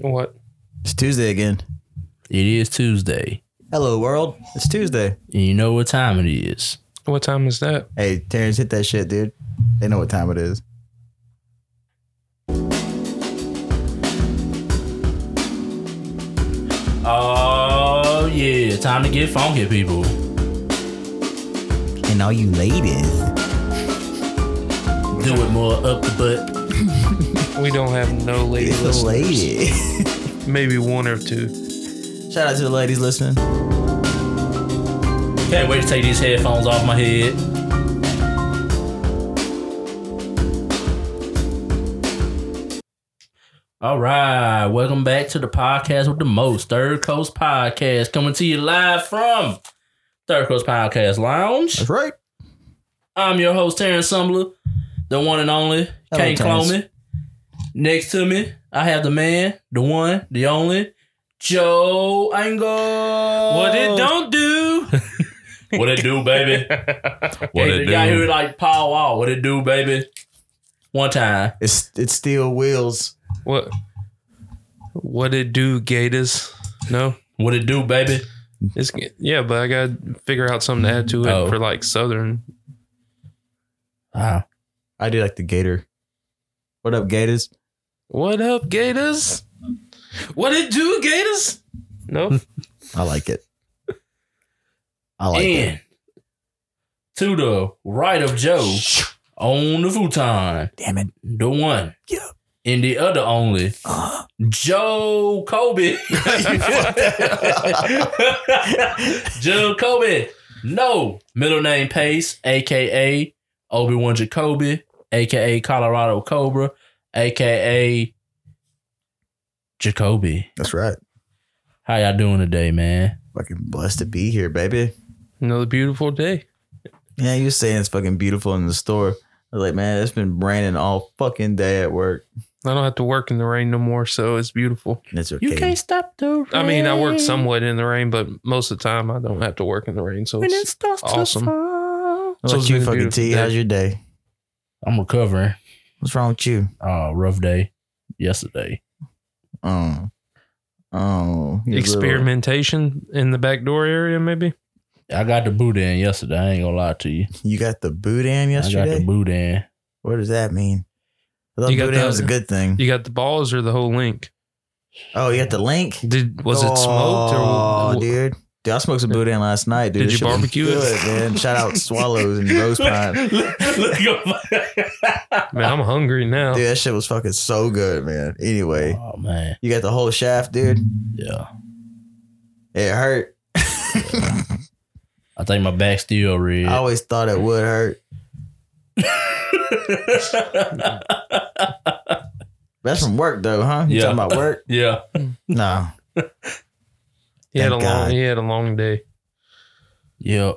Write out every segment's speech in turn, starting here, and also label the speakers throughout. Speaker 1: What?
Speaker 2: It's Tuesday again.
Speaker 3: It is Tuesday.
Speaker 2: Hello, world. It's Tuesday.
Speaker 3: And you know what time it is.
Speaker 1: What time is that?
Speaker 2: Hey, Terrence, hit that shit, dude. They know what time it is.
Speaker 3: Oh, yeah. Time to get funky, people.
Speaker 2: And all you ladies.
Speaker 3: Do it more up the butt.
Speaker 1: We don't have no lady
Speaker 2: It's
Speaker 1: listeners.
Speaker 2: the ladies.
Speaker 1: Maybe one or two.
Speaker 2: Shout out to the ladies listening.
Speaker 3: Can't wait to take these headphones off my head. All right. Welcome back to the podcast with the most Third Coast Podcast coming to you live from Third Coast Podcast Lounge.
Speaker 2: That's right.
Speaker 3: I'm your host, Terrence Sumler, the one and only.
Speaker 2: Hello,
Speaker 3: Can't clone
Speaker 2: Terrence.
Speaker 3: me. Next to me, I have the man, the one, the only, Joe Angle. What
Speaker 1: don't do.
Speaker 3: What it do, baby?
Speaker 4: What
Speaker 3: Hey,
Speaker 4: it
Speaker 3: the guy who
Speaker 4: do?
Speaker 3: like Paul Wall. What it do, baby? One time.
Speaker 2: It's it's steel wheels.
Speaker 1: What? What it do, Gators? No,
Speaker 3: What it do, baby?
Speaker 1: it's yeah, but I gotta figure out something to add to it
Speaker 3: Oh.
Speaker 1: for like Southern.
Speaker 3: Wow.
Speaker 2: I do like the gator. What up, gators?
Speaker 1: What up, Gators? What it do, Gators? Nope.
Speaker 2: I like it. I like
Speaker 3: and to the right of Joe on the futon,
Speaker 2: it. Damn it.
Speaker 3: the one.
Speaker 2: Yeah.
Speaker 3: And the other only, Joe Kobe. Jacoby. No. Middle name Pace, aka Obi Wan Jacoby, aka Colorado Cobra, aka Jacoby.
Speaker 2: That's right.
Speaker 3: How y'all doing today, man?
Speaker 2: Fucking blessed to be here, baby.
Speaker 1: Another beautiful day.
Speaker 2: Yeah, you were saying it's fucking beautiful in the store. I was like, man, it's been raining all fucking day at work.
Speaker 1: I don't have to work in the rain no more, so it's beautiful.
Speaker 2: And it's okay.
Speaker 3: You can't stop the rain.
Speaker 1: I mean, I work somewhat in the rain, but most of the time I don't have to work in the rain, so
Speaker 3: When
Speaker 1: it's
Speaker 3: it starts
Speaker 1: awesome.
Speaker 3: to fall.
Speaker 2: What
Speaker 1: So
Speaker 2: about
Speaker 1: it's
Speaker 2: you,
Speaker 1: been a
Speaker 2: fucking
Speaker 1: beautiful
Speaker 2: T?
Speaker 1: day.
Speaker 2: How's your day?
Speaker 3: I'm recovering.
Speaker 2: What's wrong with you?
Speaker 3: Uh, rough day yesterday.
Speaker 2: Oh, oh, you little-
Speaker 1: experimentation in the back door area, maybe.
Speaker 3: I got the boot in yesterday. I ain't gonna lie to you.
Speaker 2: You got the boot in
Speaker 3: I got
Speaker 2: yesterday.
Speaker 3: the boot in.
Speaker 2: what does that mean? I thought
Speaker 1: You got
Speaker 2: boot
Speaker 1: the-
Speaker 2: in was a good thing.
Speaker 1: You got the balls or the whole link?
Speaker 2: oh, you got the link.
Speaker 1: Did was it smoked
Speaker 2: Oh,
Speaker 1: or
Speaker 2: dude. Dude, I smoked some boot in last night,
Speaker 1: Did
Speaker 2: dude. This
Speaker 1: you
Speaker 2: shit was
Speaker 1: barbecue it?
Speaker 2: good, man? Shout out Swallows and Rose Pine.
Speaker 1: man? I'm hungry now.
Speaker 2: Dude, that shit was fucking so good, man. Anyway,
Speaker 3: oh man,
Speaker 2: you got the whole shaft, dude.
Speaker 3: yeah.
Speaker 2: It hurt.
Speaker 3: I think my back still red.
Speaker 2: I always thought it would hurt. That's from work, though, huh? You
Speaker 3: Yeah.
Speaker 2: talking about work?
Speaker 3: yeah.
Speaker 2: No.
Speaker 1: He had a
Speaker 2: thank
Speaker 1: long
Speaker 2: God.
Speaker 1: he had a long day.
Speaker 3: Yep.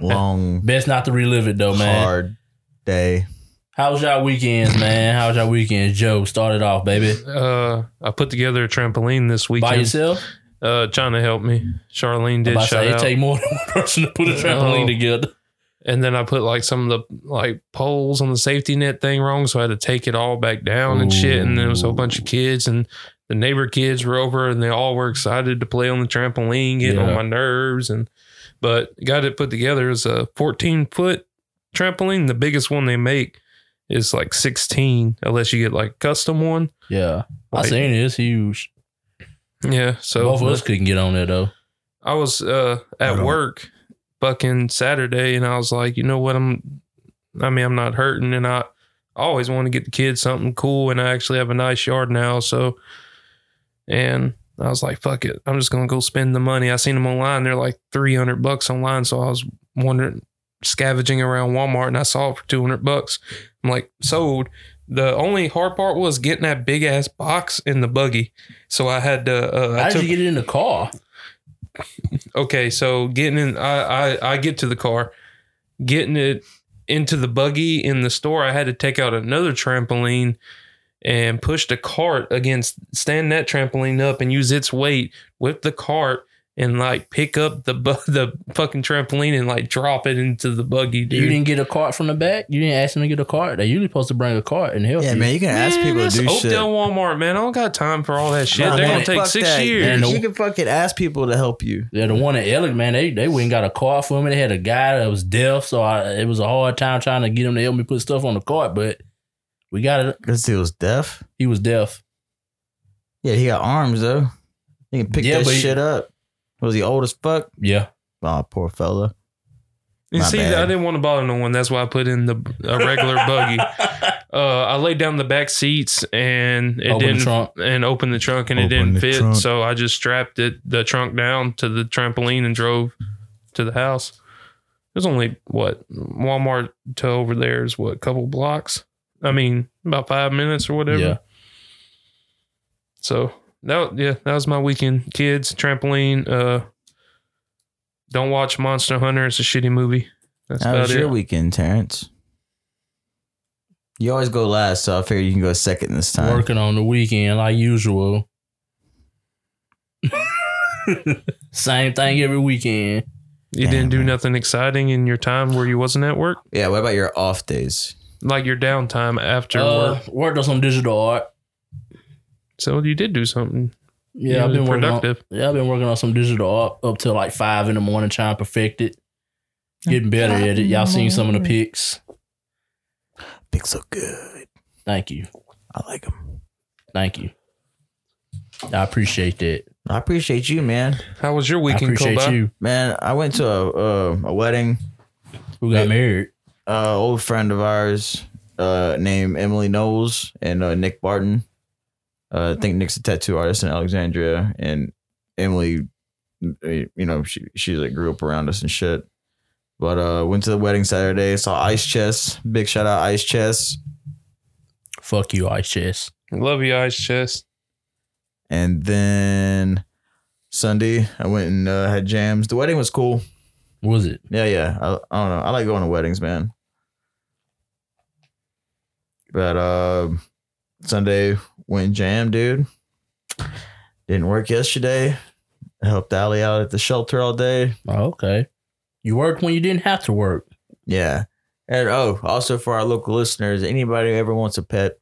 Speaker 2: Long,
Speaker 3: Best not to relive it though, man.
Speaker 2: hard day.
Speaker 3: How was y'all weekends, man? How was y'all weekends, Joe? Started off, baby.
Speaker 1: Uh, I put together a trampoline this
Speaker 3: By
Speaker 1: weekend.
Speaker 3: yourself?
Speaker 1: Uh, trying to help me. Charlene
Speaker 3: I'm
Speaker 1: did
Speaker 3: about to
Speaker 1: shout
Speaker 3: say, it
Speaker 1: out,
Speaker 3: take more than one person to put a trampoline
Speaker 1: No.
Speaker 3: together.
Speaker 1: and then I put like some of the like poles on the safety net thing wrong, so I had to take it all back down and shit. And then it was a whole bunch of kids and. The neighbor kids were over and they all were excited to play on the trampoline, getting on
Speaker 3: Yeah.
Speaker 1: my nerves. And but got it put together as a 14 foot trampoline. The biggest one they make is like 16, unless you get like a custom one.
Speaker 3: Yeah.
Speaker 1: Like-
Speaker 3: I seen it. It's huge.
Speaker 1: Yeah. So
Speaker 3: Both of us couldn't get on there though.
Speaker 1: I was uh, at
Speaker 2: Right on.
Speaker 1: work fucking Saturday, and I was like, you know what? I'm, I mean, I'm not hurting, and I always want to get the kids something cool, and I actually have a nice yard now, so, and I was like, fuck it, I'm just gonna go spend the money. I seen them online; they're like 300 bucks online, so I was wondering, scavenging around Walmart, and I saw it for 200 bucks. I'm like, sold. The only hard part was getting that big ass box in the buggy, so I had to. Uh, I
Speaker 3: How
Speaker 1: took-
Speaker 3: did you get it in the car?
Speaker 1: okay so getting in I, I i get to the car getting it into the buggy in the store i had to take out another trampoline and push the cart against stand that trampoline up and use its weight with the cart and like pick up the bu- the fucking trampoline and like drop it into the buggy, dude.
Speaker 3: You didn't get a cart from the back. You didn't ask them to get a cart. They usually supposed to bring a cart and help
Speaker 2: Yeah,
Speaker 3: you.
Speaker 2: man, you can ask
Speaker 1: Man,
Speaker 2: people to
Speaker 1: that's
Speaker 2: do shit.
Speaker 1: Oakdale Walmart, man. I don't got time for all that shit.
Speaker 2: Nah,
Speaker 1: They're
Speaker 2: man,
Speaker 1: gonna take
Speaker 2: fuck
Speaker 1: six
Speaker 2: that.
Speaker 1: years.
Speaker 3: Man,
Speaker 2: You can fucking ask people to help you.
Speaker 3: Yeah, the one at Ellick, man, they they went and got a cart for me. They had a guy that was deaf, so I, it was a hard time trying to get him to help me put stuff on the cart. But we got it.
Speaker 2: Cause he was deaf.
Speaker 3: He was deaf.
Speaker 2: Yeah, he got arms though. He can pick
Speaker 3: Yeah,
Speaker 2: that
Speaker 3: but he-
Speaker 2: shit up. Was he old as fuck?
Speaker 3: Yeah,
Speaker 2: Oh, poor fella.
Speaker 1: You
Speaker 2: My
Speaker 1: see,
Speaker 2: bad.
Speaker 1: I didn't want to bother no one. That's why I put in the a regular buggy. Uh, I laid down the back seats and it
Speaker 3: Open the
Speaker 1: didn't
Speaker 3: trunk.
Speaker 1: and opened the trunk and
Speaker 2: Open
Speaker 1: it didn't
Speaker 2: the
Speaker 1: fit.
Speaker 2: trunk.
Speaker 1: So I just strapped it the trunk down to the trampoline and drove to the house. It was only what Walmart to over there is what couple blocks. I mean, about five minutes or whatever.
Speaker 3: Yeah.
Speaker 1: So that yeah, that was my weekend. Kids trampoline. Uh, don't watch Monster Hunter. It's a shitty movie. That's
Speaker 2: How
Speaker 1: about
Speaker 2: was your
Speaker 1: it.
Speaker 2: weekend, Terrence? You always go last, so I figure you can go second this time.
Speaker 3: working on the weekend like usual. Same thing every weekend.
Speaker 1: You
Speaker 2: Damn,
Speaker 1: didn't do
Speaker 2: man.
Speaker 1: nothing exciting in your time where you wasn't at work,
Speaker 2: Yeah. What about your off days?
Speaker 1: like your downtime after
Speaker 3: Uh,
Speaker 1: work.
Speaker 3: worked on some digital art.
Speaker 1: So you did do something. You
Speaker 3: Yeah, I've
Speaker 1: was
Speaker 3: been working. On,
Speaker 1: Mm, productive.
Speaker 3: yeah, I've been working on some digital art up till like five in the morning, trying to perfect it, getting better at it. Y'all seen some of the pics?
Speaker 2: Pick so good.
Speaker 3: Thank you,
Speaker 2: I like them.
Speaker 3: thank you. I appreciate that.
Speaker 2: I appreciate you, man.
Speaker 1: How was your
Speaker 3: I
Speaker 1: weekend,
Speaker 3: appreciate
Speaker 1: Kobe?
Speaker 3: you.
Speaker 2: Man, I went to a uh, a wedding.
Speaker 3: Who got
Speaker 2: Yeah.
Speaker 3: married?
Speaker 2: Uh, old friend of ours, uh, named Emily Knowles and uh, Nick Barton. Uh, I think Nick's a tattoo artist in Alexandria, and Emily, uh, you know, she she like grew up around us and shit. But uh, went to the wedding Saturday. Saw Ice Chest. Big shout out Ice Chest.
Speaker 3: Fuck you, Ice Chest.
Speaker 1: Love you, Ice Chest.
Speaker 2: And then Sunday, I went and uh, had jams. The wedding was cool.
Speaker 3: What was it?
Speaker 2: Yeah, yeah. I, I don't know. I like going to weddings, man. But uh, Sunday went and jam, dude. Didn't work yesterday. Helped Allie out at the shelter all day.
Speaker 3: Oh, okay. You worked when you didn't have to work.
Speaker 2: Yeah. And oh, also for our local listeners, anybody who ever wants a pet,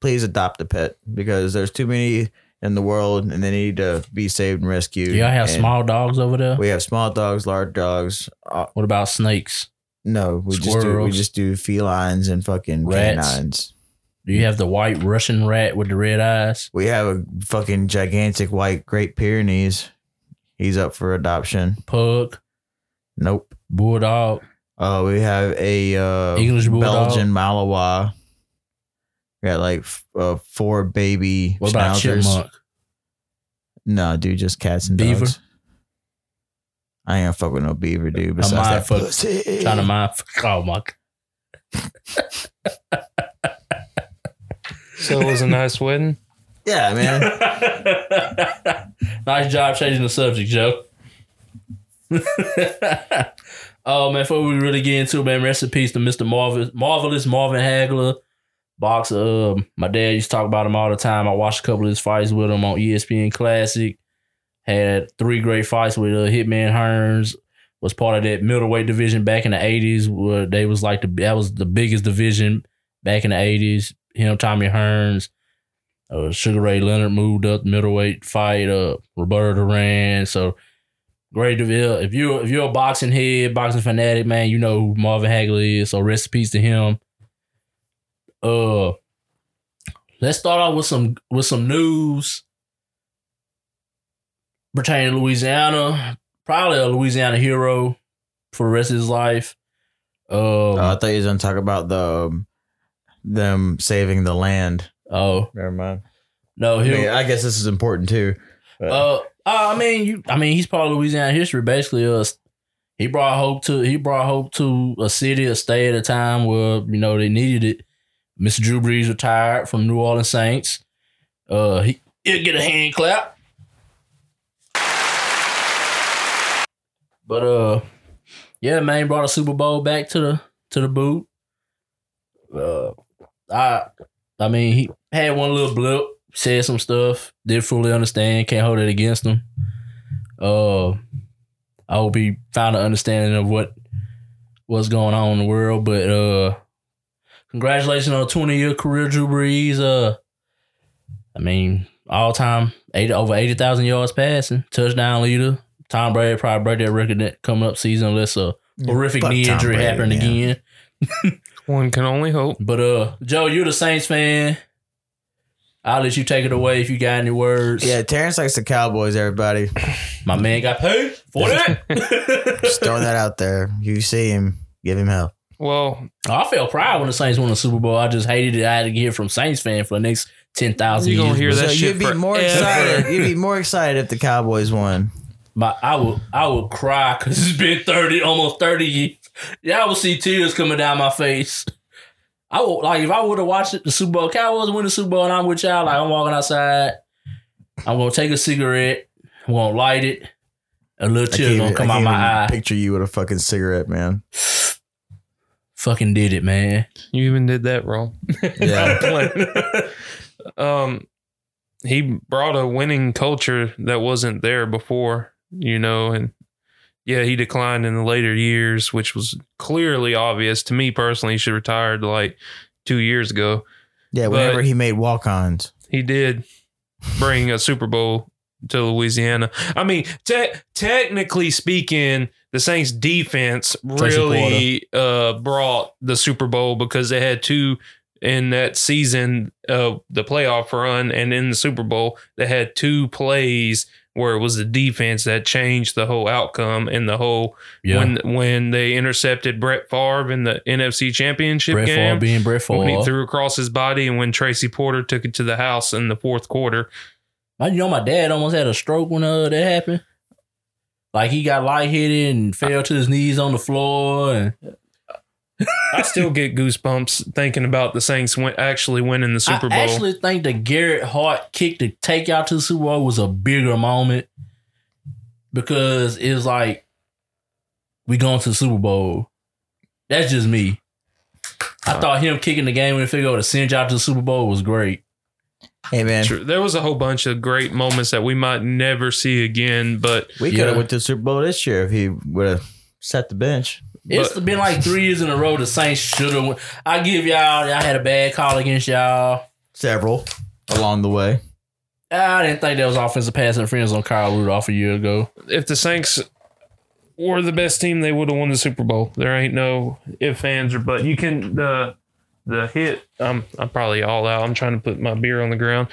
Speaker 2: please adopt a pet because there's too many in the world and they need to be saved and rescued.
Speaker 3: Do y'all have
Speaker 2: And
Speaker 3: small dogs over there?
Speaker 2: We have small dogs, large dogs, uh,
Speaker 3: What about snakes?
Speaker 2: No, we just do we
Speaker 3: Squirrels.
Speaker 2: just do felines and fucking
Speaker 3: Rats.
Speaker 2: canines.
Speaker 3: Do you have the white Russian rat with the red eyes?
Speaker 2: We have a fucking gigantic white Great Pyrenees. He's up for adoption.
Speaker 3: Pug,
Speaker 2: Nope.
Speaker 3: bulldog,
Speaker 2: Uh, we have a uh,
Speaker 3: English bulldog.
Speaker 2: Belgian Malinois. We got like f- uh, four baby
Speaker 3: What about
Speaker 2: schnauzers.
Speaker 3: chipmunk?
Speaker 2: No, dude, just cats and
Speaker 3: Beaver?
Speaker 2: dogs. I ain't gonna fuck with no beaver, dude. Besides
Speaker 3: mind
Speaker 2: that
Speaker 3: fuck-
Speaker 2: pussy.
Speaker 3: Trying to mind. Oh my! God.
Speaker 1: So it was a nice wedding.
Speaker 2: yeah, man.
Speaker 3: nice job changing the subject, Joe. oh man, before we really get into it, man, rest in peace to Mr. Marvelous, Marvelous Marvin Hagler, boxer. Um, my dad used to talk about him all the time. I watched a couple of his fights with him on E ESPN Classic. Had three great fights with uh, Hitman Hearns. Was part of that middleweight division back in the eighties, where they was like the that was the biggest division back in the eighties. Him, Tommy Hearns, uh, Sugar Ray Leonard moved up middleweight fight up. Roberto Duran. So great Deville. If you if you're a boxing head, boxing fanatic, man, you know who Marvin Hagler is. So rest in peace to him. Uh, let's start off with some with some news pertaining to Louisiana. Probably a Louisiana hero for the rest of his life. Um,
Speaker 2: Oh, I thought you was gonna talk about the um, them saving the land.
Speaker 3: oh
Speaker 2: Never mind.
Speaker 3: no,
Speaker 2: I,
Speaker 3: he
Speaker 2: mean, I guess this is important too.
Speaker 3: Uh, uh, I mean, you. I mean, he's part of Louisiana history. Basically, uh, he brought hope to he brought hope to a city, a state at a time where you know they needed it. Mr. Drew Brees retired from New Orleans Saints. Uh, he he'll get a hand clap. But uh, yeah, man, brought a Super Bowl back to the to the boot. Uh, I I mean, he had one little blip, said some stuff, did fully understand, can't hold it against him. Uh, I hope he found an understanding of what what's going on in the world. But uh, congratulations on a twenty year career, Drew Brees. Uh, I mean, all time eighty over eighty thousand yards passing, touchdown leader. Tom Brady probably break that record that coming up season unless a horrific
Speaker 2: Fuck
Speaker 3: knee
Speaker 2: Tom
Speaker 3: injury
Speaker 2: Brady,
Speaker 3: happened
Speaker 2: man.
Speaker 3: again.
Speaker 1: One can only hope.
Speaker 3: But uh, Joe, you're the Saints fan. I'll let you take it away if you got any words.
Speaker 2: Yeah, Terrence likes the Cowboys, everybody.
Speaker 3: my man got paid for that.
Speaker 2: Just throwing that out there. You see him, give him hell.
Speaker 1: Well,
Speaker 3: Oh, I felt proud when the Saints won the Super Bowl. I just hated it. I had to hear from Saints fan for the next ten thousand
Speaker 1: You
Speaker 3: years.
Speaker 1: gonna hear
Speaker 3: but
Speaker 1: that
Speaker 2: so
Speaker 1: shit
Speaker 2: you'd be more
Speaker 1: forever.
Speaker 2: excited. You'd be more excited if the Cowboys won.
Speaker 3: My, I will, I will cry because it's been thirty, almost thirty years. Yeah, I will see tears coming down my face. I will, like if I would have watched it, the Super Bowl Cowboys win the Super Bowl, and I'm with y'all. Like I'm walking outside, I'm gonna take a cigarette, I'm gonna light it, a little
Speaker 2: I
Speaker 3: tear
Speaker 2: can't
Speaker 3: gonna
Speaker 2: even-
Speaker 3: come
Speaker 2: I
Speaker 3: out
Speaker 2: can't
Speaker 3: my
Speaker 2: even
Speaker 3: eye.
Speaker 2: Picture you with a fucking cigarette, man.
Speaker 3: Fucking did it, man.
Speaker 1: you even did that wrong.
Speaker 2: Yeah.
Speaker 1: um, he brought a winning culture that wasn't there before, you know, and yeah, he declined in the later years, which was clearly obvious to me personally. He should have retired like two years ago.
Speaker 2: Yeah,
Speaker 1: But-
Speaker 2: whenever he made walk ons.
Speaker 1: He did bring a Super Bowl to Louisiana. I mean, te- technically speaking, the Saints defense
Speaker 3: Takes a
Speaker 1: really uh, brought the Super Bowl because they had two in that season of the playoff run and in the Super Bowl. They had two plays where it was the defense that changed the whole outcome and the whole
Speaker 3: yeah.
Speaker 1: when when they intercepted Brett Favre in the NFC Championship
Speaker 3: Brett
Speaker 1: game
Speaker 3: Favre being Brett
Speaker 1: when he
Speaker 3: Favre.
Speaker 1: threw across his body and when Tracy Porter took it to the house in the fourth quarter.
Speaker 3: I- You know, my dad almost had a stroke when uh, that happened. Like he got lightheaded and fell to his knees on the floor, and
Speaker 1: I still get goosebumps thinking about the Saints win- actually winning the Super Bowl.
Speaker 3: I actually think the Garrett Hart kick to take out to the Super Bowl was a bigger moment because it was like we going to the Super Bowl. That's just me. I thought him kicking the game and figure out to send y'all to the Super Bowl was great.
Speaker 2: Hey man,
Speaker 1: True. There was a whole bunch of great moments that we might never see again, but
Speaker 2: we could have
Speaker 3: Yeah.
Speaker 2: went to the Super Bowl this year if he would have set the bench.
Speaker 3: It's been like three years in a row the Saints should have. I give y'all. Y'all had a bad call against y'all.
Speaker 2: Several along the way.
Speaker 3: I didn't think that was offensive pass interference on Kyle Rudolph a year ago.
Speaker 1: if the Saints were the best team, they would have won the Super Bowl. There ain't no if ands or but. You can the the hit. I'm I'm probably all out. I'm trying to put my beer on the ground.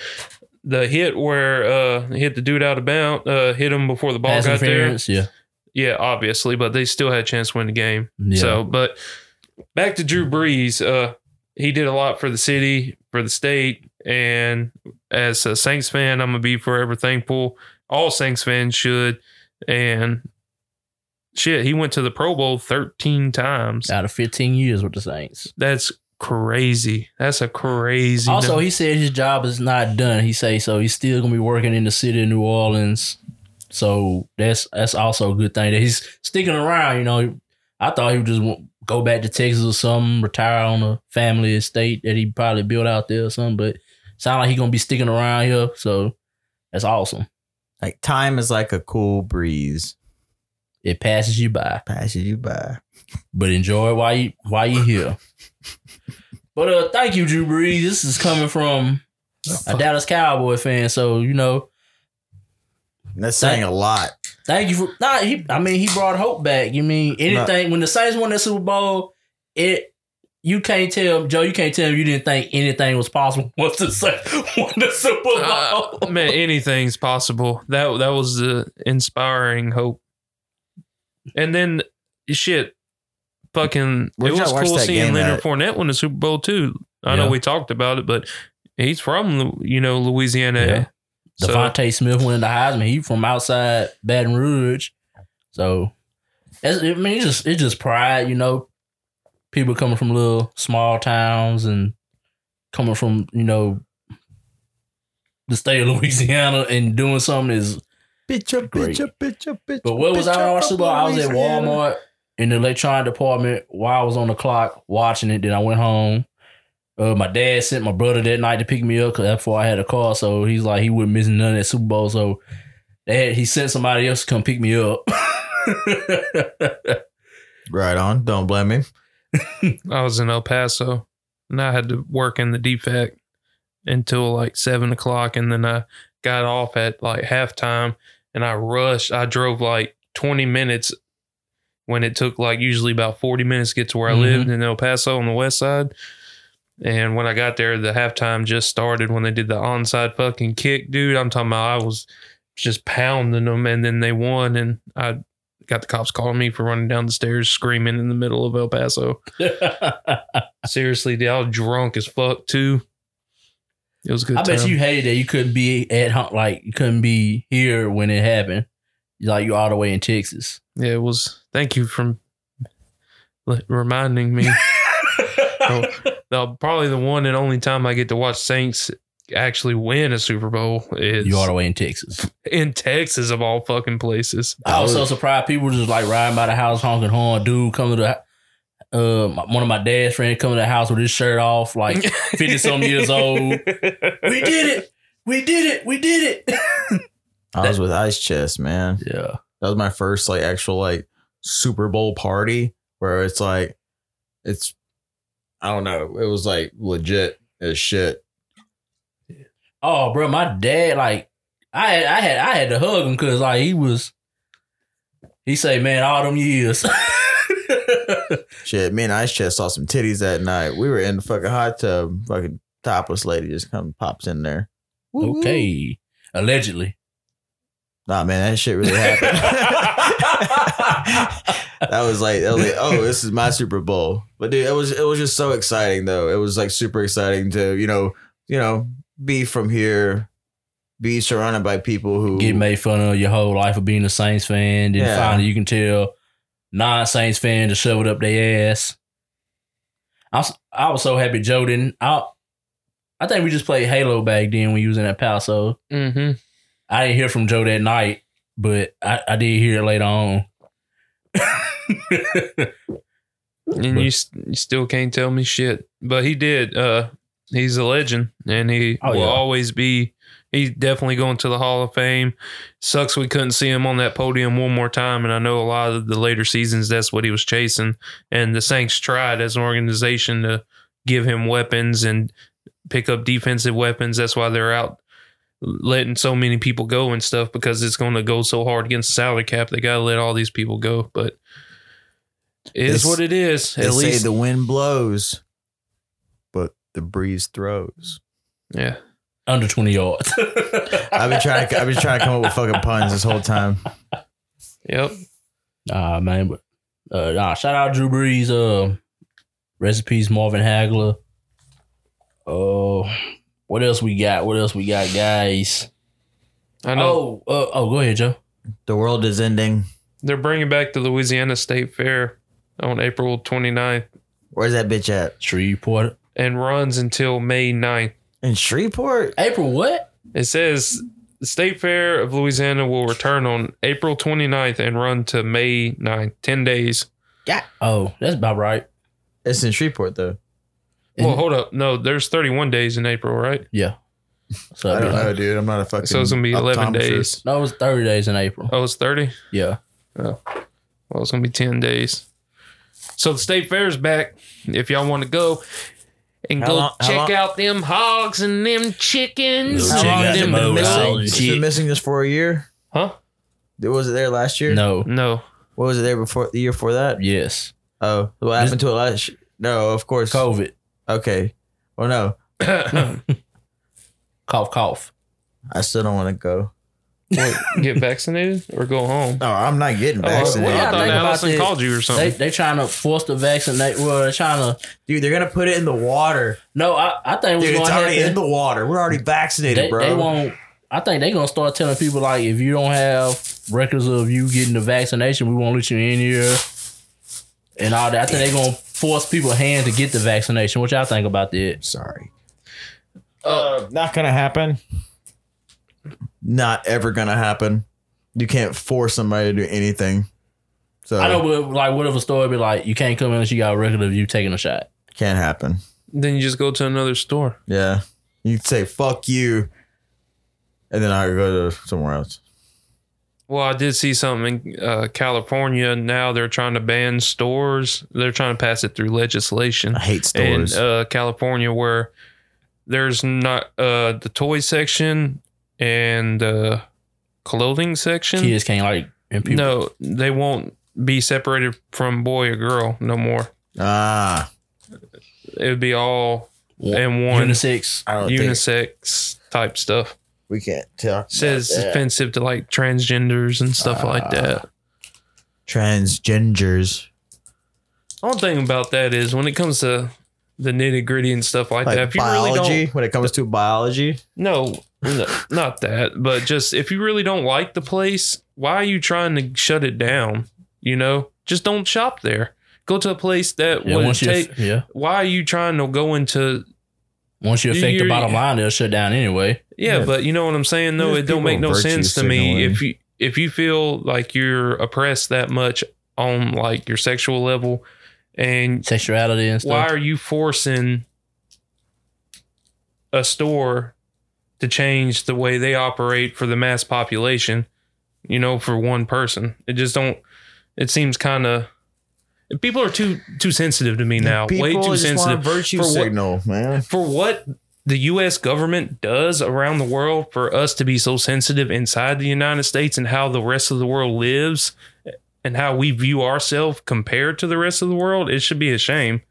Speaker 1: The hit where uh hit the dude out of bounds, uh, hit him before the ball
Speaker 3: Pass
Speaker 1: got there.
Speaker 3: interference, yeah.
Speaker 1: Yeah, obviously, but they still had a chance to win the game.
Speaker 3: yeah.
Speaker 1: So, but back to Drew Brees. Uh, he did a lot for the city, for the state, and as a Saints fan, I'm gonna be forever thankful. All Saints fans should. And shit, he went to the Pro Bowl 13 times.
Speaker 3: out of 15 years with the Saints.
Speaker 1: That's crazy. That's a crazy.
Speaker 3: Also,
Speaker 1: num-
Speaker 3: he said his job is not done. He say so. He's still gonna be working in the city of New Orleans. So that's that's also a good thing that he's sticking around. You know, I thought he would just wa- go back to Texas or something, retire on a family estate that he probably built out there or something. But sound like he gonna be sticking around here. So that's awesome.
Speaker 2: Like time is like a cool breeze.
Speaker 3: It passes you by.
Speaker 2: Passes you by.
Speaker 3: but enjoy while you while you here. but uh, thank you, Drew Brees. This is coming from a Dallas Cowboy fan, so you know,
Speaker 2: That's saying a lot.
Speaker 3: thank you for. Nah, he, I mean, he brought hope back. You mean anything when the Saints won that Super Bowl, it. You can't tell Joe. You can't tell him you didn't think anything was possible once the Saints won the Super Bowl.
Speaker 1: Uh, man, anything's possible. That that was the inspiring hope. And then shit, fucking
Speaker 2: Where'd
Speaker 1: it was
Speaker 2: y'all watch
Speaker 1: cool
Speaker 2: that
Speaker 1: seeing
Speaker 2: game
Speaker 1: Leonard
Speaker 2: at?
Speaker 1: Fournette win the Super Bowl too. I
Speaker 3: Yeah.
Speaker 1: know we talked about it, but he's from you know Louisiana.
Speaker 3: Yeah.
Speaker 1: So-
Speaker 3: Devontae Smith winning the Heisman. He from outside Baton Rouge, so that's, I mean, it's just it's just pride, you know. People coming from little small towns and coming from you know the state of Louisiana and doing something is.
Speaker 2: Bitch up,
Speaker 3: Great.
Speaker 2: bitch up, bitch up, bitch
Speaker 3: But what was
Speaker 2: bitch
Speaker 3: I
Speaker 2: up,
Speaker 3: on our Super Bowl? I was at
Speaker 2: Louisiana.
Speaker 3: Walmart in the electronic department while I was on the clock watching it. Then I went home. Uh, my dad sent my brother that night to pick me up because before I had a car, so he's like he wouldn't miss none of that Super Bowl. So They had, he sent somebody else to come pick me up.
Speaker 2: Right on. Don't blame me.
Speaker 1: I was in El Paso and I had to work in the defect until like seven o'clock. And then I got off at like halftime and I rushed. I drove like 20 minutes when it took like usually about 40 minutes to get to where
Speaker 3: Mhm.
Speaker 1: I lived in El Paso on the west side. And when I got there, the halftime just started when they did the onside fucking kick, dude. I'm talking about I was just pounding them and then they won. And I got the cops calling me for running down the stairs screaming in the middle of El Paso. Seriously, dude, I was drunk as fuck too. It was a good.
Speaker 3: I bet
Speaker 1: time.
Speaker 3: you hated that you couldn't be at home, like you couldn't be here when it happened. Like you all the way in Texas.
Speaker 1: Yeah, it was. Thank you for le- reminding me. Oh. Now, probably the one and only time I get to watch Saints actually win a Super Bowl is
Speaker 3: you all the way in Texas.
Speaker 1: in Texas of all fucking places.
Speaker 3: I was so
Speaker 1: Oh,
Speaker 3: surprised people just like riding by the house honking horn. Dude, coming to the uh, my- one of my dad's friends coming to the house with his shirt off, like fifty some years old. We did it. We did it. We did it.
Speaker 2: I was with Ice Chest, man.
Speaker 3: yeah.
Speaker 2: That was my first like actual like Super Bowl party where it's like it's I don't know. It was like legit as shit.
Speaker 3: Oh, bro, my dad like I had I had I had to hug him because like he was. He say, "Man, all them years."
Speaker 2: Shit, me and Ice Chest saw some titties that night. We were in the fucking hot tub. Fucking topless lady just come pops in there. Woo-hoo.
Speaker 3: okay, allegedly.
Speaker 2: Nah, man, that shit really happened. that was like, that was like, oh, this is my Super Bowl. But dude, it was it was just so exciting though. It was like super exciting to you know you know be from here, be surrounded by people who
Speaker 3: Get made fun of your whole life of being a Saints fan. Then
Speaker 2: Yeah.
Speaker 3: finally, you can tell non Saints fan to shove it up their ass. I was, I was so happy Joe didn't. I, I think we just played Halo back then when you was in El Paso.
Speaker 1: hmm
Speaker 3: I didn't hear from Joe that night, but I, I did hear it later on.
Speaker 1: And you, s- you still can't tell me shit, but he did. Uh, he's a legend, and he
Speaker 3: Oh,
Speaker 1: will
Speaker 3: yeah.
Speaker 1: always be. He's definitely going to the Hall of Fame. Sucks we couldn't see him on that podium one more time, and I know a lot of the later seasons that's what he was chasing. And the Saints tried as an organization to give him weapons and pick up defensive weapons. That's why they're out letting so many people go and stuff because it's going to go so hard against the salary cap. They got to let all these people go, but it is
Speaker 2: They s-
Speaker 1: what it is.
Speaker 2: They
Speaker 1: At
Speaker 2: say
Speaker 1: least
Speaker 2: the wind blows, but the breeze throws.
Speaker 1: yeah.
Speaker 3: Under 20 yards.
Speaker 2: I've been trying. To, I've been trying to come up with fucking puns this whole time.
Speaker 1: Yep.
Speaker 3: Nah, man. But, uh, nah, shout out Drew Brees. Uh, recipes Marvin Hagler. Oh, what else we got? What else we got, guys?
Speaker 1: I know
Speaker 3: Oh, uh, oh, go ahead, Joe.
Speaker 2: The world is ending.
Speaker 1: they're bringing back the Louisiana State Fair on April 29th
Speaker 2: Where's that bitch at?
Speaker 3: Shreveport.
Speaker 1: and runs until May 9th.
Speaker 2: In Shreveport.
Speaker 3: April what?
Speaker 1: It says the State Fair of Louisiana will return on April 29th and run to May 9th, 10 days.
Speaker 3: Oh, that's about right.
Speaker 2: It's in Shreveport though.
Speaker 1: Well,
Speaker 3: Isn't-
Speaker 1: hold up. No, there's 31 days in April, right?
Speaker 3: yeah. So
Speaker 2: I don't know, dude. I'm not a fucking.
Speaker 1: So it's going to be 11
Speaker 2: optometrist.
Speaker 1: days.
Speaker 3: No, it was 30 days in April.
Speaker 1: Oh, it's 30?
Speaker 3: Yeah.
Speaker 1: Well, it's going to be 10 days. So the State Fair's back if y'all want to go. And
Speaker 2: How
Speaker 1: go
Speaker 2: long- how
Speaker 1: check
Speaker 2: long-
Speaker 1: out them hogs and them chickens.
Speaker 3: Go
Speaker 1: and
Speaker 3: check out
Speaker 1: them
Speaker 3: them hogs.
Speaker 1: milk.
Speaker 2: It's been missing this for a year.
Speaker 1: Huh?
Speaker 2: Was it there last year?
Speaker 3: No.
Speaker 1: No.
Speaker 2: What was it there before the year before that?
Speaker 3: Yes.
Speaker 2: Oh, what happened to it last? year? No, of course.
Speaker 3: COVID.
Speaker 2: Okay. Well, no,
Speaker 1: Get
Speaker 3: Cough, cough.
Speaker 2: I still don't want to go.
Speaker 1: vaccinated or go home.
Speaker 2: No, I'm not getting
Speaker 1: Oh,
Speaker 2: vaccinated.
Speaker 1: well, I thought
Speaker 3: Think about
Speaker 1: Allison
Speaker 3: this.
Speaker 1: called you or
Speaker 3: They
Speaker 1: something.
Speaker 3: they trying to force the vaccinate. Well, they're trying to.
Speaker 2: Dude, they're gonna put it in the water.
Speaker 3: No, I, I think
Speaker 2: Dude, it's
Speaker 3: what's going to
Speaker 2: already in
Speaker 3: happen.
Speaker 2: the water. We're already vaccinated,
Speaker 3: They,
Speaker 2: bro.
Speaker 3: they won't. I think they're gonna start telling people like, if you don't have records of you getting the vaccination, we won't let you in here, and all that. I think they're gonna force people hand to get the vaccination. What y'all think about that?
Speaker 2: Sorry.
Speaker 3: Oh.
Speaker 2: Uh, not gonna happen. Not ever gonna happen. You can't force somebody to do anything. So
Speaker 3: I know, but like, what if a store be like, you can't come in unless you got a record of you taking a shot?
Speaker 2: can't happen.
Speaker 1: Then you just go to another store.
Speaker 2: Yeah. You say fuck you, and then I go to somewhere else.
Speaker 1: Well, I did see something in uh, California. Now they're trying to ban stores. They're trying to pass it through legislation
Speaker 2: I hate stores.
Speaker 1: in uh, California where there's not uh, the toy section and uh, clothing section.
Speaker 3: Kids can't like and people.
Speaker 1: No, they won't be separated from boy or girl no more.
Speaker 2: ah,
Speaker 1: It would be all
Speaker 3: One-
Speaker 1: in one
Speaker 3: unisex.
Speaker 2: I don't think
Speaker 1: unisex type stuff.
Speaker 2: we can't tell.
Speaker 1: Says it's offensive to like transgenders and stuff
Speaker 3: Ah.
Speaker 1: like that.
Speaker 2: transgenders.
Speaker 1: One thing about that is when it comes to the nitty gritty and stuff like,
Speaker 2: Like
Speaker 1: that, if you
Speaker 2: biology,
Speaker 1: really don't
Speaker 2: when it comes to biology,
Speaker 1: No, no, not that. But just if you really don't like the place, why are you trying to shut it down? You know, just don't shop there. Go to a place that
Speaker 3: Yeah,
Speaker 1: would
Speaker 3: once you
Speaker 1: take.
Speaker 3: yeah,
Speaker 1: why are you trying to go into?
Speaker 3: once you
Speaker 1: You-
Speaker 3: affect the
Speaker 1: you-
Speaker 3: bottom line, they'll shut down anyway.
Speaker 1: Yeah,
Speaker 2: Yeah.
Speaker 1: but you know what I'm saying. though?
Speaker 2: There's
Speaker 1: it don't
Speaker 2: people
Speaker 1: make no
Speaker 2: virtue
Speaker 1: sense to me
Speaker 2: signaling.
Speaker 1: if you if you feel like you're oppressed that much on like your sexual level, and
Speaker 3: Sexuality and stuff.
Speaker 1: why are you forcing a store to change the way they operate for the mass population you know for one person it just don't it seems kind of people are too too sensitive to me now way
Speaker 2: People
Speaker 1: too
Speaker 2: just want
Speaker 1: sensitive
Speaker 2: a virtue
Speaker 1: For what-
Speaker 2: signal, man.
Speaker 1: for what the US government does around the world for us to be so sensitive inside the United States and how the rest of the world lives and how we view ourselves compared to the rest of the world, it should be a shame.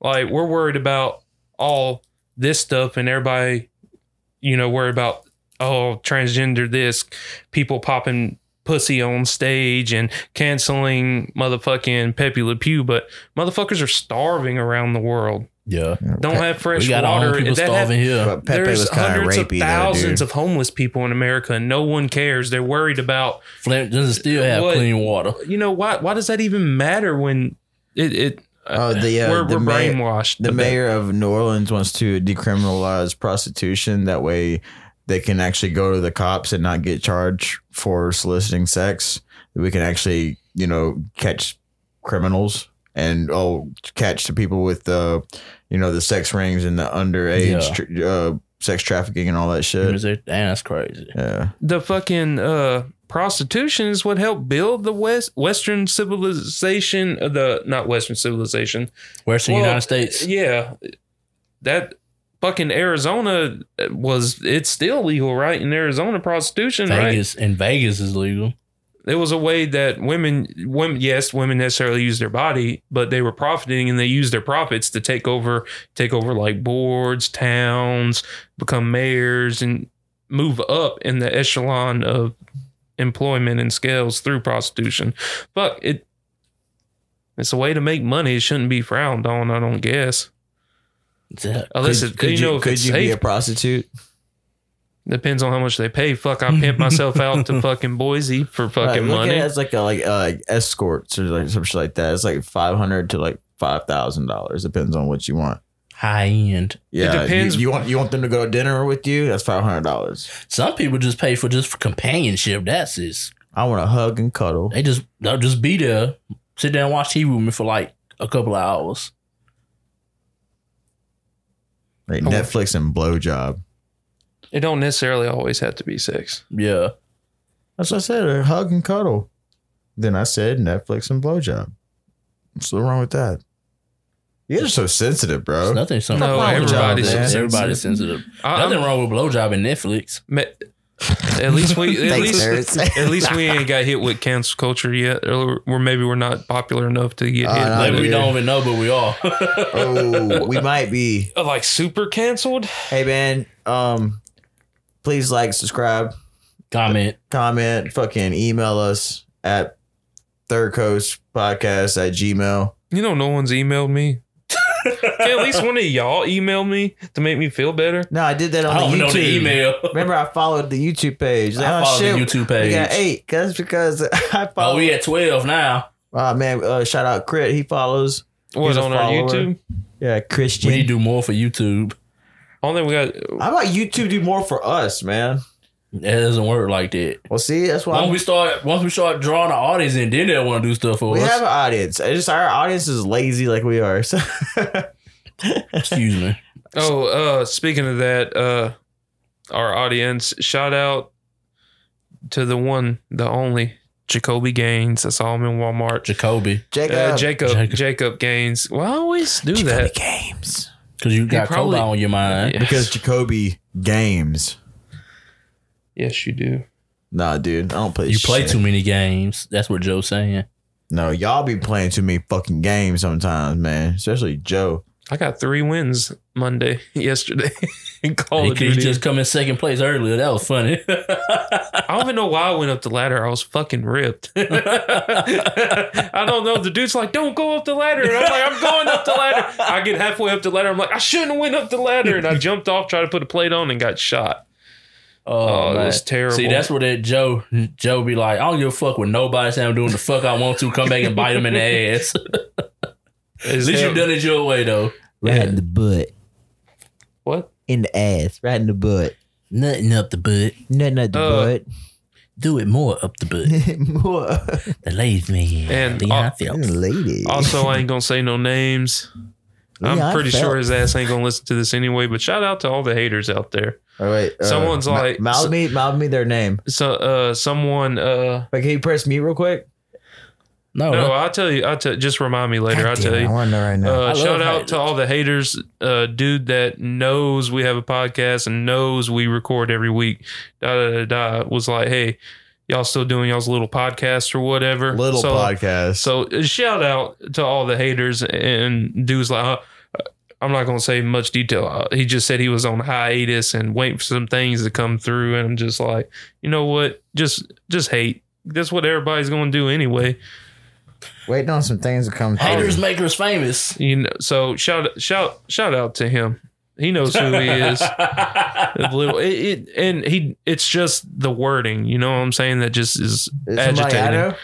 Speaker 1: Like we're worried about all this stuff and everybody, you know, worried about oh transgender this, people popping pussy on stage and canceling motherfucking Pepe Le Pew, but motherfuckers are starving around the world.
Speaker 3: yeah,
Speaker 1: Don't have fresh
Speaker 3: we got our own
Speaker 1: water.
Speaker 3: people
Speaker 1: That hap-
Speaker 3: starving here.
Speaker 2: But Pepe
Speaker 1: there's
Speaker 2: was kind of
Speaker 1: hundreds
Speaker 2: rapey
Speaker 1: of
Speaker 2: though,
Speaker 1: thousands
Speaker 2: dude.
Speaker 1: of homeless people in America, and no one cares. They're worried about
Speaker 3: Flint doesn't still have
Speaker 1: What-
Speaker 3: clean water.
Speaker 1: you know why? Why does that even matter when it? it
Speaker 2: Oh, the, uh,
Speaker 1: we're
Speaker 2: the
Speaker 1: we're
Speaker 2: mayor-
Speaker 1: brainwashed.
Speaker 2: the
Speaker 1: to
Speaker 2: mayor of New Orleans wants to decriminalize prostitution. That way, they can actually go to the cops and not get charged for soliciting sex. We can actually, you know, catch criminals and oh, catch the people with the, you know, the sex rings and the underage
Speaker 3: Yeah.
Speaker 2: tr uh, sex trafficking and all that shit.
Speaker 3: Damn, that's crazy.
Speaker 2: Yeah,
Speaker 1: that. the fucking uh, prostitution is what helped build the West Western civilization. uh, The not Western civilization.
Speaker 3: Western
Speaker 1: Well,
Speaker 3: United States.
Speaker 1: Yeah, that fucking Arizona uh, was. It's still legal, right? In Arizona, prostitution, right?
Speaker 3: Vegas and Vegas is legal.
Speaker 1: it was a way that women women yes women necessarily use their body but they were profiting and they used their profits to take over take over like boards towns become mayors and move up in the echelon of employment and scales through prostitution but it it's a way to make money it shouldn't be frowned on i don't guess
Speaker 3: Yeah.
Speaker 1: unless
Speaker 2: Could-
Speaker 1: it,
Speaker 2: could
Speaker 1: Oh, you, know if
Speaker 2: could
Speaker 1: it's
Speaker 2: you be
Speaker 1: safe
Speaker 2: a prostitute?
Speaker 1: depends on how much they pay fuck i pimp myself out to fucking boise for
Speaker 2: Right,
Speaker 1: fucking
Speaker 2: look
Speaker 1: money
Speaker 2: At it as like a, like uh, escorts or like some shit like that. It's like five hundred to like five thousand dollars. Depends on what you want.
Speaker 3: High end.
Speaker 2: Yeah,
Speaker 1: depends.
Speaker 2: You, you want you want them to go to dinner with you? That's five hundred dollars.
Speaker 3: Some people just pay for just for companionship. That's it.
Speaker 2: I want to hug and cuddle.
Speaker 3: They just they'll just be there, sit down, and watch TV with me for like a couple of hours.
Speaker 2: Like
Speaker 1: I want-
Speaker 2: Netflix and blowjob.
Speaker 1: it don't necessarily always have to be sex
Speaker 3: Yeah,
Speaker 2: That's what I said. a Hug and cuddle. Then I said Netflix and blowjob. What's so wrong with that? You guys are so sensitive,
Speaker 3: There's
Speaker 2: bro.
Speaker 3: nothing. Something
Speaker 1: No,
Speaker 3: wrong with
Speaker 2: everybody's
Speaker 3: blowjob, man.
Speaker 1: sensitive.
Speaker 3: everybody's sensitive.
Speaker 1: I- I'm-
Speaker 3: nothing wrong with blowjob and Netflix.
Speaker 1: Ma- At least we at
Speaker 2: Thanks,
Speaker 1: least,
Speaker 2: nerds.
Speaker 1: at least we ain't got hit with cancel culture yet, or or maybe we're not popular enough to get hit.
Speaker 2: Uh,
Speaker 1: with
Speaker 3: Like we
Speaker 2: yeah.
Speaker 3: don't even know, but we are.
Speaker 2: oh, we might be.
Speaker 1: it. like super canceled.
Speaker 2: Hey man, um, please like, subscribe,
Speaker 3: Comment.
Speaker 2: comment, fucking email us at third coast podcast at gmail.
Speaker 1: You know, no one's emailed me. Can at least one of y'all email me to make me feel better.
Speaker 2: No, I did that on
Speaker 3: I don't
Speaker 2: the YouTube.
Speaker 3: know the email.
Speaker 2: Remember, I followed the YouTube page. Like,
Speaker 3: I
Speaker 2: oh,
Speaker 3: follow
Speaker 2: shit,
Speaker 3: the YouTube
Speaker 2: We
Speaker 3: page.
Speaker 2: got eight. That's because I follow.
Speaker 3: oh, we at twelve now.
Speaker 2: Oh, man, uh, shout out Crit. He follows.
Speaker 1: What
Speaker 2: a
Speaker 1: on our
Speaker 2: follower.
Speaker 1: YouTube?
Speaker 2: Yeah,
Speaker 3: We need to
Speaker 2: Christian.
Speaker 3: do more for YouTube.
Speaker 1: I don't think we got.
Speaker 2: How about YouTube do more for us, man?
Speaker 3: It doesn't work like that.
Speaker 2: Well, see, that's why
Speaker 3: Once
Speaker 2: I'm-
Speaker 3: we start, once we start drawing the audience in, then they'll want to do stuff for
Speaker 2: we
Speaker 3: us.
Speaker 2: have an audience. It's just our audience is lazy like we are. So
Speaker 3: Excuse me.
Speaker 1: Oh, uh, speaking of that, uh, our audience shout out to the one, the only Jacoby Gaines. That's all I'm in Walmart.
Speaker 3: Jacoby.
Speaker 2: Jacob.
Speaker 1: Uh, Jacob,
Speaker 3: Jacob.
Speaker 1: Jacob Gaines. Why always do
Speaker 2: Jacoby
Speaker 1: that?
Speaker 2: Games.
Speaker 3: Because you got
Speaker 1: probably-
Speaker 3: Kobe on your mind.
Speaker 1: Yeah.
Speaker 2: Because Jacoby Games.
Speaker 1: Yes, you do.
Speaker 2: Nah, dude. I don't play
Speaker 3: You play
Speaker 2: shit.
Speaker 3: too many games. That's what Joe's saying.
Speaker 2: No, y'all be playing too many fucking games sometimes, man. Especially Joe.
Speaker 1: I got three wins Monday yesterday in Call
Speaker 3: he
Speaker 1: of
Speaker 3: could
Speaker 1: Duty.
Speaker 3: just come in second place earlier. That was funny.
Speaker 1: I don't even know why I went up the ladder. I was fucking ripped. I don't know. The dude's like, "Don't go up the ladder." And I'm like, "I'm going up the ladder." I get halfway up the ladder. I'm like, "I shouldn't have went up the ladder." And I jumped off, tried to put a plate on, and got shot. Oh,
Speaker 3: man.
Speaker 1: that's terrible.
Speaker 3: See, that's where that Joe Joe be like, I don't give a fuck what nobody say I'm doing the fuck I want to. Come back and bite him in the ass. At
Speaker 1: Is
Speaker 3: least
Speaker 1: that-
Speaker 3: you done it your way though.
Speaker 1: Right in
Speaker 2: the butt.
Speaker 1: What?
Speaker 2: In the ass. Right in the butt.
Speaker 3: Nothing up the butt.
Speaker 2: Nothing at
Speaker 1: the Uh,
Speaker 3: Do it more up the butt.
Speaker 2: butt. More.
Speaker 3: The ladies man.
Speaker 1: And uh,
Speaker 3: Leon
Speaker 1: all-
Speaker 3: Phelps.
Speaker 2: Lady.
Speaker 1: Also, I ain't gonna say no names. I'm
Speaker 2: Leon
Speaker 1: pretty sure
Speaker 2: Phelps.
Speaker 1: his ass ain't gonna listen to this anyway. But shout out to all the haters out there.
Speaker 2: All right. uh,
Speaker 1: Someone's
Speaker 2: ma-
Speaker 1: like-
Speaker 2: mouth me, mouth me their name.
Speaker 1: So, uh, someone, uh,
Speaker 2: Like, can you press mute real quick?
Speaker 3: No,
Speaker 1: no, I'll tell you. I'll tell. Just remind me later. I'll
Speaker 2: God damn
Speaker 1: tell
Speaker 2: it, Oh, I
Speaker 1: you.
Speaker 2: want to know right now.
Speaker 1: Uh,
Speaker 3: love
Speaker 1: shout out
Speaker 3: haters.
Speaker 1: to all the haters, uh, dude that knows we have a podcast and knows we record every week. Da da da. da was like, hey, y'all still doing y'all's little podcast or whatever?
Speaker 2: Little
Speaker 1: Uh, so,
Speaker 2: podcast.
Speaker 1: So uh, shout out to all the haters and dudes like. Uh, I'm not gonna say much detail. Uh, He just said he was on hiatus and waiting for some things to come through, and I'm just like, you know what? Just just hate. That's what everybody's gonna do anyway.
Speaker 2: Waiting on some things to come
Speaker 3: haters
Speaker 2: through.
Speaker 3: make us famous.
Speaker 1: You know. So shout shout shout out to him. He knows who he is. Of little, it, it, and he. It's just the wording. You know what I'm saying? That just is
Speaker 2: Is somebody I
Speaker 1: agitating.
Speaker 2: know?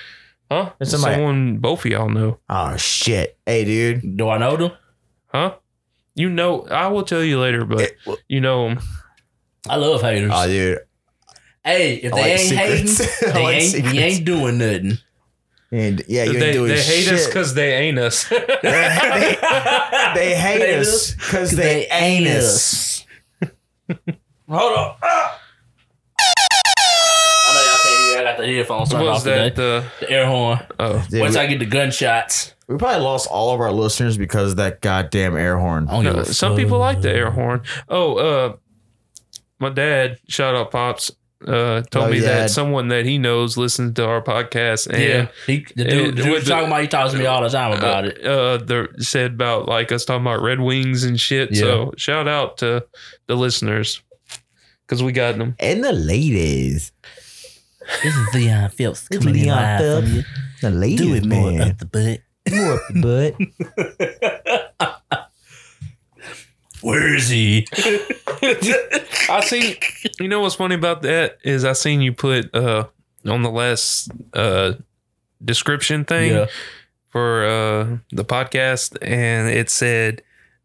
Speaker 1: huh?
Speaker 2: It's somebody-
Speaker 1: Someone both of y'all know.
Speaker 2: Oh shit! Hey, dude.
Speaker 3: Do I know them?
Speaker 1: Huh? You know, I will tell you later, but
Speaker 2: It- well-
Speaker 1: you know, 'em.
Speaker 3: I love haters.
Speaker 2: Oh, dude.
Speaker 3: hey, if
Speaker 2: I
Speaker 3: they
Speaker 2: like
Speaker 3: ain't
Speaker 2: secrets.
Speaker 3: hating,
Speaker 2: I
Speaker 3: they
Speaker 2: like
Speaker 3: ain't,
Speaker 2: secrets.
Speaker 3: you ain't doing nothing.
Speaker 2: And yeah, you ain't
Speaker 1: they,
Speaker 2: doing
Speaker 1: they hate us
Speaker 2: shit.
Speaker 1: because they ain't us.
Speaker 2: they, they hate
Speaker 3: They
Speaker 2: us because they, ain't us.
Speaker 3: Hold on. Ah! I know y'all can't hear. I got the headphones turned
Speaker 1: was
Speaker 3: off
Speaker 1: that
Speaker 3: today.
Speaker 1: the?
Speaker 3: The air horn.
Speaker 1: Oh,
Speaker 2: Dude,
Speaker 3: Once
Speaker 2: we,
Speaker 3: I get the gunshots,
Speaker 2: we probably lost all of our listeners because of that goddamn air horn.
Speaker 3: I don't give
Speaker 1: no,
Speaker 3: a
Speaker 1: some
Speaker 3: fuck.
Speaker 1: people like the air horn. Oh, uh, my dad, shout out pops, uh, told
Speaker 2: Oh,
Speaker 1: me
Speaker 2: yeah.
Speaker 1: that someone that he knows listens to our podcast and.
Speaker 3: Yeah, he, the dude,
Speaker 1: And
Speaker 3: the dude
Speaker 1: with the-
Speaker 3: talking about he talks to me all the time about
Speaker 1: uh,
Speaker 3: it.
Speaker 1: Uh, the said about like us talking about Red Wings and shit.
Speaker 3: Yeah.
Speaker 1: So shout out to the listeners because we got them.
Speaker 2: And the ladies.
Speaker 3: This is Leon Phelps
Speaker 2: It's coming in Leon live from Phelps. The ladies, man.
Speaker 3: the butt.
Speaker 2: More up the butt.
Speaker 3: Where is he?
Speaker 1: I seen. You know what's funny about that is I seen you put uh on the last uh description thing
Speaker 3: Yeah.
Speaker 1: for uh the podcast, and it said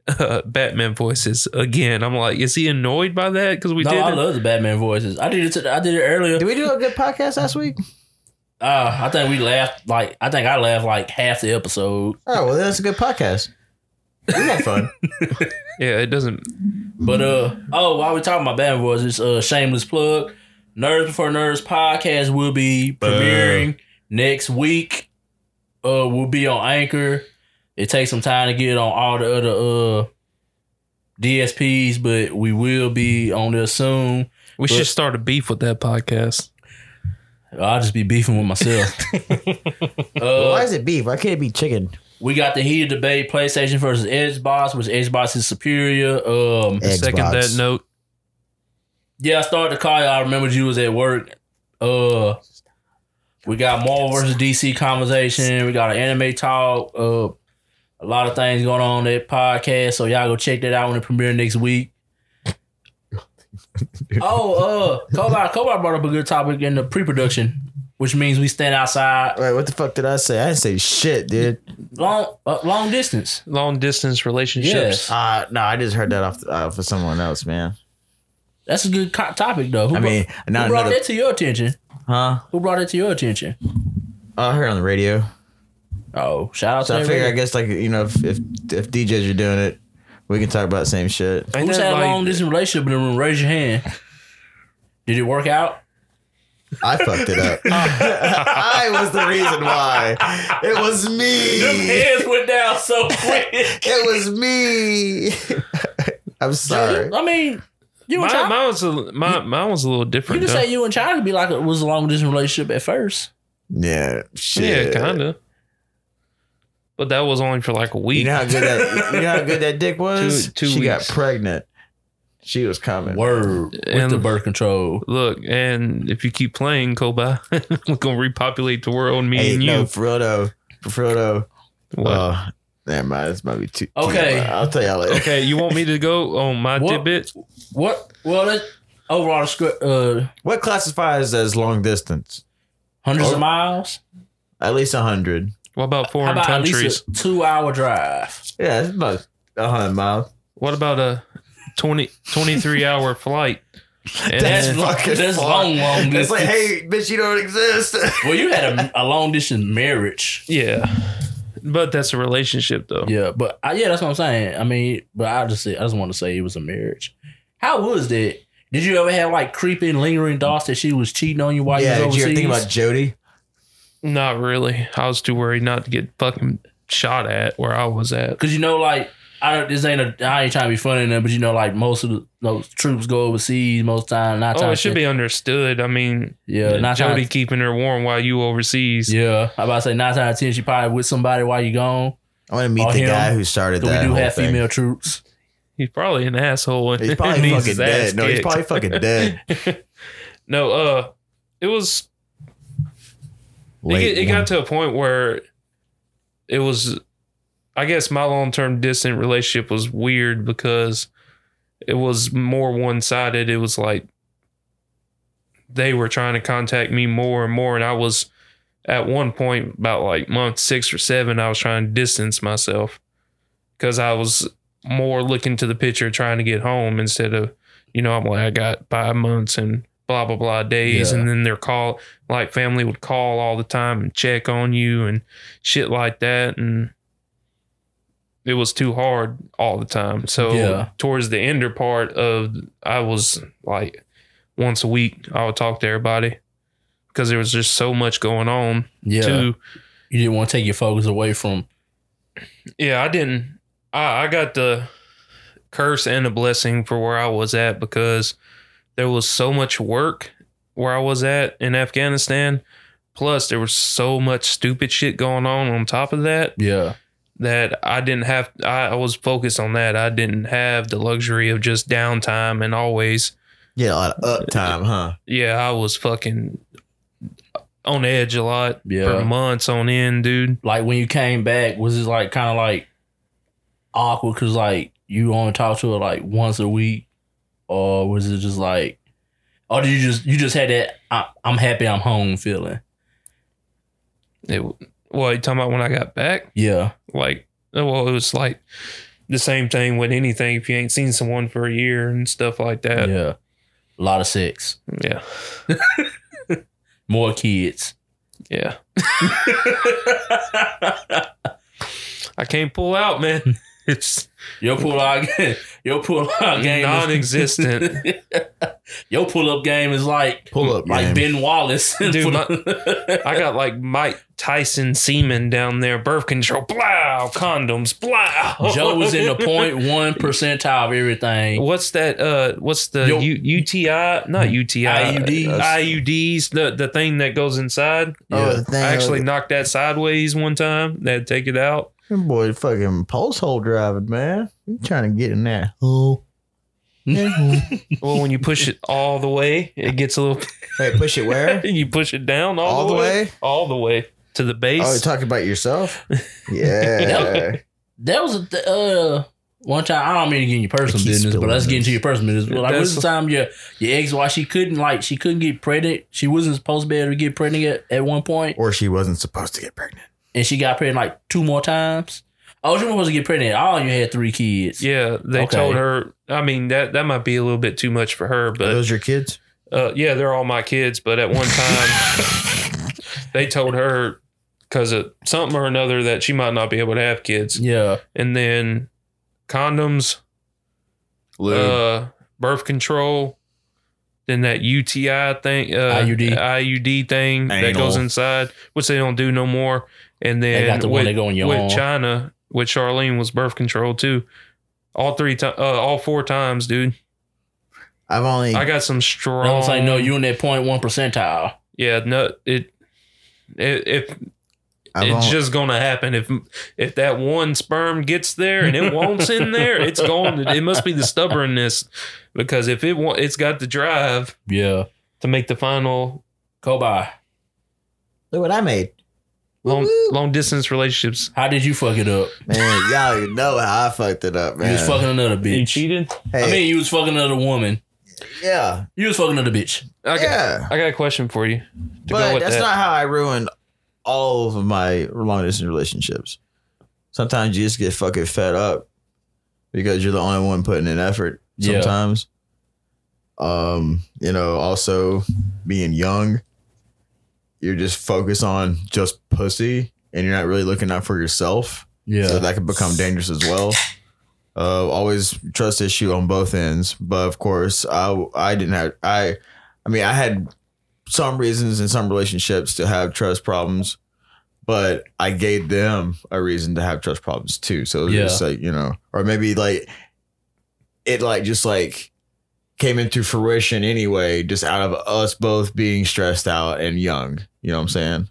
Speaker 1: uh, Batman voices again. I'm like, is he annoyed by that? Because we
Speaker 3: no,
Speaker 1: did.
Speaker 3: I
Speaker 1: it.
Speaker 3: love the Batman voices. I did it. To, I did it earlier.
Speaker 2: Did we do a good podcast last week?
Speaker 3: Uh, I think we laughed like I think I laughed like half the episode.
Speaker 2: Oh, well, that's a good podcast. We had fun.
Speaker 1: yeah, it doesn't.
Speaker 3: But uh oh, while we talking about Batman voices, uh shameless plug. Nerds Before Nerds podcast will be premiering next week. Uh will be on Anchor. It takes some time to get on all the other uh DSPs, but we will be on there soon.
Speaker 1: We
Speaker 3: But-
Speaker 1: should start a beef with that podcast.
Speaker 3: I'll just be beefing with myself.
Speaker 2: Well, why
Speaker 3: uh,
Speaker 2: is it beef? Why can't it be chicken?
Speaker 3: we got the heated debate PlayStation versus Xbox, which Xbox is superior. Um
Speaker 1: Second that
Speaker 2: Xbox.
Speaker 1: note.
Speaker 3: Yeah, I started to call you. I remembered you was at work. Uh, we got Marvel versus DC conversation. We got an anime talk. Uh, a lot of things going on in that podcast. So y'all go check that out when it premiere next week. oh, uh, Kobai, Kobai brought up a good topic in the pre-production, which means we stand outside
Speaker 2: Wait, what the fuck did I say? I didn't say shit, dude.
Speaker 3: long, uh, long distance.
Speaker 1: Long distance relationships.
Speaker 2: Uh, no, I just heard that off uh, for someone else, man.
Speaker 3: That's a good co- topic, though. Who
Speaker 2: I mean,
Speaker 3: brought,
Speaker 2: not
Speaker 3: who brought
Speaker 2: another.
Speaker 3: that to your attention?
Speaker 2: Huh?
Speaker 3: Who brought it to your attention?
Speaker 2: I heard on the radio.
Speaker 3: Oh, shout out
Speaker 2: So
Speaker 3: to
Speaker 2: I
Speaker 3: everybody.
Speaker 2: figure, I guess, like you know, if, if if DJs are doing it, we can talk about the same shit.
Speaker 1: Ain't
Speaker 3: Who's
Speaker 1: that
Speaker 3: had a
Speaker 1: like-
Speaker 3: long distance relationship in the room? Raise your hand. Did it work out?
Speaker 2: I fucked it up. I was the reason why. It was
Speaker 3: Them
Speaker 2: me.
Speaker 3: heads went down so quick.
Speaker 2: It was me. I'm sorry.
Speaker 3: I mean, you
Speaker 1: Mine,
Speaker 3: and China.
Speaker 1: mine was a, mine, mine was a little
Speaker 3: You
Speaker 1: different.
Speaker 3: can
Speaker 1: though.
Speaker 3: say you and China could be like a, was a long distance relationship at first.
Speaker 2: Yeah.
Speaker 1: yeah,
Speaker 2: Shit.
Speaker 1: kind of. But that was only for like a week.
Speaker 2: You know how good that you know how good that dick was.
Speaker 1: Two- two
Speaker 2: she got
Speaker 1: weeks.
Speaker 2: pregnant. She was coming.
Speaker 3: Word with
Speaker 1: And-
Speaker 3: the birth control.
Speaker 1: Look, and if you keep playing, Koba, we're gonna repopulate the world. Me
Speaker 2: Hey,
Speaker 1: and you.
Speaker 2: no, for real though. For real though.
Speaker 1: What?
Speaker 2: Oh, never mind. This might be too. too
Speaker 3: Okay.
Speaker 2: loud. I'll tell y'all later.
Speaker 1: okay, you want me to go on my
Speaker 3: What?
Speaker 1: tidbit?
Speaker 3: What? Well, that overall the script uh,
Speaker 2: What classifies as long distance?
Speaker 3: hundreds
Speaker 2: Oh.
Speaker 3: of miles.
Speaker 2: At least hundred.
Speaker 1: What about
Speaker 3: How
Speaker 1: foreign
Speaker 3: about at
Speaker 1: countries?
Speaker 3: least a two hour drive?
Speaker 2: Yeah, it's about hundred miles.
Speaker 1: What about a 20, 23 hour flight? And
Speaker 2: That's
Speaker 1: then-
Speaker 2: fucking
Speaker 3: that's
Speaker 2: far.
Speaker 3: long, long
Speaker 2: It's like,
Speaker 3: distance.
Speaker 2: hey, bitch, you don't exist.
Speaker 3: Well, you had a, a long distance marriage.
Speaker 1: yeah, but that's a relationship though.
Speaker 3: Yeah, but I, yeah, that's what I'm saying. I mean, but I just say, I just want to say it was a marriage. How was that? Did you ever have like creeping, lingering thoughts that she was cheating on you while
Speaker 2: yeah,
Speaker 3: you
Speaker 2: did
Speaker 3: was
Speaker 2: you
Speaker 3: overseas?
Speaker 2: ever think about Jody?
Speaker 1: Not really. I was too worried not to get fucking shot at where I was at.
Speaker 3: Cause you know, like I don't. This ain't a. I ain't trying to be funny, or nothing, but you know, like most of the those troops go overseas most time. Not
Speaker 1: Oh,
Speaker 3: time
Speaker 1: it should be understood. I mean,
Speaker 3: Yeah, not
Speaker 1: Jody
Speaker 3: Jody.
Speaker 1: keeping her warm while you overseas.
Speaker 3: Yeah, I about to say nine times out of ten, she probably with somebody while you gone.
Speaker 2: I want to meet
Speaker 3: Oh,
Speaker 2: the
Speaker 3: him?
Speaker 2: guy who started
Speaker 3: Cause
Speaker 2: that.
Speaker 3: we do
Speaker 2: whole
Speaker 3: have
Speaker 2: thing.
Speaker 3: female troops.
Speaker 1: He's probably an asshole. And
Speaker 2: He's probably
Speaker 1: needs
Speaker 2: fucking
Speaker 1: his ass
Speaker 2: dead. No, he's
Speaker 1: kicked.
Speaker 2: probably fucking dead.
Speaker 1: no, uh, it was. It,
Speaker 2: Late
Speaker 1: get- it
Speaker 2: one.
Speaker 1: got to a point where it was. I guess my long term distant relationship was weird because it was more one sided. It was like they were trying to contact me more and more, and I was at one point about like month six or seven. I was trying to distance myself because I was more looking to the picture, trying to get home instead of you know I'm like I got five months and blah blah blah days,
Speaker 3: Yeah.
Speaker 1: and then they're call like family would call all the time and check on you and shit like that and it was too hard all the time so
Speaker 3: Yeah.
Speaker 1: towards the ender part of i was like once a week i would talk to everybody because there was just so much going on
Speaker 3: Yeah,
Speaker 1: too
Speaker 3: you didn't want to take your focus away from.
Speaker 1: yeah i didn't I, I got the curse and the blessing for where i was at because there was so much work where i was at in afghanistan plus there was so much stupid shit going on on top of that
Speaker 3: Yeah,
Speaker 1: that I didn't have. I, I was focused on that. I didn't have the luxury of just downtime and always.
Speaker 2: Yeah, a lot of uptime, huh?
Speaker 1: Yeah, I was fucking on edge a lot
Speaker 3: Yeah.
Speaker 1: for months on end, dude.
Speaker 3: like when you came back, was it like kind of like awkward because like you only talk to her like once a week, or was it just like, or did you just you just had that I, I'm happy I'm home feeling?
Speaker 1: It. Well, you talking about when I got back?
Speaker 3: Yeah,
Speaker 1: Like, oh, well, it was like the same thing with anything. If you ain't seen someone for a year and stuff like that,
Speaker 3: yeah, a lot of sex,
Speaker 1: yeah,
Speaker 3: more kids.
Speaker 1: yeah. I can't pull out, man. It's
Speaker 3: Your pull out, your pull out game, is-
Speaker 1: Non-existent.
Speaker 3: your pull up game is like
Speaker 2: Pull up,
Speaker 3: like
Speaker 2: game.
Speaker 3: Ben Wallace.
Speaker 1: Dude, my- I got like Mike Tyson semen down there, birth control, blow, condoms, blow.
Speaker 3: Joe was in the point one percentile of everything.
Speaker 1: What's that? Uh, what's the
Speaker 3: Yo-
Speaker 1: U- UTI? Not UTI.
Speaker 3: IUDs.
Speaker 1: Uh, IUDs. The the thing that goes inside. Uh,
Speaker 2: Oh,
Speaker 3: Yeah.
Speaker 2: the thing
Speaker 1: I actually
Speaker 2: was-
Speaker 1: knocked that sideways one time. They had to take it out.
Speaker 2: Them boy fucking pulse hole driving, man. You trying to get in that hole. hey,
Speaker 1: Well, when you push it all the way, it gets a little.
Speaker 2: push it where?
Speaker 1: you push it down all,
Speaker 2: All
Speaker 1: the
Speaker 2: the
Speaker 1: way?
Speaker 2: way?
Speaker 1: all the way to the base.
Speaker 2: Oh, you're talking about yourself? Yeah.
Speaker 3: That was a th- uh one time. I don't mean to get in your personal
Speaker 2: keep
Speaker 3: business, but
Speaker 2: spilling
Speaker 3: let's get into
Speaker 2: this.
Speaker 3: your personal business. But like,
Speaker 1: That's-
Speaker 3: what's the time your your ex wife she couldn't like she couldn't get pregnant. She wasn't supposed to be able to get pregnant at, at one point,
Speaker 2: or she wasn't supposed to get pregnant.
Speaker 3: and she got pregnant like two more times. Oh, she was supposed to get pregnant. Oh, you had three kids.
Speaker 1: yeah, they
Speaker 3: Okay.
Speaker 1: told her. I mean that that might be a little bit too much for her,
Speaker 2: Are
Speaker 1: but
Speaker 2: those your kids?
Speaker 1: uh, yeah, they're all my kids, but at one time they told her because of something or another that she might not be able to have kids.
Speaker 3: Yeah.
Speaker 1: And then condoms, uh, birth control, Then that UTI thing, uh,
Speaker 3: IUD.
Speaker 1: IUD thing that
Speaker 2: Anal.
Speaker 1: goes inside, which they don't do no more. And then
Speaker 3: They got the
Speaker 1: with,
Speaker 3: one that go in your
Speaker 1: with
Speaker 3: arm.
Speaker 1: China, with Charlene was birth control too. All three times, uh, all four times, dude.
Speaker 2: I've only
Speaker 1: I got some strong.
Speaker 3: I was like, no, you in that point one percentile.
Speaker 1: Yeah, no, it. It, if
Speaker 2: I've
Speaker 1: it's
Speaker 2: only,
Speaker 1: just gonna happen if if that one sperm gets there and it wants in there, it's going. to- It must be the stubbornness because if it wa- it's got the drive
Speaker 3: Yeah,
Speaker 1: to make the final
Speaker 3: Kobai,
Speaker 2: look what I made.
Speaker 1: long
Speaker 2: Woo-woo.
Speaker 1: long distance relationships.
Speaker 3: how did you fuck it up?
Speaker 2: Man, y'all know how I fucked it up, man.
Speaker 3: You was fucking another bitch.
Speaker 1: cheated?
Speaker 2: Hey,
Speaker 3: I mean, you was fucking another woman.
Speaker 2: yeah,
Speaker 3: You was fucking another bitch.
Speaker 1: I got,
Speaker 2: yeah.
Speaker 1: I got a question for you. To go
Speaker 2: But
Speaker 1: with
Speaker 2: that's
Speaker 1: that.
Speaker 2: not how I ruined all of my long distance relationships. Sometimes you just get fucking fed up because you're the only one putting in effort.
Speaker 3: Yeah.
Speaker 2: Sometimes, um, you know, also being young, you're just focused on just pussy, and you're not really looking out for yourself.
Speaker 3: Yeah,
Speaker 2: So that could become dangerous as well. Uh, always trust issue on both ends, but of course, I I didn't have I, I mean, I had some reasons in some relationships to have trust problems, but I gave them a reason to have trust problems too. So it was
Speaker 3: Yeah.
Speaker 2: just like you know, or maybe like it like just like came into fruition anyway, just out of us both being stressed out and young. You know what I'm saying?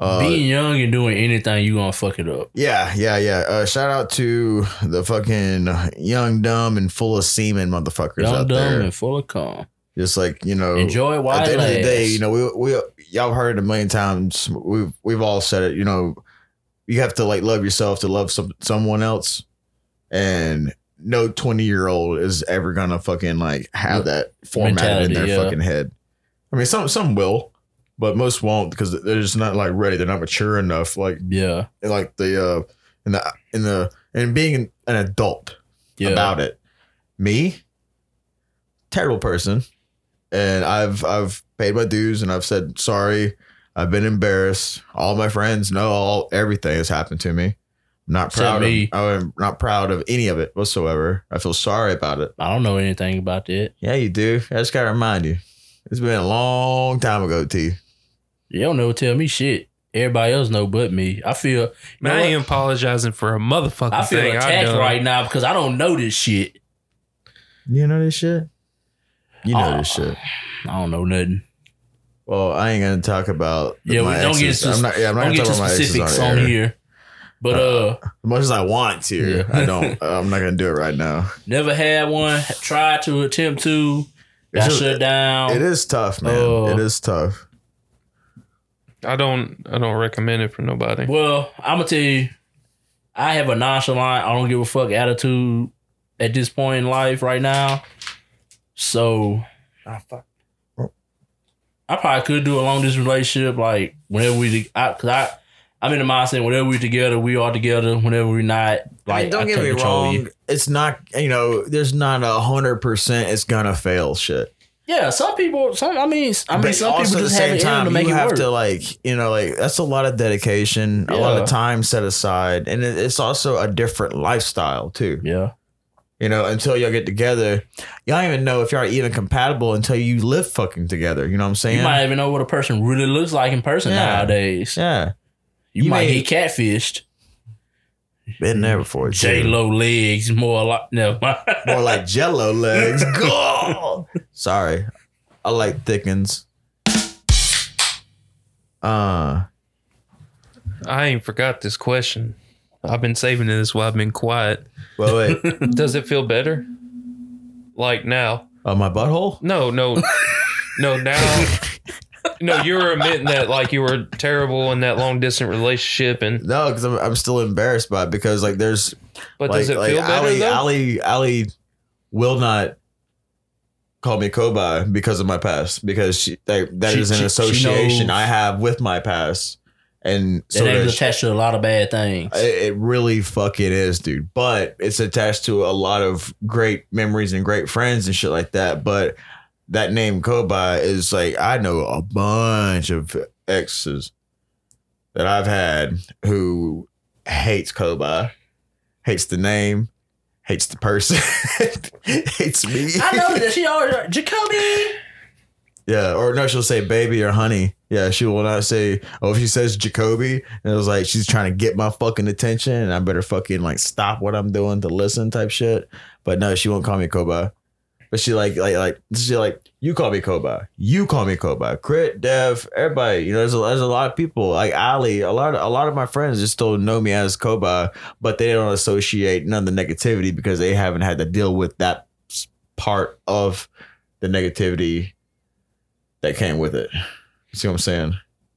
Speaker 2: Uh,
Speaker 3: being young and doing anything, you gonna fuck it up.
Speaker 2: Yeah, yeah, yeah. Uh, shout out to the fucking young, dumb, and full of semen motherfuckers
Speaker 3: Young,
Speaker 2: out
Speaker 3: dumb,
Speaker 2: there.
Speaker 3: and full of cum.
Speaker 2: Just like you know,
Speaker 3: Enjoy it while
Speaker 2: at the
Speaker 3: it
Speaker 2: end of the day,
Speaker 3: lasts.
Speaker 2: you know, we we y'all heard it a million times. We've we've all said it. You know, you have to like love yourself to love some, someone else, and no twenty year old is ever gonna fucking like have that formatted in
Speaker 3: Mentality,
Speaker 2: their
Speaker 3: yeah.
Speaker 2: fucking head. I mean, some some will, but most won't because they're just not like ready. They're not mature enough. Like
Speaker 3: Yeah,
Speaker 2: and, like the uh in the in the and being an adult
Speaker 3: yeah.
Speaker 2: about it. Me, terrible person, and I've I've paid my dues and I've said sorry. I've been embarrassed. All my friends know all everything has happened to me. I'm not
Speaker 3: Except
Speaker 2: proud. Of,
Speaker 3: me.
Speaker 2: I'm not proud of any of it whatsoever. I feel sorry about it.
Speaker 3: I don't know anything about that.
Speaker 2: Yeah, you do. I just gotta remind you. It's been a long time ago, T.
Speaker 3: You don't know. Tell me shit. Everybody else know but me. I feel.
Speaker 1: Man, I
Speaker 3: You know
Speaker 1: am apologizing for a motherfucking
Speaker 3: I feel
Speaker 1: thing I
Speaker 3: attacked
Speaker 1: done.
Speaker 3: right now because I don't know this shit.
Speaker 2: You know this shit. You know this
Speaker 3: Oh.
Speaker 2: shit.
Speaker 3: I don't know nothing.
Speaker 2: Well, I ain't gonna talk about
Speaker 3: Yeah, we
Speaker 2: my
Speaker 3: don't get
Speaker 2: exes.
Speaker 3: sus-
Speaker 2: I'm not, yeah, I'm not gonna
Speaker 3: don't get
Speaker 2: talk
Speaker 3: to
Speaker 2: about my
Speaker 3: specifics
Speaker 2: exes
Speaker 3: on
Speaker 2: on here.
Speaker 3: here. But uh,
Speaker 2: As much as I want to,
Speaker 3: Yeah.
Speaker 2: I don't. Uh, I'm not gonna do it right now.
Speaker 3: never had one. Tried to attempt to.
Speaker 2: It's
Speaker 3: Got
Speaker 2: just-
Speaker 3: shut down.
Speaker 2: It is tough, man.
Speaker 3: Oh.
Speaker 2: it is tough.
Speaker 1: I don't I don't recommend it for nobody.
Speaker 3: Well, I'm gonna tell you, I have a nonchalant, I don't give a fuck attitude at this point in life right now. So,
Speaker 2: Ah,
Speaker 3: I fuck. I probably could do a long distance relationship, like whenever we, I, cause I, I'm in the mindset whenever we together, we are together. Whenever we not, like
Speaker 2: I mean, don't get
Speaker 3: couldn't
Speaker 2: me
Speaker 3: control
Speaker 2: wrong.
Speaker 3: you.
Speaker 2: It's not. You know, there's not a hundred percent. It's gonna fail. Shit.
Speaker 3: Yeah, some people, some I mean, I mean,
Speaker 2: But
Speaker 3: some
Speaker 2: also
Speaker 3: people
Speaker 2: at the
Speaker 3: just have
Speaker 2: same
Speaker 3: it in them
Speaker 2: time,
Speaker 3: to make
Speaker 2: you
Speaker 3: it
Speaker 2: have
Speaker 3: work.
Speaker 2: to like, you know, like that's a lot of dedication, a lot
Speaker 3: Yeah.
Speaker 2: of time set aside, and it- it's also a different lifestyle too.
Speaker 3: yeah,
Speaker 2: You know, until y'all get together, y'all don't even know if y'all are even compatible until you live fucking together. You know what I'm saying?
Speaker 3: you might even know what a person really looks like in person
Speaker 2: Yeah.
Speaker 3: nowadays.
Speaker 2: yeah,
Speaker 3: You,
Speaker 2: You
Speaker 3: might
Speaker 2: may-
Speaker 3: get catfished.
Speaker 2: been there before. too.
Speaker 3: J Lo legs more like no.
Speaker 2: More like jello legs. Gah! Sorry. I like thickens. Uh
Speaker 1: I ain't forgot this question. I've been saving this while I've been quiet.
Speaker 2: well wait.
Speaker 1: Does it feel better? Like now?
Speaker 2: Oh my butthole?
Speaker 1: No, no, no. Now, no. You were admitting that like you were terrible in that long distance relationship, and
Speaker 2: No, because I'm, I'm still embarrassed by it because like there's
Speaker 1: but
Speaker 2: like,
Speaker 1: does it
Speaker 2: like e-
Speaker 1: feel better
Speaker 2: Ali,
Speaker 1: though?
Speaker 2: Ali Ali will not call me Kobai because of my past because she that, that is
Speaker 3: She-
Speaker 2: an
Speaker 3: she- she
Speaker 2: association
Speaker 3: knows.
Speaker 2: I have with my past and
Speaker 3: that name
Speaker 2: does
Speaker 3: is attached to a lot of bad things.
Speaker 2: It, it really fucking is, dude. But it's attached to a lot of great memories and great friends and shit like that. But that name Kobai is like I know a bunch of exes that I've had who hates Kobai, hates the name, hates the person, hates me.
Speaker 3: I know that she always Jacoby.
Speaker 2: Yeah, or no, she'll say baby or honey. Yeah, she will not say. Oh, if she says Jacoby, and it was like she's trying to get my fucking attention, and I better fucking like stop what I'm doing to listen type shit. But no, she won't call me Koba. But she like like like she like you call me Koba, you call me Koba, Crit, Dev, everybody. You know, there's a, there's a lot of people like Ali. A lot of, a lot of my friends just still know me as Koba, but they don't associate none of the negativity because they haven't had to deal with that s- part of the negativity that came with it. You see what I'm saying?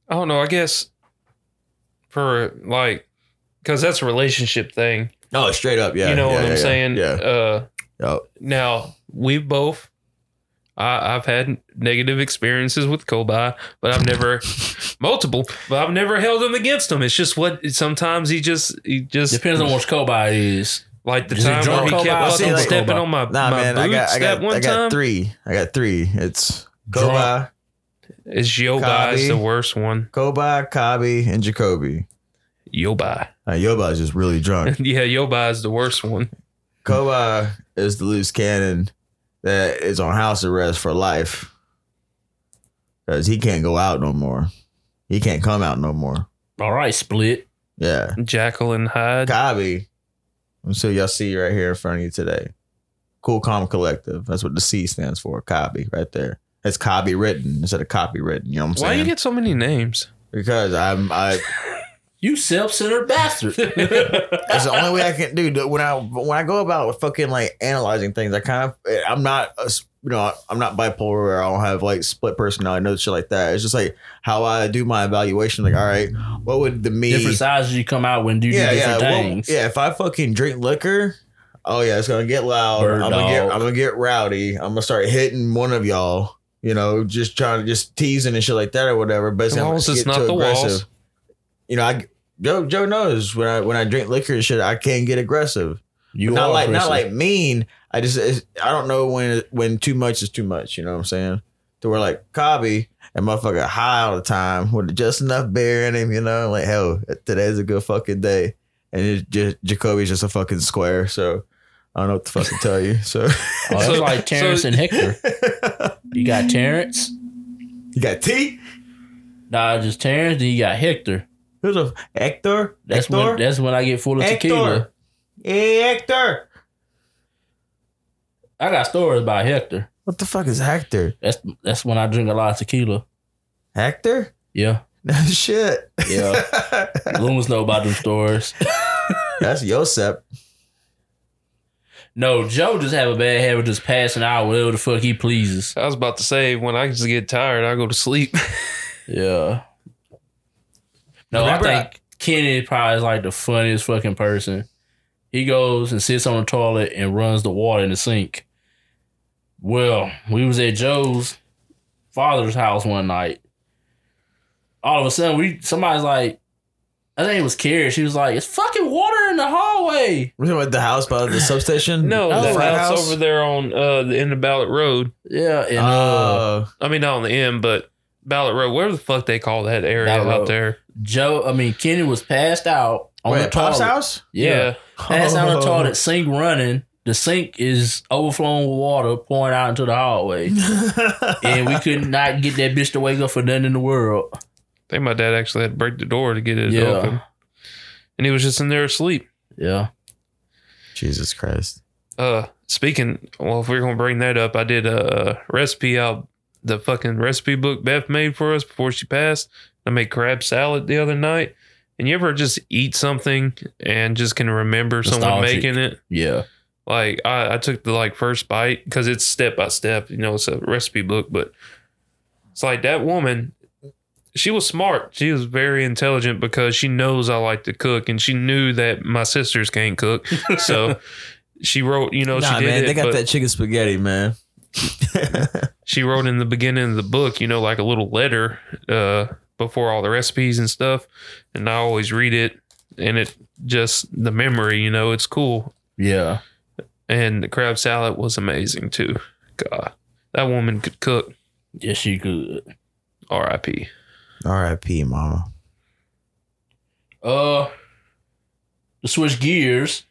Speaker 1: I don't know. I guess for like, because that's a relationship thing.
Speaker 2: Oh, straight up, yeah.
Speaker 1: you know
Speaker 2: yeah,
Speaker 1: what
Speaker 2: yeah,
Speaker 1: I'm
Speaker 2: yeah,
Speaker 1: saying?
Speaker 2: Yeah.
Speaker 1: Uh,
Speaker 2: Yup.
Speaker 1: now we both. I, I've had negative experiences with Kobai, but I've never multiple. But I've never held them against him. It's just what sometimes he just he just
Speaker 3: Depends on which Kobai is.
Speaker 1: Like the
Speaker 3: Is it
Speaker 1: time where
Speaker 3: drunk
Speaker 1: he kept
Speaker 3: Kobai
Speaker 2: or
Speaker 1: fucking
Speaker 2: something?
Speaker 1: stepping on my, my
Speaker 2: Nah, man,
Speaker 1: boots
Speaker 2: I got, I
Speaker 1: that
Speaker 2: got,
Speaker 1: one
Speaker 2: I got
Speaker 1: time.
Speaker 2: three. I got three. It's Koba,
Speaker 3: Drunk.
Speaker 1: It's Yobai is
Speaker 2: Kobe.
Speaker 1: the worst one.
Speaker 2: Koba, Kabi, and Jacoby.
Speaker 1: Yobai.
Speaker 2: Uh, Yoba is just really drunk.
Speaker 1: yeah, Yobai is the worst one.
Speaker 2: Koba is the loose cannon that is on house arrest for life because he can't go out no more. He can't come out no more.
Speaker 3: All right, split.
Speaker 2: Yeah.
Speaker 1: Jackal and Hyde.
Speaker 2: Kabi. So y'all see right here in front of you today. Cool Calm Collective. That's what the C stands for. Kabi, right there. That's copy written instead of copywritten. You know what I'm
Speaker 1: Why
Speaker 2: saying?
Speaker 1: you get so many names?
Speaker 2: because I'm I
Speaker 3: You self-centered bastard.
Speaker 2: That's the only way I can do. that. When I when I go about fucking like analyzing things, I kind of eh, I'm not a s you know I'm not bipolar or I don't have like split personality, no shit like that. It's just like how I do my evaluation. Like, all right, what would the me
Speaker 3: different sizes you come out when you do
Speaker 2: well,
Speaker 3: different things.
Speaker 2: yeah. If I fucking drink liquor, oh yeah, it's gonna get loud.
Speaker 3: Bird
Speaker 2: I'm gonna get,
Speaker 3: dog.
Speaker 2: I'm gonna get rowdy. I'm gonna start hitting one of y'all. You know, just trying to just teasing and shit like that or whatever. But it's
Speaker 1: As
Speaker 2: not
Speaker 1: long as it's
Speaker 2: get
Speaker 1: not
Speaker 2: too
Speaker 1: the walls.
Speaker 2: aggressive. You know, I Joe Joe knows when I when I drink liquor and shit, I can get aggressive.
Speaker 3: You
Speaker 2: not
Speaker 3: are
Speaker 2: like not
Speaker 3: aggressive.
Speaker 2: like mean. I just it's, I don't know when when too much is too much. You know what I'm saying? To where like Cobby and motherfucker high all the time with just enough beer in him. You know, like hell, today's a good fucking day, and it just Jacoby's just a fucking square. So I don't know what to fucking tell you. So
Speaker 3: Oh, it's
Speaker 1: So-
Speaker 3: like Terrence
Speaker 1: so-
Speaker 3: and Hector. You got Terrence.
Speaker 2: you got T.
Speaker 3: Nah, just Terrence. Then you got Hector.
Speaker 2: Who's a Hector?
Speaker 3: That's
Speaker 2: Hector?
Speaker 3: when that's when I get full of tequila.
Speaker 2: Hector. Hey Hector.
Speaker 3: I got stories about Hector.
Speaker 2: What the fuck is Hector?
Speaker 3: That's that's when I drink a lot of tequila.
Speaker 2: Hector?
Speaker 3: Yeah,
Speaker 2: No shit.
Speaker 3: Yeah. Loomis know about them stories.
Speaker 2: That's Yosep.
Speaker 3: No, Joe just have a bad habit of just passing out whatever the fuck he pleases.
Speaker 1: I was about to say, when I just get tired, I go to sleep.
Speaker 3: Yeah. No,
Speaker 2: Remember
Speaker 3: I
Speaker 2: I-
Speaker 3: think Kenny probably is like the funniest fucking person. He goes and sits on the toilet and runs the water in the sink. Well, we was at Joe's father's house one night. All of a sudden, we somebody's like, I think it was Carrie. She was like, "It's fucking water in the hallway."
Speaker 2: We're talking about the house by the substation?
Speaker 1: no,
Speaker 3: No,
Speaker 1: the
Speaker 2: frat
Speaker 1: Oh, house, over there on uh, the end of Ballot Road.
Speaker 3: Yeah, and uh,
Speaker 2: Oh,
Speaker 1: I mean, not on the end, but Ballot Road, whatever the fuck they call that area
Speaker 3: Ballot
Speaker 1: out
Speaker 3: Road.
Speaker 1: there.
Speaker 3: Joe, I mean Kenny was passed out on
Speaker 2: wait,
Speaker 3: the
Speaker 2: Pop's
Speaker 3: toilet.
Speaker 2: house?
Speaker 3: yeah. Pass out on
Speaker 2: Oh.
Speaker 3: the toilet, sink running. The sink is overflowing with water pouring out into the hallway. and we could not get that bitch to wake up for nothing in the world.
Speaker 1: I think my dad actually had to break the door to get it
Speaker 3: Yeah.
Speaker 1: open. And he was just in there asleep.
Speaker 3: Yeah.
Speaker 2: Jesus Christ.
Speaker 1: Uh, speaking, well, if we're gonna bring that up, I did a, a recipe out the fucking recipe book Beth made for us before she passed. I made crab salad the other night. And you ever just eat something and just can remember someone
Speaker 3: Nostalgic.
Speaker 1: making it?
Speaker 3: Yeah.
Speaker 1: Like I, I took the like first bite because it's step by step. You know, it's a recipe book, but it's like that woman. She was smart. She was very intelligent because she knows I like to cook, and she knew that my sisters can't cook. So she wrote, you know,
Speaker 2: nah,
Speaker 1: she did
Speaker 2: man,
Speaker 1: it,
Speaker 2: they got
Speaker 1: but
Speaker 2: that chicken spaghetti, man.
Speaker 1: she wrote in the beginning of the book, you know, like a little letter uh, before all the recipes and stuff, and I always read it, and it just the memory, you know, it's cool.
Speaker 3: Yeah.
Speaker 1: and the crab salad was amazing too. God, that woman could cook.
Speaker 3: Yes, she could.
Speaker 1: R.I.P.
Speaker 2: R.I.P. Mama.
Speaker 3: Uh to switch gears,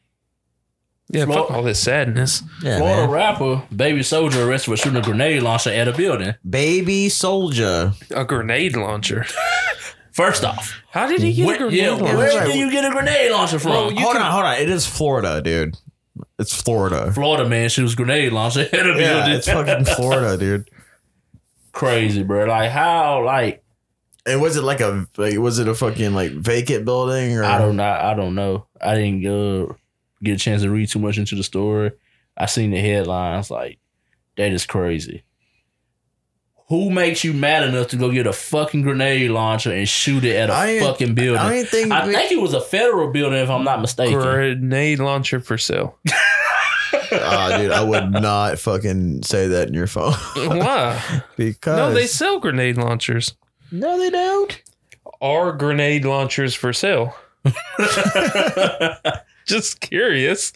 Speaker 1: Yeah, fuck
Speaker 3: Florida-
Speaker 1: all this sadness.
Speaker 2: Yeah,
Speaker 3: Florida
Speaker 2: man.
Speaker 3: rapper Baby Soldier arrested for shooting a grenade launcher at a building.
Speaker 2: Baby soldier.
Speaker 1: A grenade launcher.
Speaker 3: First off,
Speaker 1: How did he get
Speaker 3: where,
Speaker 1: a grenade
Speaker 3: yeah,
Speaker 1: launcher?
Speaker 3: where
Speaker 2: launcher?
Speaker 3: do you get a grenade launcher from?
Speaker 1: Bro, Oh, you-
Speaker 2: hold
Speaker 1: can-
Speaker 2: on, hold on. It is Florida, dude. It's Florida.
Speaker 3: Florida man shoots grenade launcher at a
Speaker 2: Yeah,
Speaker 3: building.
Speaker 2: it's fucking Florida, dude.
Speaker 3: crazy, bro. Like how? Like
Speaker 2: And was it like a like, was it a fucking like vacant building or
Speaker 3: I don't know. I don't know. I didn't uh, get a chance to read too much into the story. I seen the headlines. Like that is crazy. Who makes you mad enough to go get a fucking grenade launcher and shoot it at a
Speaker 2: I ain't-
Speaker 3: fucking building?
Speaker 2: I ain't think,
Speaker 3: I think it was a federal building, if I'm not mistaken.
Speaker 1: Grenade launcher for sale.
Speaker 2: Ah, dude, I would not fucking say that in your phone
Speaker 1: Why?
Speaker 2: because
Speaker 1: No, they sell grenade launchers.
Speaker 2: no, they don't.
Speaker 1: Are grenade launchers for sale? Just curious.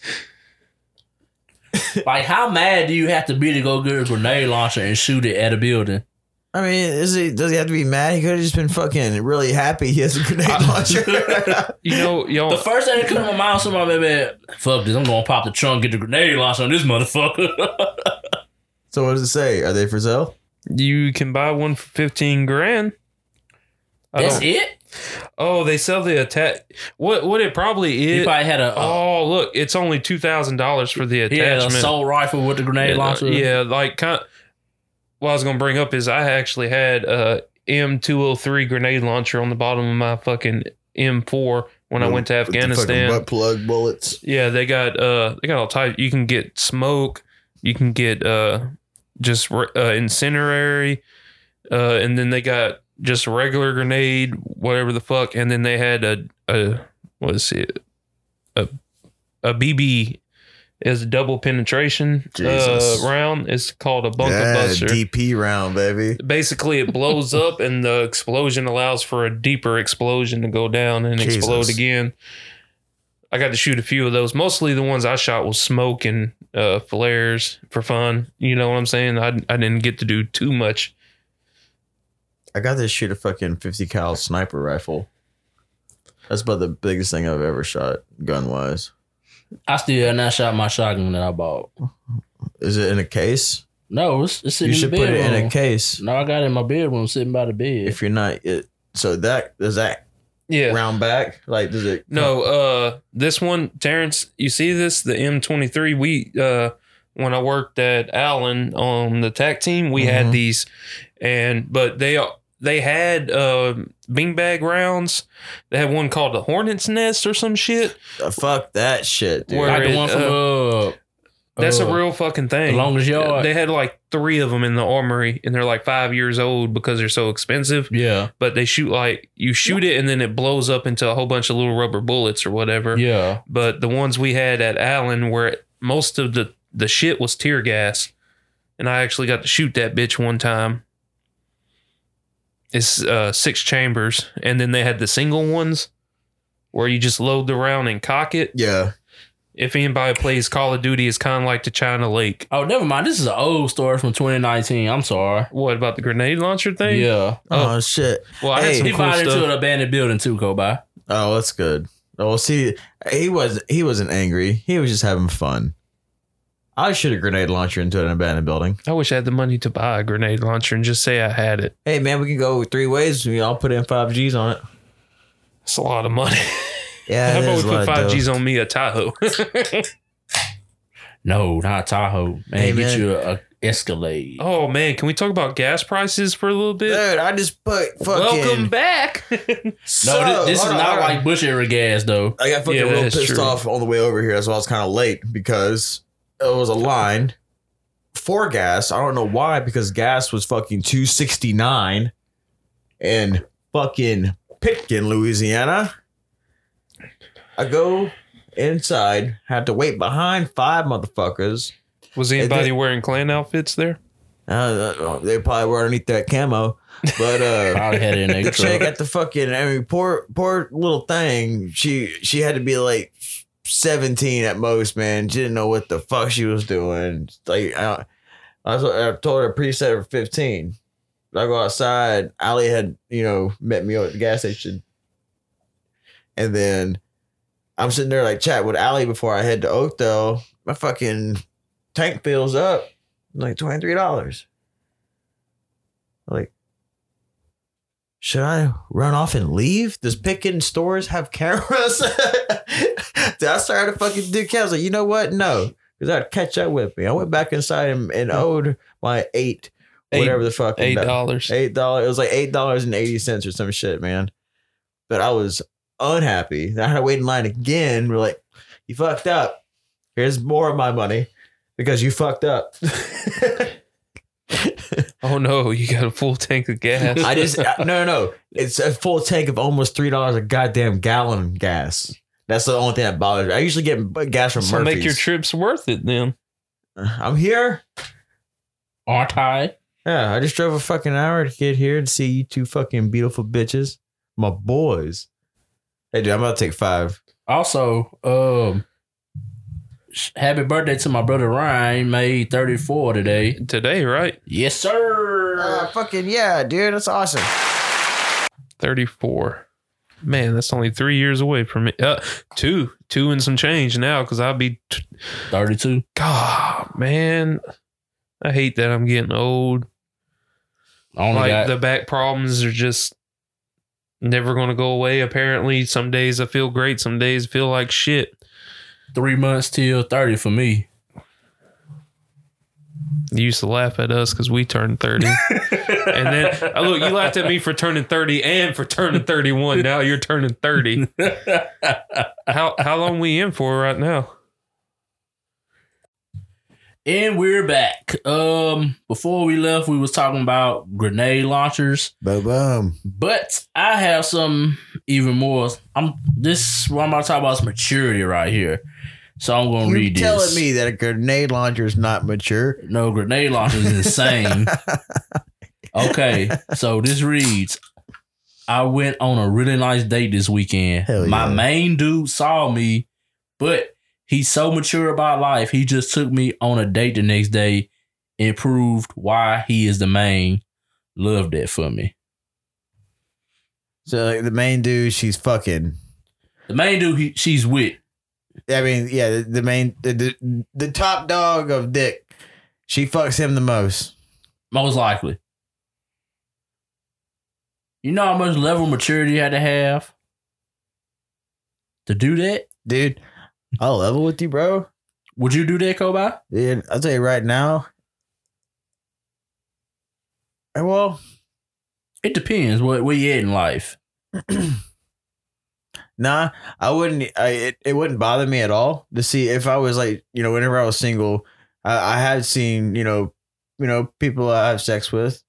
Speaker 3: like, how mad do you have to be to go get a grenade launcher and shoot it at a building?
Speaker 2: I mean, is he does he have to be mad? He could have just been fucking really happy he has a grenade launcher.
Speaker 1: You know, y'all.
Speaker 3: The first thing that come to my mind, somebody man, fuck this, I'm gonna pop the trunk, get the grenade launcher on this motherfucker.
Speaker 2: so what does it say? Are they for sale?
Speaker 1: you can buy one for fifteen grand. I
Speaker 3: That's
Speaker 1: don't-
Speaker 3: it.
Speaker 1: Oh, they sell the attach. What? What it probably
Speaker 3: He
Speaker 1: is.
Speaker 3: probably had a, a
Speaker 1: oh, look, it's only two thousand dollars for the
Speaker 3: he had a
Speaker 1: attachment.
Speaker 3: assault rifle with the grenade
Speaker 1: yeah,
Speaker 3: launcher.
Speaker 1: yeah, like kind. what I was gonna bring up is I actually had a M two hundred three grenade launcher on the bottom of my fucking M four when I went to
Speaker 2: With the fucking
Speaker 1: Afghanistan.
Speaker 2: butt plug bullets.
Speaker 1: Yeah, they got uh they got all type. You can get smoke, you can get uh just re- uh, incendiary, uh, and then they got just a regular grenade, whatever the fuck, and then they had a a what is it a a BB is a double penetration uh,
Speaker 2: Jesus.
Speaker 1: round. It's called a bunker
Speaker 2: yeah,
Speaker 1: buster.
Speaker 2: DP round, baby.
Speaker 1: Basically, it blows up, and the explosion allows for a deeper explosion to go down and explode
Speaker 2: Jesus.
Speaker 1: again. I got to shoot a few of those. Mostly the ones I shot was smoke and uh, flares for fun. You know what I'm saying? I, I didn't get to do too much.
Speaker 2: I got to shoot a fucking fifty cal sniper rifle. That's about the biggest thing I've ever shot gun wise.
Speaker 3: I still had not shot my shotgun that I bought.
Speaker 2: Is it in a case?
Speaker 3: No, it's, it's
Speaker 2: You
Speaker 3: sitting in
Speaker 2: should
Speaker 3: the
Speaker 2: put
Speaker 3: bedroom.
Speaker 2: it in a case.
Speaker 3: No, I got it in my bedroom, sitting by the bed.
Speaker 2: If you're not, it, so that does that
Speaker 1: Yeah.
Speaker 2: round back? Like, does it?
Speaker 1: No,
Speaker 3: Oh.
Speaker 1: uh, this one, Terrence, you see this? The M23. We, uh, when I worked at Allen on the tack team, we
Speaker 2: Mhm.
Speaker 3: Mm-hmm.
Speaker 1: had these, and but they uh, they had uh, beanbag rounds. They had one called the Hornet's Nest or some shit.
Speaker 2: Uh, fuck that shit, dude.
Speaker 1: Where-
Speaker 3: like the one
Speaker 1: it,
Speaker 3: from uh,
Speaker 1: That's
Speaker 3: uh,
Speaker 1: a real fucking
Speaker 3: the
Speaker 1: thing.
Speaker 3: longest yard.
Speaker 1: they had like three of them in the armory, and they're like five years old because they're so expensive.
Speaker 3: yeah,
Speaker 1: But they shoot like you shoot it, and then it blows up into a whole bunch of little rubber bullets or whatever.
Speaker 3: yeah.
Speaker 1: but the ones we had at Allen where most of the the shit was tear gas, and I actually got to shoot that bitch one time. It's uh, six chambers, and then they had the single ones where you just load the round and cock it.
Speaker 2: Yeah,
Speaker 1: If anybody plays Call of Duty, it's kind of like the China Lake.
Speaker 3: Oh, never mind. This is an old story from 2019. I'm sorry.
Speaker 1: What about the grenade launcher thing?
Speaker 3: Yeah,
Speaker 2: Oh, shit.
Speaker 1: Well, I
Speaker 2: Hey.
Speaker 1: had
Speaker 3: he
Speaker 1: some cool
Speaker 3: fired into
Speaker 1: stuff.
Speaker 3: an abandoned building too, Kobai.
Speaker 2: Oh, that's good. Oh, see, he was he wasn't angry. He was just having fun. I shoot a grenade launcher into an abandoned building.
Speaker 1: I wish I had the money to buy a grenade launcher and just say I had it.
Speaker 2: Hey, man, we can go three ways. We all put in five Gs on it.
Speaker 1: It's a lot of money.
Speaker 2: Yeah,
Speaker 1: How
Speaker 2: it
Speaker 1: about
Speaker 2: is
Speaker 1: we
Speaker 2: a lot
Speaker 1: put
Speaker 2: of
Speaker 1: five
Speaker 2: dough.
Speaker 1: G's on me a Tahoe?
Speaker 3: No, not Tahoe. Man,
Speaker 2: Hey,
Speaker 3: get
Speaker 2: man.
Speaker 3: you a, a Escalade.
Speaker 1: Oh man, can we talk about gas prices for a little bit?
Speaker 2: Dude, I just put fucking.
Speaker 1: Welcome back.
Speaker 2: So,
Speaker 3: No, thi- this,
Speaker 2: hold
Speaker 3: is
Speaker 2: on,
Speaker 3: not
Speaker 2: hold on.
Speaker 3: like Bush era gas though.
Speaker 2: I got fucking
Speaker 1: Yeah,
Speaker 2: real
Speaker 1: that is
Speaker 2: pissed
Speaker 1: true.
Speaker 2: off on the way over here. That's why I was kind of late because it was a line for gas. I don't know why because gas was fucking two sixty nine in fucking Pitkin, Louisiana. I go inside, had to wait behind five motherfuckers.
Speaker 1: Was anybody wearing clan outfits there?
Speaker 2: Uh, they probably were underneath that camo, but uh,
Speaker 3: Probably had it in
Speaker 2: the
Speaker 3: a
Speaker 2: chick
Speaker 3: truck.
Speaker 2: at the fucking I mean poor poor little thing. She she had to be like seventeen at most, man. She didn't know what the fuck she was doing. Like I, I, was, I told her preset for fifteen. I go outside. Ali had you know met me over at the gas station, and then I'm sitting there like chat with Allie before I head to Oakdale. My fucking tank fills up like twenty three dollars. Like, should I run off and leave? Does Pickin stores have cameras? Dude, I started to fucking do cameras. Like, you know what? No, because I'd catch up with me. I went back inside and, and owed my eight,
Speaker 1: Eight-
Speaker 2: whatever the fuck
Speaker 1: Eight dollars.
Speaker 2: Eight dollars. It was like eight dollars and eighty cents or some shit, man. But I was unhappy. Then I had to wait in line again. We're like, you fucked up. Here's more of my money because you fucked up.
Speaker 1: Oh no, you got a full tank of gas.
Speaker 2: I just I- no no no. It's a full tank of almost three dollars a goddamn gallon of gas. That's the only thing that bothers. me. I usually get b- gas from
Speaker 1: so
Speaker 2: Murphy's. Uh,
Speaker 1: make your trips worth it then.
Speaker 2: I'm here.
Speaker 3: Aren't I?
Speaker 2: Yeah, I just drove a fucking hour to get here and see you two fucking beautiful bitches, my boys. Hey, dude, I'm about to take five.
Speaker 3: Also, um, sh- happy birthday to my brother Ryan, May 34 today.
Speaker 1: Today, right?
Speaker 3: Yes, sir.
Speaker 2: Uh, fucking yeah, dude. That's awesome.
Speaker 1: Thirty four. Man, that's only three years away from me. Uh, two, two and some change now because I'll be. T-
Speaker 3: 32.
Speaker 1: God, man, I hate that I'm getting old.
Speaker 3: I only
Speaker 1: like
Speaker 3: got
Speaker 1: the back problems are just never going to go away. Apparently, some days I feel great, some days I feel like shit.
Speaker 3: three months till 30 for me.
Speaker 1: You used to laugh at us because we turned thirty, and then oh, look, you laughed at me for turning thirty and for turning thirty one. Now you're turning thirty. How how long we in for right now?
Speaker 3: and we're back. Um, before we left, we was talking about grenade launchers.
Speaker 2: Boom, boom.
Speaker 3: But I have some even more. I'm this. What I'm about to talk about is maturity right here. So I'm gonna
Speaker 2: You're
Speaker 3: read this.
Speaker 2: telling me that a grenade launcher is not mature?
Speaker 3: No, grenade launcher is insane. okay, so this reads I went on a really nice date this weekend.
Speaker 2: Hell
Speaker 3: My
Speaker 2: yeah.
Speaker 3: main dude saw me, but he's so mature about life, he just took me on a date the next day and proved why he is the main. Loved that for me.
Speaker 2: So like, the main dude, she's fucking.
Speaker 3: The main dude he, she's with.
Speaker 2: I mean, yeah, the, the main, the, the the top dog of Dick. She fucks him the most.
Speaker 3: Most likely. You know how much level of maturity you had to have to do that?
Speaker 2: Dude, I'll level with you, bro.
Speaker 3: Would you do that, Kobai?
Speaker 2: Dude, I'll tell you right now. Eh, Well,
Speaker 3: It depends what where you at in life.
Speaker 2: Nah, I wouldn't. I it, it wouldn't bother me at all to see if I was like you know whenever I was single, I, I had seen you know you know people I have sex with.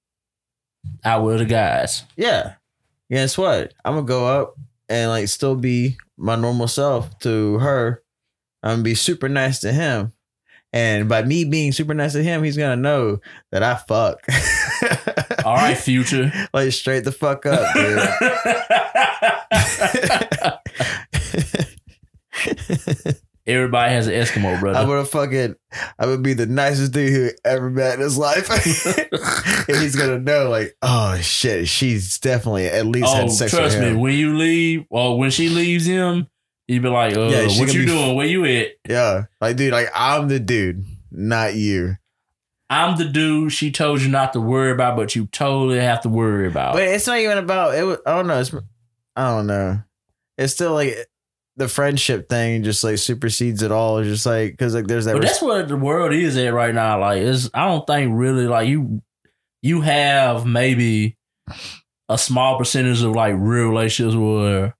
Speaker 3: Out with the guys.
Speaker 2: Yeah, guess what? I'm gonna go up and like still be my normal self to her. I'm gonna be super nice to him, and by me being super nice to him, he's gonna know that I fuck.
Speaker 3: All right, future.
Speaker 2: like straight the fuck up, dude.
Speaker 3: Everybody has an Eskimo
Speaker 2: I
Speaker 3: brother.
Speaker 2: would have fucking, I would be the nicest dude who ever met in his life. and he's gonna know, like, oh shit, she's definitely at least had
Speaker 3: Oh,
Speaker 2: sex
Speaker 3: trust
Speaker 2: with
Speaker 3: me.
Speaker 2: him.
Speaker 3: When you leave, or when she leaves him, you be like, uh,
Speaker 2: Yeah, she
Speaker 3: "What
Speaker 2: gonna
Speaker 3: you
Speaker 2: be-
Speaker 3: doing? Where you at?"
Speaker 2: Yeah, like, dude, like, I'm the dude, not you.
Speaker 3: I'm the dude she told you not to worry about, but you totally have to worry about.
Speaker 2: But it's not even about it. Was, I don't know. It's, I don't know. It's still like the friendship thing, just like supersedes it all. It's just like because like there's that.
Speaker 3: But
Speaker 2: res-
Speaker 3: that's what the world is at right now. Like, it's I don't think really like you you have maybe a small percentage of like real relationships where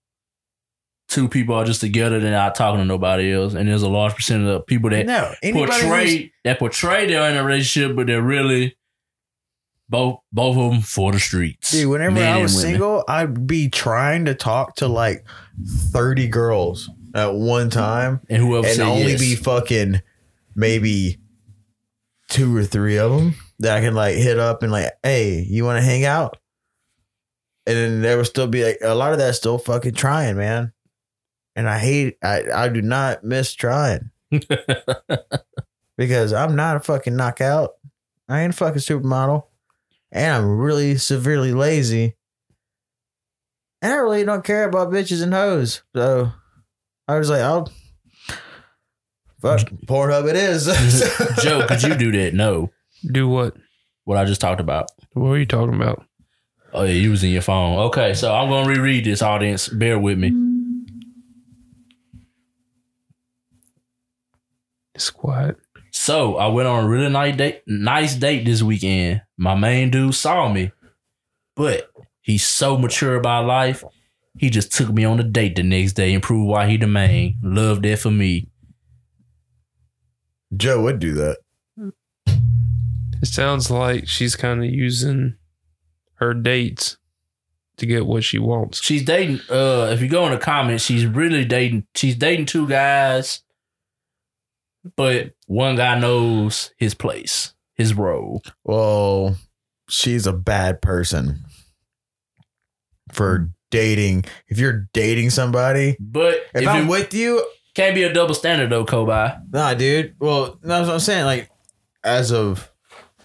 Speaker 3: two people are just together and not talking to nobody else, and there's a large percentage of people that
Speaker 2: no anybody who's-
Speaker 3: portray that portray they're in a relationship, but they're really both both of them for the streets.
Speaker 2: Dude, whenever
Speaker 3: Men
Speaker 2: I
Speaker 3: and
Speaker 2: was
Speaker 3: women.
Speaker 2: single, I'd be trying to talk to like 30 girls at one time
Speaker 3: and whoever
Speaker 2: and
Speaker 3: said
Speaker 2: only
Speaker 3: yes.
Speaker 2: be fucking maybe two or three of them that I can like hit up and like, hey, you want to hang out? And then there would still be like a lot of that still fucking trying, man. And I hate, I, I do not miss trying because I'm not a fucking knockout. I ain't a fucking supermodel. And I'm really severely lazy. And I really don't care about bitches and hoes. So I was like, I'll fuck Pornhub. It is.
Speaker 3: Joe, could you do that? No.
Speaker 1: Do what?
Speaker 3: What I just talked about.
Speaker 1: What are you talking about?
Speaker 3: Oh yeah, you was in your phone. Okay, so I'm gonna reread this audience. Bear with me.
Speaker 1: It's quiet.
Speaker 3: So I went on a really nice date nice date this weekend. My main dude saw me, but he's so mature about life. He just took me on a date the next day and proved why he the main. Love that for me.
Speaker 2: Joe would do that.
Speaker 1: It sounds like she's kind of using her dates to get what she wants.
Speaker 3: She's dating. Uh, if you go in the comments, she's really dating. She's dating two guys, but one guy knows his place, his role.
Speaker 2: Well, she's a bad person for dating. If you're dating somebody,
Speaker 3: But
Speaker 2: if,
Speaker 3: if
Speaker 2: I'm
Speaker 3: you
Speaker 2: with you,
Speaker 3: can't be a double standard though, Kobai.
Speaker 2: nah, dude. Well, that's what I'm saying. Like, as of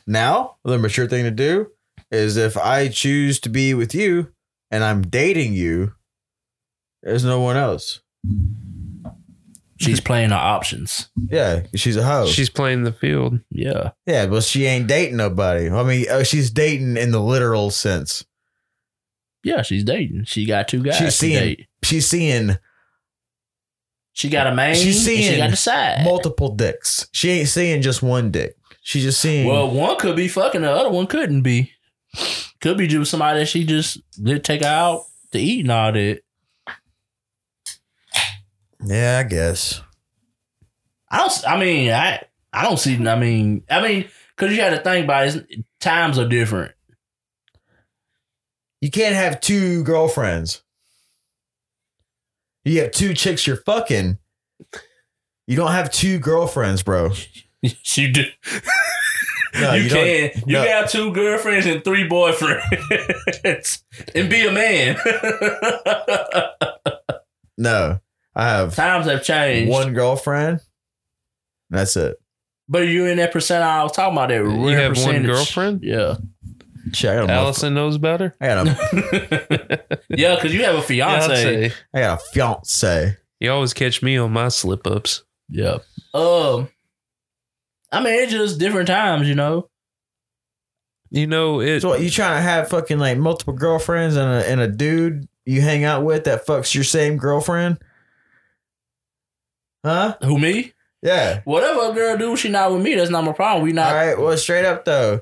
Speaker 2: now, the mature thing to do is if I choose to be with you and I'm dating you, there's no one else.
Speaker 3: She's playing her options.
Speaker 2: Yeah, she's a hoe.
Speaker 1: She's playing the field.
Speaker 3: Yeah,
Speaker 2: yeah, but she ain't dating nobody. I mean, oh, she's dating in the literal sense.
Speaker 3: yeah, she's dating. She got two guys.
Speaker 2: She's
Speaker 3: She's
Speaker 2: seeing-
Speaker 3: seeing.
Speaker 2: She's seeing
Speaker 3: She got a main.
Speaker 2: She's
Speaker 3: She's seeing.
Speaker 2: seeing
Speaker 3: she got the side.
Speaker 2: multiple dicks. She ain't seeing just one dick. She's just seeing.
Speaker 3: Well, one could be fucking, the other one couldn't be. Could be just somebody that she just did take her out to eat and all that.
Speaker 2: yeah, I guess.
Speaker 3: I don't. s- I mean, I I don't see. I mean, I mean, because you got to think about it. it's- Times are different.
Speaker 2: You can't have two girlfriends. You have two chicks you're fucking. You don't have two girlfriends, bro.
Speaker 3: you do.
Speaker 2: No,
Speaker 3: you,
Speaker 2: you don't-
Speaker 3: can. You
Speaker 2: no.
Speaker 3: got two girlfriends and three boyfriends, and be a man.
Speaker 2: No, I have
Speaker 3: Times have changed.
Speaker 2: one girlfriend. and That's it.
Speaker 3: but you in that percent I was talking about that.
Speaker 1: You
Speaker 3: rare
Speaker 1: have one
Speaker 3: percentage.
Speaker 1: girlfriend?
Speaker 3: Yeah.
Speaker 2: Shit, I got a motherf-
Speaker 1: Allison knows better?
Speaker 2: I got a,
Speaker 3: yeah, because you have a fiance.
Speaker 1: Fiance.
Speaker 2: I got a fiance.
Speaker 1: You always catch me on my slip ups.
Speaker 3: Yeah. Um. I mean, it's just different times, you know.
Speaker 1: You know, it
Speaker 2: So what, you trying to have fucking like multiple girlfriends and a, and a dude you hang out with that fucks your same girlfriend? Huh?
Speaker 3: Who me?
Speaker 2: Yeah.
Speaker 3: Whatever a girl do, she not with me. That's not my problem. We
Speaker 2: All
Speaker 3: not.
Speaker 2: right. Well, straight up though,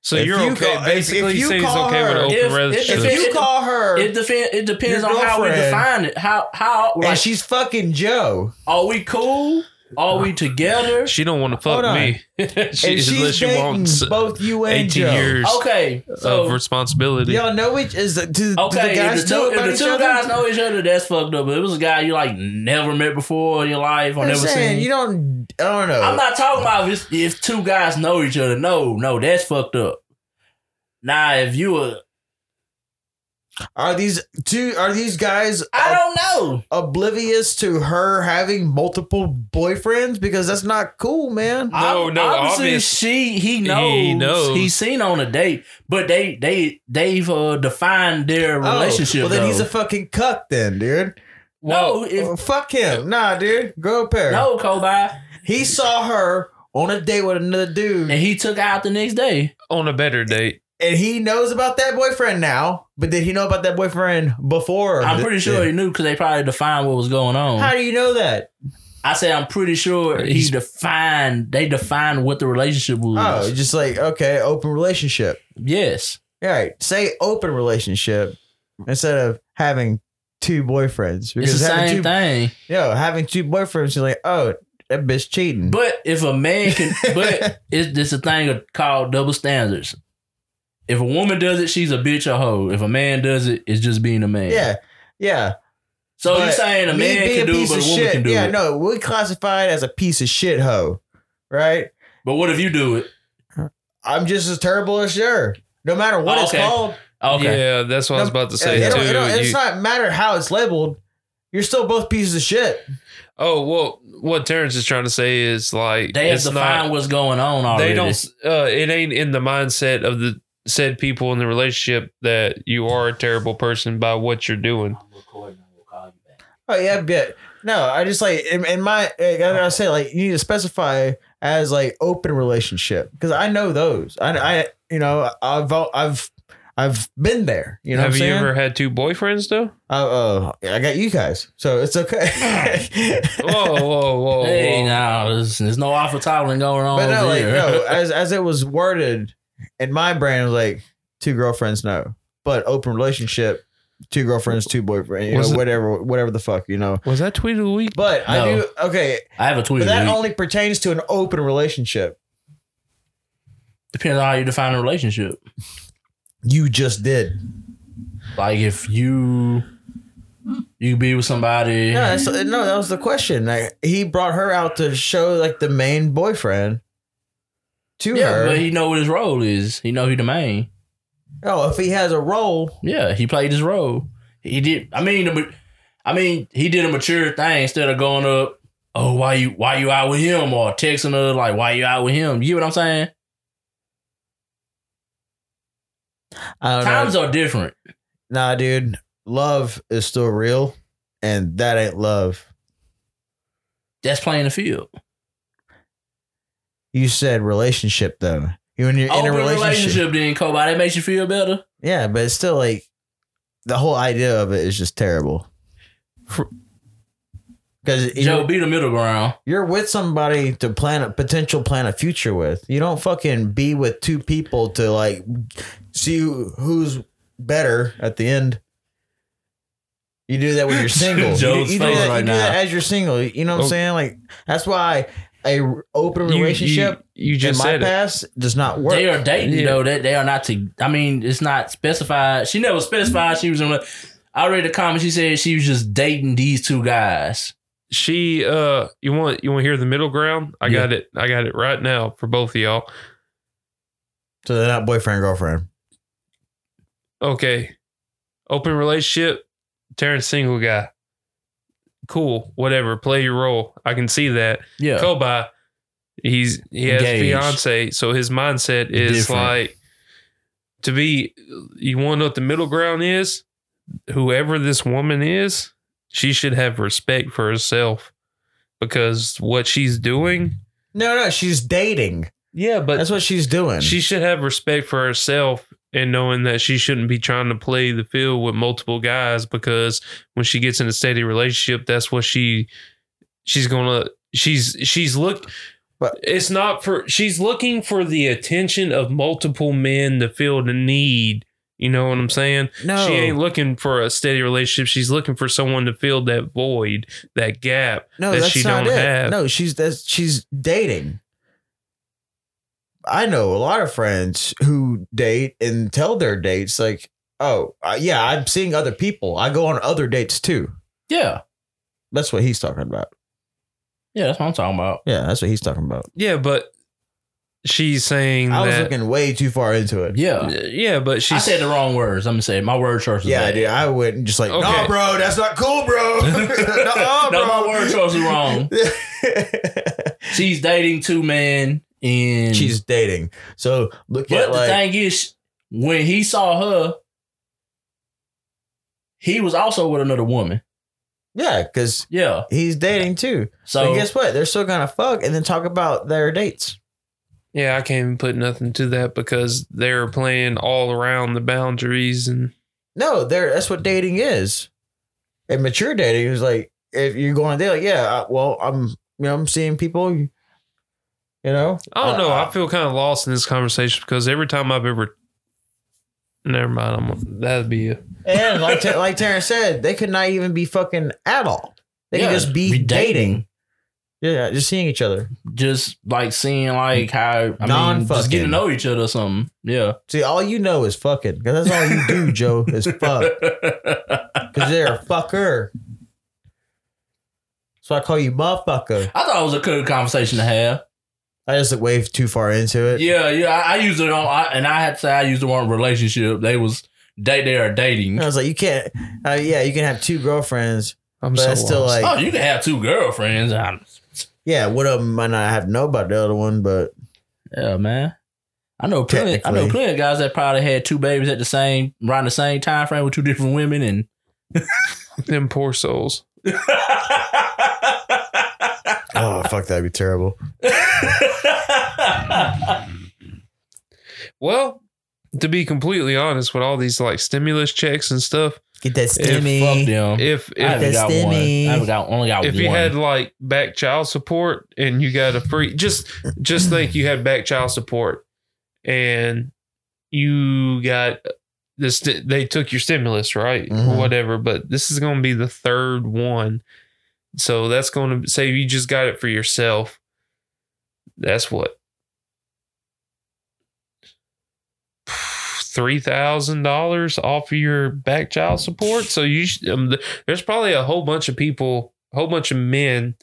Speaker 1: So
Speaker 2: If
Speaker 1: you're
Speaker 2: you
Speaker 1: okay.
Speaker 2: call- if-
Speaker 1: Basically,
Speaker 2: if you
Speaker 1: you say he's
Speaker 2: call
Speaker 1: okay
Speaker 2: her-
Speaker 1: with
Speaker 3: If-
Speaker 1: open
Speaker 3: if-
Speaker 1: relationship.
Speaker 2: if you call her
Speaker 3: It, defen- it depends
Speaker 2: Your
Speaker 3: on how we
Speaker 2: girlfriend-
Speaker 3: define it. How how
Speaker 2: and
Speaker 3: like,
Speaker 2: she's fucking Joe,
Speaker 3: are we cool? Are we together?
Speaker 1: She don't want to
Speaker 2: Hold
Speaker 1: fuck
Speaker 2: on.
Speaker 1: me. she,
Speaker 2: and
Speaker 1: unless
Speaker 2: she's
Speaker 1: she
Speaker 2: dating
Speaker 1: wants
Speaker 2: both you and
Speaker 1: 18
Speaker 2: Joe.
Speaker 1: years
Speaker 3: Okay,
Speaker 1: of
Speaker 3: so
Speaker 1: responsibility.
Speaker 2: Y'all know each is do, do
Speaker 3: okay,
Speaker 2: the guys
Speaker 3: if the two,
Speaker 2: know about
Speaker 3: if
Speaker 2: each
Speaker 3: the two
Speaker 2: other?
Speaker 3: guys know each other, that's fucked up. But if it was a guy you like never met before in your life or
Speaker 2: I'm
Speaker 3: never
Speaker 2: saying
Speaker 3: seen.
Speaker 2: you don't. I don't know.
Speaker 1: Uh,
Speaker 3: I'm not talking about if, it's- if two guys know each other. No, no, that's fucked up. Now, if you were,
Speaker 2: are these two? Are these guys
Speaker 3: I don't know.
Speaker 2: oblivious to her having multiple boyfriends? Because that's not cool, man.
Speaker 1: No,
Speaker 3: Ob-
Speaker 1: no,
Speaker 3: Obviously,
Speaker 1: obvious-
Speaker 3: she he knows, he
Speaker 1: knows.
Speaker 3: he's seen on a date, but they they they've uh, defined their relationship.
Speaker 2: Oh, well, then he's
Speaker 3: though.
Speaker 2: a fucking cuck, then, dude.
Speaker 3: no, if,
Speaker 2: Oh, fuck him. Nah, dude. Go pair.
Speaker 3: no, Kobe,
Speaker 2: He saw her on a date with another dude,
Speaker 3: and he took her out the next day.
Speaker 1: On a better date.
Speaker 2: and he knows about that boyfriend now. But did he know about that boyfriend before?
Speaker 3: I'm
Speaker 2: th-
Speaker 3: pretty sure he
Speaker 2: then?
Speaker 3: knew because they probably defined what was going on.
Speaker 2: How do you know that?
Speaker 3: I say I'm pretty sure he
Speaker 1: He's-
Speaker 3: defined. They defined what the relationship was.
Speaker 2: Oh, just like okay, open relationship.
Speaker 3: yes.
Speaker 2: All right, say open relationship instead of having two boyfriends.
Speaker 3: it's the
Speaker 2: having
Speaker 3: same
Speaker 2: two,
Speaker 3: thing.
Speaker 2: Yo, having two boyfriends, you're like, oh, that bitch cheating.
Speaker 3: But if a man can, but it's it's a thing called double standards. If a woman does it, she's a bitch or hoe. If a man does it, it's just being a man.
Speaker 2: yeah, yeah.
Speaker 3: So you're
Speaker 2: But
Speaker 3: saying a
Speaker 2: me
Speaker 3: man
Speaker 2: being
Speaker 3: can do it, but a
Speaker 2: of
Speaker 3: woman
Speaker 2: shit.
Speaker 3: can do
Speaker 2: yeah,
Speaker 3: it.
Speaker 2: no, we classify it as a piece of shit hoe, right?
Speaker 3: But what if you do it?
Speaker 2: I'm just as terrible as her. No matter what it's
Speaker 3: Oh, Okay.
Speaker 2: called,
Speaker 3: Okay.
Speaker 1: Yeah, that's what I was about to say,
Speaker 2: it, it
Speaker 1: too.
Speaker 2: don't- it don't- it's
Speaker 1: You-
Speaker 2: not matter how it's labeled. You're still both pieces of shit.
Speaker 1: oh, well, what Terrence is trying to say is like,
Speaker 3: They have
Speaker 1: it's
Speaker 3: to
Speaker 1: not,
Speaker 3: find what's going on already.
Speaker 1: they don't, uh, it ain't in the mindset of the said people in the relationship that you are a terrible person by what you're doing.
Speaker 2: Oh yeah, but No, I just like in, in my. I gotta say, like you need to specify as like open relationship because I know those. I, I, you know, I've, I've, I've been there. You know,
Speaker 1: Have
Speaker 2: what I'm
Speaker 1: you
Speaker 2: saying?
Speaker 1: ever had two boyfriends though?
Speaker 2: I, uh, I got you guys, so it's okay.
Speaker 1: Whoa, whoa, whoa!
Speaker 3: hey,
Speaker 1: whoa.
Speaker 3: now there's, there's no alpha toddling going on.
Speaker 2: but no,
Speaker 3: over
Speaker 2: like
Speaker 3: here.
Speaker 2: no, as as it was worded in my brain, it was like two girlfriends, no, but open relationship, two girlfriends, two boyfriends, you
Speaker 1: Was
Speaker 2: know,
Speaker 1: it-
Speaker 2: whatever, whatever the fuck, you know.
Speaker 1: Was that tweet of the week?
Speaker 2: But I
Speaker 3: No.
Speaker 2: do okay,
Speaker 3: I have a tweet.
Speaker 2: but
Speaker 3: of the
Speaker 2: that
Speaker 3: week.
Speaker 2: only pertains to an open relationship.
Speaker 3: Depends on how you define a relationship.
Speaker 2: You just did.
Speaker 3: Like if you you be with somebody,
Speaker 2: No, that's, no, that was the question. Like, he brought her out to show like the main boyfriend to
Speaker 3: yeah,
Speaker 2: her.
Speaker 3: but he know what his role is. He know he the main.
Speaker 2: oh, if he has a role,
Speaker 3: Yeah, he played his role. He did. I mean, the, ma- I mean, he did a mature thing instead of going up. Oh, why you why you out with him or texting her like why you out with him? You get what I'm saying?
Speaker 2: I don't know.
Speaker 3: Times are different.
Speaker 2: Nah, dude, love is still real, and that ain't love.
Speaker 3: That's playing the field.
Speaker 2: You said relationship though. You when you're in a
Speaker 3: Open
Speaker 2: relationship.
Speaker 3: Oh, relationship, then Kobe, that makes you feel better.
Speaker 2: Yeah, but it's still like the whole idea of it is just terrible. Because
Speaker 3: Joe,
Speaker 2: you're,
Speaker 3: be the middle ground.
Speaker 2: you're with somebody to plan a potential plan a future with. You don't fucking be with two people to like see who- who's better at the end. You do that when you're single. you,
Speaker 3: Joe's
Speaker 2: you do,
Speaker 3: face
Speaker 2: that, you
Speaker 3: right
Speaker 2: do that
Speaker 3: now.
Speaker 2: as you're single. You know what
Speaker 1: Oh.
Speaker 2: I'm saying? Like that's why a r- open
Speaker 1: You- you-
Speaker 2: relationship
Speaker 1: You,
Speaker 2: in
Speaker 1: just
Speaker 2: my
Speaker 1: said it.
Speaker 2: past does not work.
Speaker 3: They are dating
Speaker 1: Yeah.
Speaker 3: though. That they are not to. I mean, it's not specified. She never specified she was in. a- I read the comment. She said she was just dating these two guys.
Speaker 1: she uh you want you want to hear the middle ground i
Speaker 3: Yeah.
Speaker 1: got it i got it right now for both of y'all
Speaker 2: So they're not boyfriend and girlfriend.
Speaker 1: okay open relationship terrence single guy cool whatever play your role i can see that
Speaker 3: Yeah,
Speaker 1: kobai he's he has
Speaker 3: Engaged.
Speaker 1: fiance so his mindset is
Speaker 3: Different.
Speaker 1: like to be you want to know what the middle ground is whoever this woman is she should have respect for herself because what she's doing
Speaker 2: No, no, she's dating.
Speaker 1: yeah but
Speaker 2: That's what she's doing.
Speaker 1: She should have respect for herself and knowing that she shouldn't be trying to play the field with multiple guys because when she gets in a steady relationship, that's what she she's gonna she's she's look
Speaker 2: But-
Speaker 1: it's not for she's looking for the attention of multiple men to fill the need. You know what I'm saying?
Speaker 2: no,
Speaker 1: She ain't looking for a steady relationship. She's looking for someone to fill that void, that gap.
Speaker 2: no,
Speaker 1: that
Speaker 2: that's
Speaker 1: she
Speaker 2: not
Speaker 1: don't
Speaker 2: it.
Speaker 1: have.
Speaker 2: No, she's that's she's dating. I know a lot of friends who date and tell their dates like, "Oh, uh, yeah, I'm seeing other people. I go on other dates too."
Speaker 3: yeah,
Speaker 2: That's what he's talking about.
Speaker 3: yeah. That's what I'm talking about.
Speaker 2: Yeah, that's what he's talking about.
Speaker 1: Yeah, but she's saying
Speaker 2: I was
Speaker 1: that.
Speaker 2: looking way too far into it.
Speaker 3: Yeah,
Speaker 1: yeah, but she
Speaker 3: I said the wrong words. I'm gonna say it. my word choice. Was
Speaker 2: Yeah,
Speaker 3: bad.
Speaker 2: dude, I went and just like, "No,
Speaker 1: Okay.
Speaker 2: bro, that's not cool, bro." no,
Speaker 3: no, my word choice was wrong.
Speaker 2: wrong.
Speaker 3: She's dating two men, and
Speaker 2: she's dating. So look
Speaker 3: But
Speaker 2: at
Speaker 3: the
Speaker 2: like
Speaker 3: thing is, when he saw her, he was also with another woman.
Speaker 2: yeah, because
Speaker 3: Yeah,
Speaker 2: he's dating too. So
Speaker 3: so
Speaker 2: guess what? They're still gonna fuck and then talk about their dates.
Speaker 1: Yeah, I can't even put nothing to that because they're playing all around the boundaries and
Speaker 2: No, they're that's what dating is. And mature dating is like if you're going there, like yeah, I, well, I'm you know I'm seeing people, you know.
Speaker 1: I don't know.
Speaker 2: Uh,
Speaker 1: I feel kind of lost in this conversation because every time I've ever, never mind. I'm that'd be it.
Speaker 2: And like Ter- like Terrence said, they could not even be fucking at all. They
Speaker 3: Yeah,
Speaker 2: could just be
Speaker 3: we
Speaker 2: dating. Yeah, just seeing each other.
Speaker 3: just like seeing like how I mean,
Speaker 2: Non-fucking.
Speaker 3: just getting to know each other or something. Yeah.
Speaker 2: See, all you know is fucking. Cause that's all you do, Joe, is fuck. Cause they're a fucker. So I call you motherfucker.
Speaker 3: I thought it was a good conversation to have.
Speaker 2: I just waved too far into it.
Speaker 3: Yeah, yeah. I, I used it on, I, and I had to say I used the word relationship. They was date they are dating.
Speaker 2: And I was like, you can't. Uh, yeah, you can have two girlfriends.
Speaker 1: I'm
Speaker 2: But
Speaker 1: so
Speaker 2: that's still
Speaker 1: lost.
Speaker 2: like-
Speaker 3: oh, you can have two girlfriends. i
Speaker 2: Yeah, one of them might not have know about the other one, but
Speaker 3: yeah, man. I know plenty. I know
Speaker 2: Technically.
Speaker 3: plenty of guys that probably had two babies at the same around the
Speaker 2: uh,
Speaker 3: same time frame with two different women, and
Speaker 1: them poor souls.
Speaker 4: Oh fuck, that'd be terrible.
Speaker 1: Well, to be completely honest, with all these like stimulus checks and stuff,
Speaker 2: Get that
Speaker 3: Fuck them.
Speaker 1: if
Speaker 3: I
Speaker 1: if
Speaker 3: haven't got one. I
Speaker 2: Destiny.
Speaker 3: haven't got only got
Speaker 1: if
Speaker 3: one.
Speaker 1: you had like back child support and you got a free just just think you had back child support and you got this they took your stimulus right
Speaker 4: Mhm.
Speaker 1: or whatever but this is going to be the third one so that's going to say you just got it for yourself that's what three thousand dollars off of your back child support so you sh- um, th- there's probably a whole bunch of people a whole bunch of men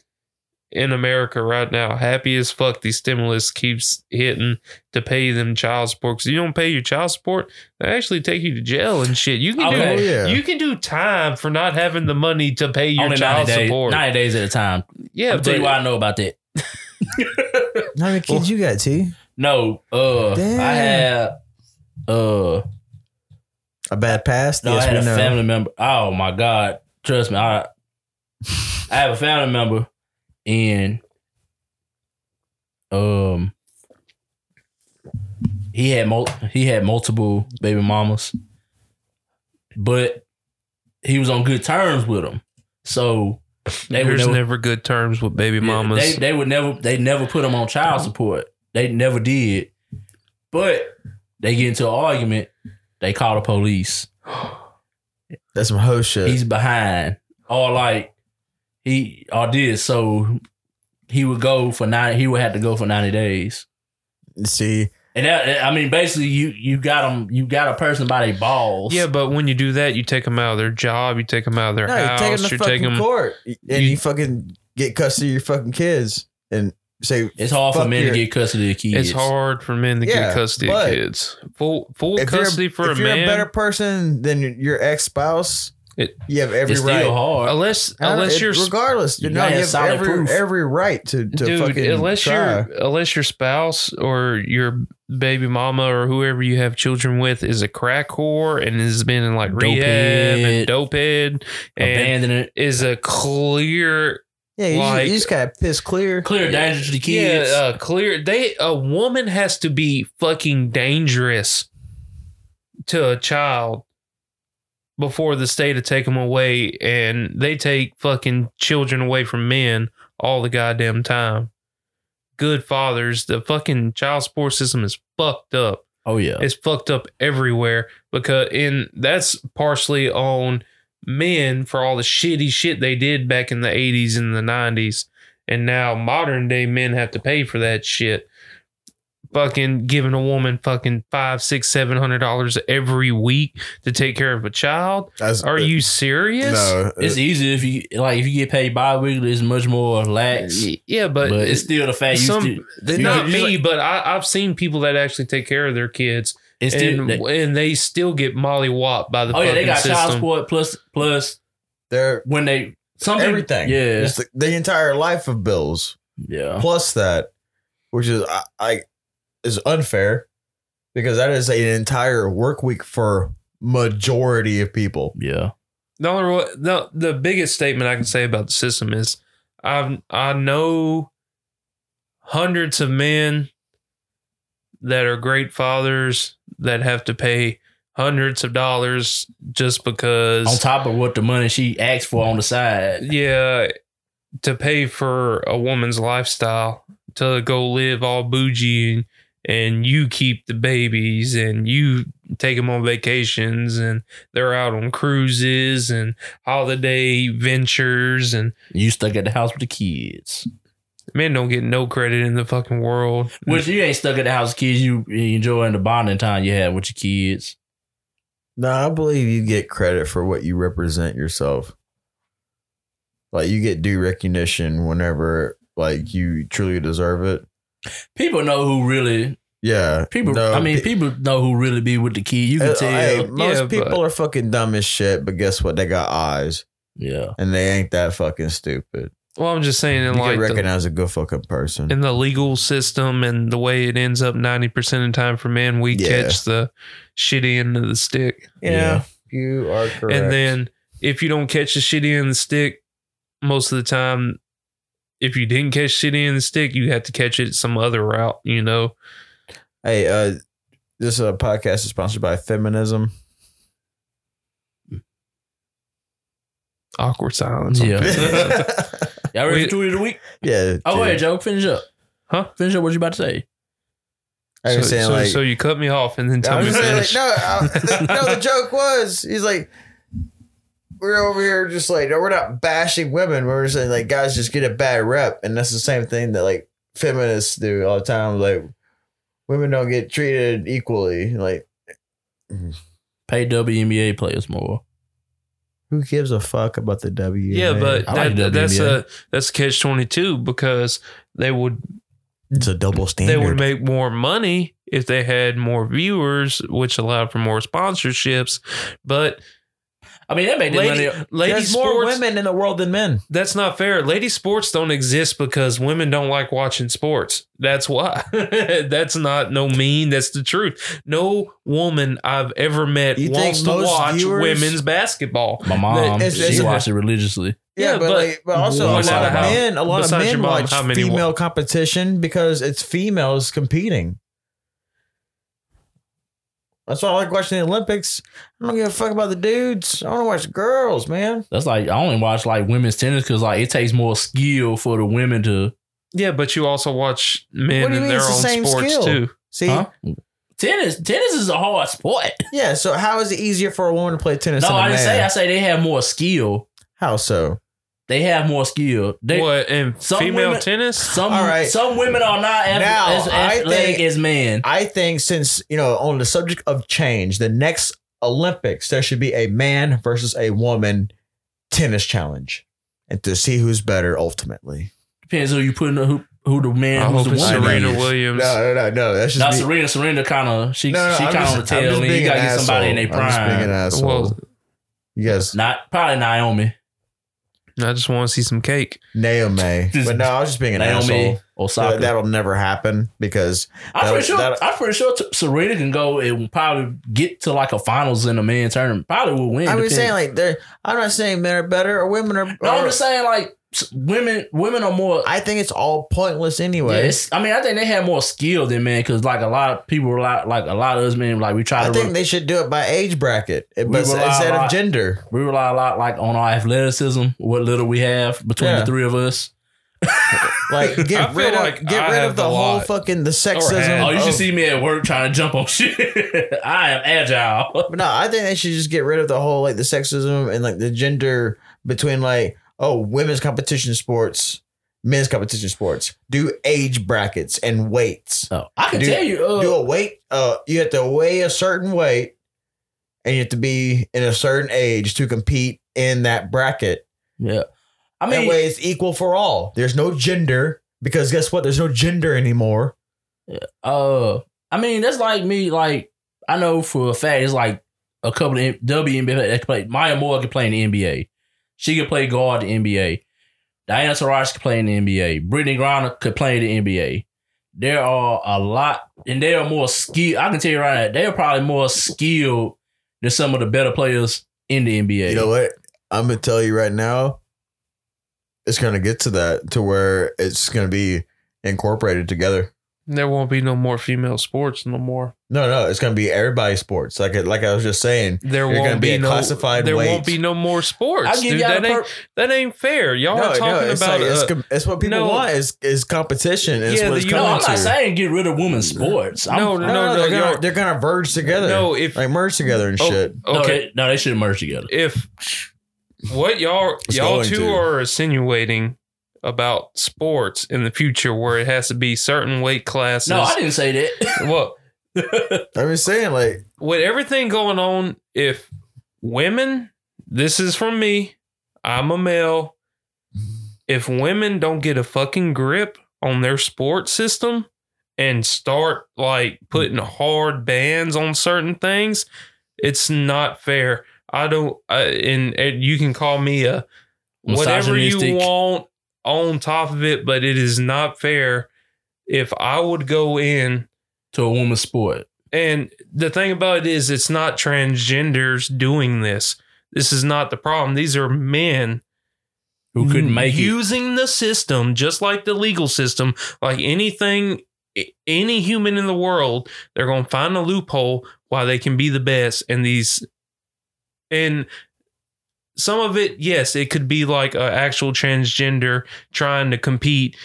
Speaker 1: in america right now happy as fuck these stimulus keeps hitting to pay them child support because you don't pay your child support they actually take you to jail and shit you can
Speaker 3: Okay.
Speaker 4: Oh
Speaker 1: do
Speaker 4: yeah.
Speaker 1: you can do time for not having the money to pay your
Speaker 3: only
Speaker 1: child
Speaker 3: 90 days,
Speaker 1: support
Speaker 3: 90 days at a time.
Speaker 1: yeah
Speaker 3: I'll tell
Speaker 1: but-
Speaker 3: you why I know about that.
Speaker 2: How many kids you got, T?
Speaker 3: No, uh,
Speaker 2: Damn.
Speaker 3: I had, uh,
Speaker 2: A bad past?
Speaker 3: no, I
Speaker 2: yes,
Speaker 3: had a
Speaker 2: we know.
Speaker 3: family member. Oh my god, trust me, I, I have a family member, and um, he had mul- he had multiple baby mamas, but he was on good terms with them, so they would
Speaker 1: there's
Speaker 3: never
Speaker 1: never good terms with baby
Speaker 3: Yeah,
Speaker 1: mamas Mm-hmm.
Speaker 3: They they would never they never put them on child support. They never did. But they get into an argument. They call the police.
Speaker 2: That's some ho shit.
Speaker 3: He's behind. Or like he or did so he would go for nine. He would have to go for ninety days.
Speaker 4: See,
Speaker 3: And that I mean, basically, you you got them. You got a person by their balls.
Speaker 1: yeah but when you do that you take them out of their job you take them out of their
Speaker 2: no, you
Speaker 1: house
Speaker 2: take 'em to
Speaker 1: you
Speaker 2: fucking
Speaker 1: take them
Speaker 2: court, and
Speaker 1: you-
Speaker 2: you, fucking get custody of your fucking kids, and say
Speaker 3: it's hard for
Speaker 2: Fuck
Speaker 3: men
Speaker 2: your-
Speaker 3: to get custody of kids.
Speaker 1: It's hard for men to
Speaker 2: Yeah,
Speaker 1: get custody of
Speaker 2: but
Speaker 1: kids. Full full
Speaker 2: if
Speaker 1: custody
Speaker 2: you're,
Speaker 1: for a
Speaker 2: if you're
Speaker 1: man,
Speaker 2: a better person than your ex spouse,
Speaker 1: It-
Speaker 2: you have every
Speaker 3: It's
Speaker 2: right.
Speaker 3: still hard.
Speaker 1: unless
Speaker 2: I don't-
Speaker 1: unless
Speaker 2: Uh, it-
Speaker 1: you're
Speaker 2: regardless,
Speaker 3: you
Speaker 2: you, know,
Speaker 3: gotta
Speaker 2: you
Speaker 3: have
Speaker 2: have
Speaker 3: solid
Speaker 2: every
Speaker 3: proof.
Speaker 2: every right to to
Speaker 1: dude,
Speaker 2: fucking
Speaker 1: unless
Speaker 2: try.
Speaker 1: your unless your spouse or your baby mama or whoever you have children with is a crack whore and has been in like
Speaker 3: Dope
Speaker 1: rehab
Speaker 3: head.
Speaker 1: and dope head and
Speaker 3: Abandoning it.
Speaker 1: is a clear
Speaker 2: yeah, you,
Speaker 1: like-
Speaker 2: just, you just gotta piss clear.
Speaker 3: Clear danger to the kids.
Speaker 1: Yeah, uh, clear. They a woman has to be fucking dangerous to a child before the state to take them away, and they take fucking children away from men all the goddamn time. Good fathers, the fucking child support system is fucked up.
Speaker 3: oh yeah.
Speaker 1: It's fucked up everywhere because and that's partially on men for all the shitty shit they did back in the 80s and the 90s. And now modern day men have to pay for that shit. Fucking giving a woman fucking five, six, seven hundred dollars every week to take care of a child.
Speaker 4: as,
Speaker 1: Are you serious?
Speaker 4: No,
Speaker 3: It's easy if you like if you get paid bi-weekly, it's much more lax.
Speaker 1: Yeah, but,
Speaker 3: But, it's still the fact you
Speaker 1: some
Speaker 3: still,
Speaker 1: they-
Speaker 3: you-
Speaker 1: not
Speaker 3: you
Speaker 1: me, but I, I've seen people that actually take care of their kids
Speaker 3: it's still
Speaker 1: and, and they still get mollywopped by the
Speaker 3: oh yeah,
Speaker 1: fucking
Speaker 3: they got
Speaker 1: system.
Speaker 3: child support plus plus
Speaker 4: they're
Speaker 3: when they some people-
Speaker 4: everything.
Speaker 3: yeah
Speaker 4: It's the, the entire life of bills
Speaker 1: Oh.
Speaker 3: yeah
Speaker 4: plus that, which is I, I is unfair because that is an entire work week for majority of people.
Speaker 3: yeah
Speaker 1: the only wa- the the biggest statement I can say about the system is I I know hundreds of men that are great fathers that have to pay hundreds of dollars just because
Speaker 3: on top of what the money she asked for on the side.
Speaker 1: yeah to pay for a woman's lifestyle to go live all bougie and, and you keep the babies and you take them on vacations and they're out on cruises and holiday ventures and
Speaker 3: You stuck at the house with the kids,
Speaker 1: men don't get no credit in the fucking world
Speaker 3: which you ain't stuck at the house with kids. You, you enjoying the bonding time you had with your kids.
Speaker 4: No, I believe you get credit for what you represent yourself. Like you get due recognition whenever like you truly deserve it.
Speaker 3: People know who really
Speaker 4: Yeah,
Speaker 3: people.
Speaker 4: No,
Speaker 3: I mean,
Speaker 4: pe-
Speaker 3: people know who really be with the kids. You
Speaker 4: Uh,
Speaker 3: can tell.
Speaker 4: hey, most
Speaker 1: Yeah,
Speaker 4: people
Speaker 1: but-
Speaker 4: are fucking dumb as shit, but guess what? They got eyes,
Speaker 3: yeah,
Speaker 4: and they ain't that fucking stupid.
Speaker 1: well i'm just saying in
Speaker 4: you
Speaker 1: like
Speaker 4: can
Speaker 1: the-
Speaker 4: recognize a good fucking person.
Speaker 1: in the legal system and the way it ends up 90% of the time for men we
Speaker 4: Yeah.
Speaker 1: catch the shitty end of the stick
Speaker 4: yeah, you are correct.
Speaker 1: And then if you don't catch the shitty end of the stick, most of the time, if you didn't catch shit in the stick, you had to catch it some other route, you know.
Speaker 2: Hey, uh, this uh, podcast is sponsored by Feminism.
Speaker 1: Awkward silence.
Speaker 3: Yeah.
Speaker 2: yeah.
Speaker 3: Y'all ready
Speaker 1: We-
Speaker 3: for tweet of the week? Oh,
Speaker 2: dude.
Speaker 3: wait, Joe, finish up.
Speaker 1: Huh?
Speaker 3: Finish up what you about to say.
Speaker 2: I
Speaker 1: So,
Speaker 2: was saying
Speaker 1: so,
Speaker 2: like,
Speaker 1: so you cut me off and then tell
Speaker 2: I
Speaker 1: me
Speaker 2: was saying, like,
Speaker 1: finish.
Speaker 2: no, I- the, no. The joke was he's like, we're over here just like, no, we're not bashing women. We're just saying like, guys just get a bad rep, and that's the same thing that like feminists do all the time. Like, women don't get treated equally. Like,
Speaker 3: Pay WNBA players more.
Speaker 2: who gives a fuck about the W?
Speaker 1: yeah, but
Speaker 3: I like
Speaker 1: that, that's
Speaker 3: WNBA.
Speaker 1: a that's a catch twenty two because they would
Speaker 4: It's a double
Speaker 1: they
Speaker 4: standard.
Speaker 1: would make more money if they had more viewers, which allowed for more sponsorships. But
Speaker 3: I mean, that made them
Speaker 1: lady,
Speaker 3: money.
Speaker 1: lady sports,
Speaker 2: in the world than men.
Speaker 1: that's not fair. Lady sports don't exist because women don't like watching sports. That's why. that's not no mean. That's the truth. No woman I've ever met
Speaker 2: You think
Speaker 1: wants to
Speaker 2: most
Speaker 1: watch
Speaker 2: viewers-
Speaker 1: women's basketball.
Speaker 3: My mom,
Speaker 2: It's- it's-
Speaker 3: she watched it religiously.
Speaker 2: Yeah,
Speaker 1: Yeah,
Speaker 2: but,
Speaker 1: but-
Speaker 2: like, but also
Speaker 3: Well,
Speaker 2: a lot of
Speaker 3: how-
Speaker 2: men, a lot of
Speaker 1: besides your
Speaker 2: men
Speaker 1: mom,
Speaker 2: watch
Speaker 1: how many wa-
Speaker 2: female competition because it's females competing. That's why I like watching the Olympics. I don't give a fuck about the dudes. I want to watch girls, man.
Speaker 3: That's like I only watch like women's tennis because like it takes more skill for the women to
Speaker 1: Yeah, but you also watch
Speaker 2: What
Speaker 1: men
Speaker 2: do you
Speaker 1: in
Speaker 2: mean
Speaker 1: their
Speaker 2: it's
Speaker 1: own
Speaker 2: the same
Speaker 1: sports
Speaker 2: skill?
Speaker 1: too.
Speaker 2: See,
Speaker 3: Huh? tennis. Tennis is a hard sport.
Speaker 2: yeah. So how is it easier for a woman to play tennis?
Speaker 3: no,
Speaker 2: than a
Speaker 3: I didn't
Speaker 2: man?
Speaker 3: say. I say they have more skill.
Speaker 2: How so?
Speaker 3: They have more skill. They,
Speaker 1: what and
Speaker 3: some
Speaker 1: female
Speaker 3: women-
Speaker 1: tennis?
Speaker 3: Some
Speaker 2: All right.
Speaker 3: some women are not ath-
Speaker 2: Now,
Speaker 3: as
Speaker 2: I
Speaker 3: athletic
Speaker 2: think-
Speaker 3: as men.
Speaker 2: I think since you know on the subject of change, the next Olympics there should be a man versus a woman tennis challenge, and to see who's better ultimately.
Speaker 3: Depends who you put in the who, who the man
Speaker 1: I
Speaker 3: who's
Speaker 1: hope
Speaker 3: the
Speaker 1: it's
Speaker 3: woman.
Speaker 1: Serena
Speaker 2: is.
Speaker 1: Williams.
Speaker 2: No, no, no, no. That's just
Speaker 3: Not
Speaker 2: me.
Speaker 3: Serena. Serena kind of she
Speaker 2: No, no,
Speaker 3: she
Speaker 2: I'm
Speaker 3: kind of
Speaker 2: just-
Speaker 3: on the
Speaker 2: I'm
Speaker 3: tail
Speaker 2: just
Speaker 3: end. You
Speaker 2: being
Speaker 3: gotta
Speaker 2: an
Speaker 3: get somebody in their
Speaker 2: asshole. I'm just being an
Speaker 3: prime.
Speaker 2: asshole.
Speaker 1: Well-
Speaker 2: you guys,
Speaker 3: Not probably Naomi,
Speaker 1: I just want to see some cake.
Speaker 2: Naomi.
Speaker 3: Just-
Speaker 2: But no, I was just being an
Speaker 3: Naomi,
Speaker 2: asshole.
Speaker 3: Osaka.
Speaker 2: That- that'll never happen because
Speaker 3: I'm
Speaker 2: that-
Speaker 3: pretty sure.
Speaker 2: that-
Speaker 3: I'm pretty sure t- Serena can go and probably get to like a finals in a man tournament. Probably will win.
Speaker 2: I was
Speaker 3: depending-
Speaker 2: saying like they I'm not saying men are better or women are.
Speaker 3: No, I'm
Speaker 2: or-
Speaker 3: just saying like s- women. Women are more.
Speaker 2: I think it's all pointless
Speaker 3: Yeah,
Speaker 2: anyway.
Speaker 3: it's- I mean, I think they have more skill than men because like a lot of people, were like, like a lot of us men, like we try
Speaker 2: I
Speaker 3: to
Speaker 2: think
Speaker 3: re-
Speaker 2: they should do it by age bracket, but
Speaker 3: rely a
Speaker 2: instead
Speaker 3: lot-
Speaker 2: of gender.
Speaker 3: we rely a lot like on our athleticism, what little we have between
Speaker 2: Yeah.
Speaker 3: the three of us.
Speaker 2: Like
Speaker 1: I
Speaker 2: get
Speaker 1: feel
Speaker 2: rid of
Speaker 1: like
Speaker 2: get
Speaker 1: I
Speaker 2: rid
Speaker 1: have
Speaker 2: of the
Speaker 1: a
Speaker 2: whole
Speaker 1: lot.
Speaker 2: fucking the
Speaker 1: had.
Speaker 2: sexism.
Speaker 3: Oh, you
Speaker 2: of-
Speaker 3: should see me at work trying to jump on shit. I am agile.
Speaker 2: But no, I think they should just get rid of the whole like the sexism and like the gender between like oh women's competition sports, men's competition sports. Do age brackets and weights.
Speaker 3: Oh, I can
Speaker 2: Do-
Speaker 3: tell you. Uh,
Speaker 2: Do a weight. Uh, you have to weigh a certain weight, and you have to be in a certain age to compete in that bracket.
Speaker 3: yeah, I
Speaker 2: that
Speaker 3: mean,
Speaker 2: way, it's equal for all. There's no gender because guess what? There's no gender anymore.
Speaker 3: Uh, I mean, that's like me. Like I know for a fact, it's like a couple of M- WNBA players that can play. Maya Moore can play in the NBA. She could play guard in the NBA. Diana Taurasi could play in the NBA. Brittany Griner could play in the NBA. There are a lot, and they are more skilled. I can tell you right now, they are probably more skilled than some of the better players in the NBA.
Speaker 4: You know what? I'm gonna tell you right now. It's gonna get to that to where it's gonna be incorporated together.
Speaker 1: There won't be no more female sports no more.
Speaker 4: No, no, it's gonna be everybody sports. Like, like I was just saying,
Speaker 1: There
Speaker 4: You're gonna
Speaker 1: won't
Speaker 4: be
Speaker 1: be
Speaker 4: a
Speaker 1: no
Speaker 4: classified
Speaker 1: There
Speaker 4: weight.
Speaker 1: won't be no more sports.
Speaker 3: I give
Speaker 1: dude.
Speaker 3: y'all
Speaker 1: That
Speaker 3: the
Speaker 1: ain't
Speaker 3: per-
Speaker 1: that ain't fair. Y'all are talking
Speaker 4: it's
Speaker 1: about
Speaker 4: like- it's,
Speaker 1: uh,
Speaker 4: com- it's what people
Speaker 1: no.
Speaker 4: want is is competition. Is
Speaker 1: Yeah,
Speaker 4: what it's
Speaker 1: the-
Speaker 4: coming
Speaker 3: no, I'm
Speaker 4: to.
Speaker 3: not saying get rid of women's sports. I'm,
Speaker 1: no, no,
Speaker 2: No, no,
Speaker 1: no,
Speaker 2: they're,
Speaker 1: you're-
Speaker 2: gonna, they're gonna verge together.
Speaker 1: no. If
Speaker 2: like merge together and
Speaker 1: oh,
Speaker 2: shit.
Speaker 3: no,
Speaker 1: okay,
Speaker 3: they, no, they shouldn't merge together.
Speaker 1: if what y'all
Speaker 4: It's
Speaker 1: y'all
Speaker 4: going
Speaker 1: two
Speaker 4: to.
Speaker 1: are insinuating about sports in the future where it has to be certain weight classes.
Speaker 3: No, I didn't say that.
Speaker 1: well,
Speaker 4: I'm just saying, like,
Speaker 1: with everything going on, if women, this is from me, I'm a male. If women don't get a fucking grip on their sport system and start like putting hard bans on certain things, it's not fair. I don't, uh, and, and you can call me a whatever you
Speaker 3: Misogynistic.
Speaker 1: want on top of it, but it is not fair. If I would go in
Speaker 3: to a woman's sport.
Speaker 1: and the thing about it is, it's not transgenders doing this. This is not the problem. These are men
Speaker 3: who couldn't make it.
Speaker 1: Mm, using the system just like the legal system like anything any human in the world they're going to find a loophole why they can be the best and these and some of it yes it could be like an actual transgender trying to compete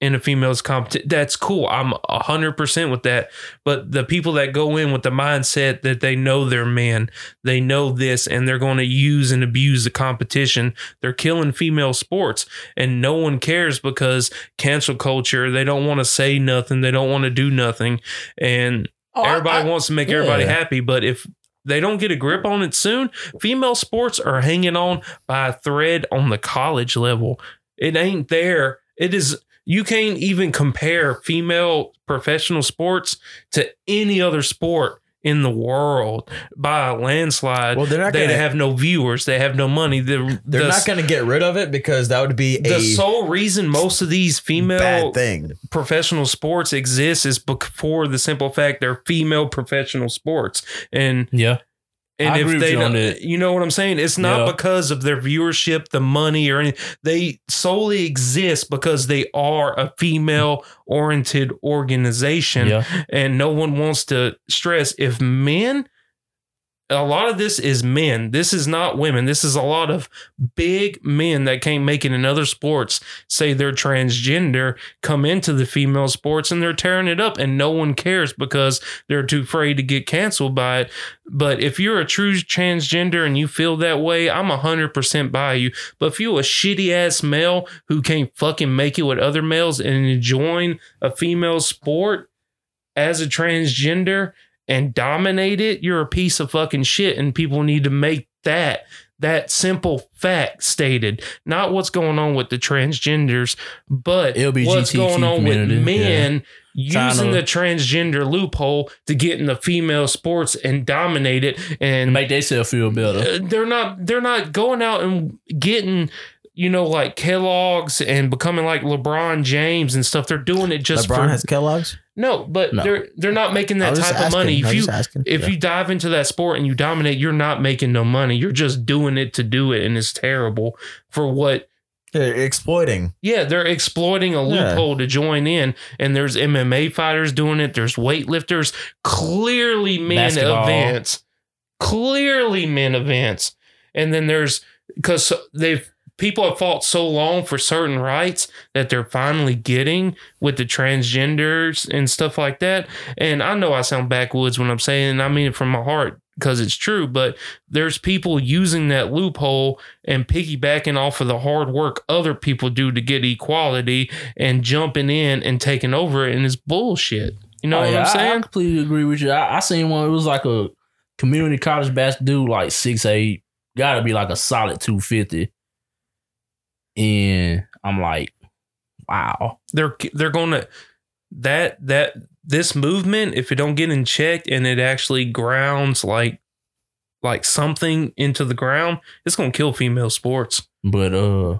Speaker 1: in a female's competition that's cool i'm 100% with that but the people that go in with the mindset that they know their man they know this and they're going to use and abuse the competition they're killing female sports and no one cares because cancel culture they don't want to say nothing they don't want to do nothing and
Speaker 3: Oh, I-
Speaker 1: everybody
Speaker 3: I-
Speaker 1: wants to make everybody
Speaker 2: yeah.
Speaker 1: happy but if they don't get a grip on it soon female sports are hanging on by a thread on the college level it ain't there it is you can't even compare female professional sports to any other sport in the world by a landslide
Speaker 2: Well, they're not
Speaker 1: they
Speaker 2: gonna
Speaker 1: have no viewers. They have no money. The,
Speaker 2: They're
Speaker 1: the,
Speaker 2: not going to get rid of it because that would be
Speaker 1: the
Speaker 2: a
Speaker 1: sole reason most of these female
Speaker 2: bad thing.
Speaker 1: professional sports exist is bec- for the simple fact they're female professional sports. And
Speaker 3: Yeah.
Speaker 1: and
Speaker 3: I
Speaker 1: if
Speaker 3: agree with
Speaker 1: they
Speaker 3: you
Speaker 1: don't,
Speaker 3: on that.
Speaker 1: you know what I'm saying? It's not
Speaker 3: Yeah.
Speaker 1: because of their viewership, the money, or any. They solely exist because they are a female oriented organization
Speaker 3: Yeah.
Speaker 1: and no one wants to stress if men a lot of this is men this is not women this is a lot of big men that can't make it in other sports say they're transgender come into the female sports and they're tearing it up and no one cares because they're too afraid to get canceled by it but if you're a true transgender and you feel that way i'm 100% by you but if you a shitty ass male who can't fucking make it with other males and enjoying a female sport as a transgender and dominate it, you're a piece of fucking shit. And people need to make that that simple fact stated, not what's going on with the transgenders, but what's
Speaker 3: LBGTQ
Speaker 1: going on with
Speaker 3: community,
Speaker 1: men using
Speaker 3: Trying to-
Speaker 1: the transgender loophole to get in the female sports and dominate it and
Speaker 3: And make themselves feel better.
Speaker 1: uh, they're not they're not going out and getting you know like Kellogg's and becoming like LeBron James and stuff. They're doing it just
Speaker 5: LeBron
Speaker 1: for
Speaker 5: has Kellogg's.
Speaker 1: no, but
Speaker 2: No.
Speaker 1: they're they're not making
Speaker 2: I
Speaker 1: that
Speaker 2: was just
Speaker 1: type of money. If
Speaker 2: asking. I was
Speaker 1: you
Speaker 2: just asking.
Speaker 1: if
Speaker 2: Yeah.
Speaker 1: you dive into that sport and you dominate, you're not making no money. You're just doing it to do it, and it's terrible for what.
Speaker 2: They're exploiting.
Speaker 1: Yeah, they're exploiting a
Speaker 2: Yeah.
Speaker 1: loophole to join in, and there's MMA fighters doing it. There's weightlifters, clearly men
Speaker 3: Basketball.
Speaker 1: events, clearly men events, and then there's because they've people have fought so long for certain rights that they're finally getting with the transgenders and stuff like that. And I know I sound backwoods when I'm saying, it, and I mean it from my heart because it's true, but there's people using that loophole and piggybacking off of the hard work other people do to get equality and jumping in and taking over it, and it's bullshit. You know
Speaker 3: Oh,
Speaker 1: what
Speaker 3: yeah,
Speaker 1: I'm
Speaker 3: I- I,
Speaker 1: saying?
Speaker 3: completely agree with you. I, I seen one. It was like a community college bass dude, like six eight, got to be like a solid two fifty. And I'm like, wow.
Speaker 1: they're they're going to that that this movement if it don't get in check and it actually grounds like like something into the ground it's going to kill female sports
Speaker 3: But uh,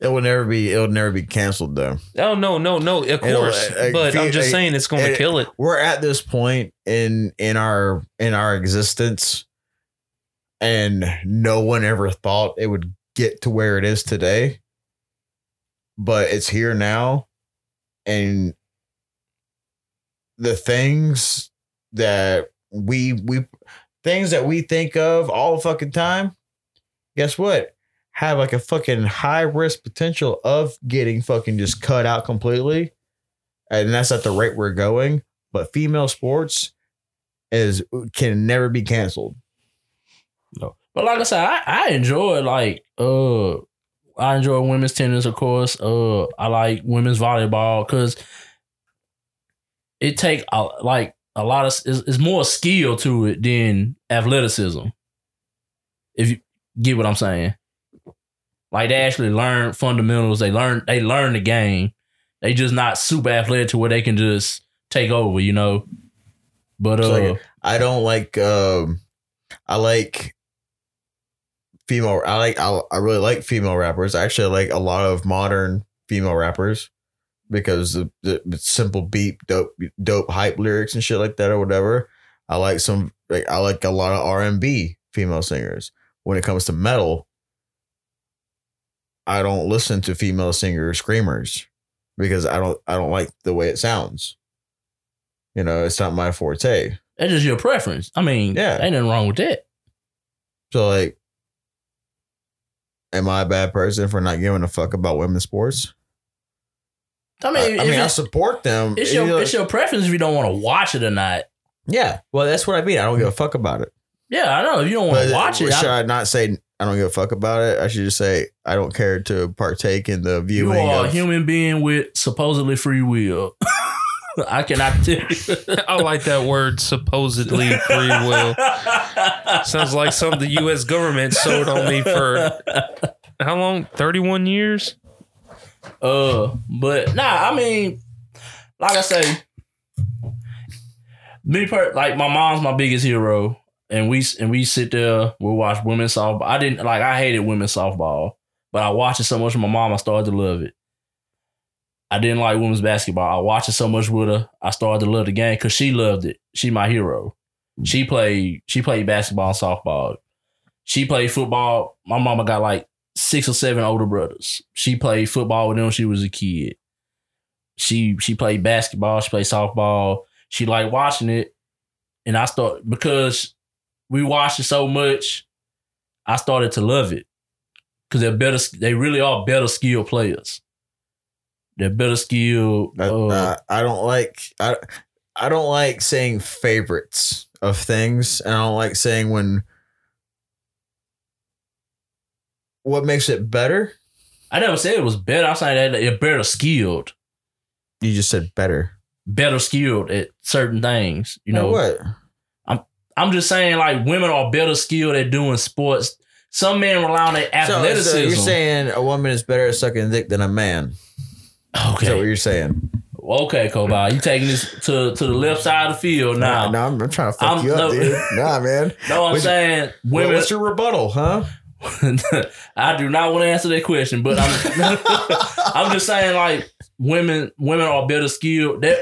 Speaker 2: It will never be. It will never be canceled though.
Speaker 1: oh no no no of
Speaker 2: It'll,
Speaker 1: course
Speaker 2: uh, uh,
Speaker 1: but
Speaker 2: fe-
Speaker 1: i'm just
Speaker 2: uh,
Speaker 1: saying it's going to
Speaker 2: uh,
Speaker 1: kill it
Speaker 2: We're at this point in in our in our existence, and no one ever thought it would get to where it is today. But it's here now, and the things that we we things that we think of all the fucking time. Guess what? Have like a fucking high risk potential of getting fucking just cut out completely and that's at the rate we're going. But female sports is can never be canceled.
Speaker 3: No. But like I said, I, I enjoy like uh I enjoy women's tennis, of course. Uh I like women's volleyball because it take a, like a lot of it's, it's more skill to it than athleticism. If you get what I'm saying. Like they actually learn fundamentals. They learn they learn the game. They just not super athletic to where they can just take over, you know. But
Speaker 2: It's
Speaker 3: uh
Speaker 2: like I don't like. Um, I like female. I like. I, I really like female rappers. Actually, I like a lot of modern female rappers because the, the simple beat, dope, dope hype lyrics and shit like that or whatever. I like some. Like I like a lot of R and B female singers. When it comes to metal, I don't listen to female singer screamers because I don't I don't like the way it sounds. You know, it's not my forte.
Speaker 3: That's just your preference. I mean,
Speaker 2: Yeah.
Speaker 3: ain't nothing wrong with that.
Speaker 2: So like am I a bad person for not giving a fuck about women's sports?
Speaker 3: I mean,
Speaker 2: I, I
Speaker 3: if
Speaker 2: mean I
Speaker 3: it's,
Speaker 2: support them.
Speaker 3: it's
Speaker 2: You
Speaker 3: your
Speaker 2: know,
Speaker 3: it's your preference if you don't want to watch it or not.
Speaker 2: yeah. Well, that's what I mean. I don't give a fuck about it.
Speaker 3: Yeah, I know. If you don't want
Speaker 2: But
Speaker 3: to watch it,
Speaker 2: Should
Speaker 3: I,
Speaker 2: I, not say I don't give a fuck about it? I should just say I don't care to partake in the
Speaker 3: you
Speaker 2: viewing.
Speaker 3: are a
Speaker 2: of-
Speaker 3: human being with supposedly free will. I cannot tell you.
Speaker 1: I like that word supposedly free will. Sounds like something the U.S. government sold on me for how long? Thirty-one years.
Speaker 3: Uh, but nah, I mean, like I say, me per like my mom's my biggest hero, and we and we sit there, we watch women's softball. I didn't like I hated women's softball, but I watched it so much with my mom, I started to love it. I didn't like women's basketball. I watched it so much with her, I started to love the game because she loved it. She my hero. She played she played basketball and softball. She played football. My mama got like six or seven older brothers. She played football with them when she was a kid. She she played basketball, she played softball. She liked watching it. And I start because we watched it so much, I started to love it. Cause they're better they really are better skilled players. They're better skilled.
Speaker 2: I,
Speaker 3: uh,
Speaker 2: I- I don't like I I don't like saying favorites of things, and I don't like saying when. What makes it better?
Speaker 3: I never said it was better. I'm saying that they're better skilled.
Speaker 2: You just said better.
Speaker 3: Better skilled at certain things. You know
Speaker 2: Like what?
Speaker 3: I'm just saying, like women are better skilled at doing sports. Some men rely on their
Speaker 2: So-
Speaker 3: athleticism.
Speaker 2: So, you're saying a woman is better at sucking dick than a man? Is that what
Speaker 3: okay,
Speaker 2: you're saying?
Speaker 3: okay, Kobai, you taking this to to the left side of the field now?
Speaker 2: no,
Speaker 3: No,
Speaker 2: I'm, I'm trying to fuck
Speaker 3: I'm-
Speaker 2: you up,
Speaker 3: no.
Speaker 2: dude. Nah, man.
Speaker 3: I'm
Speaker 2: What's-
Speaker 3: saying
Speaker 2: Well,
Speaker 3: women.
Speaker 2: what's your rebuttal, huh?
Speaker 3: I do not want to answer that question, but I'm I'm just saying, like women women are better skilled. That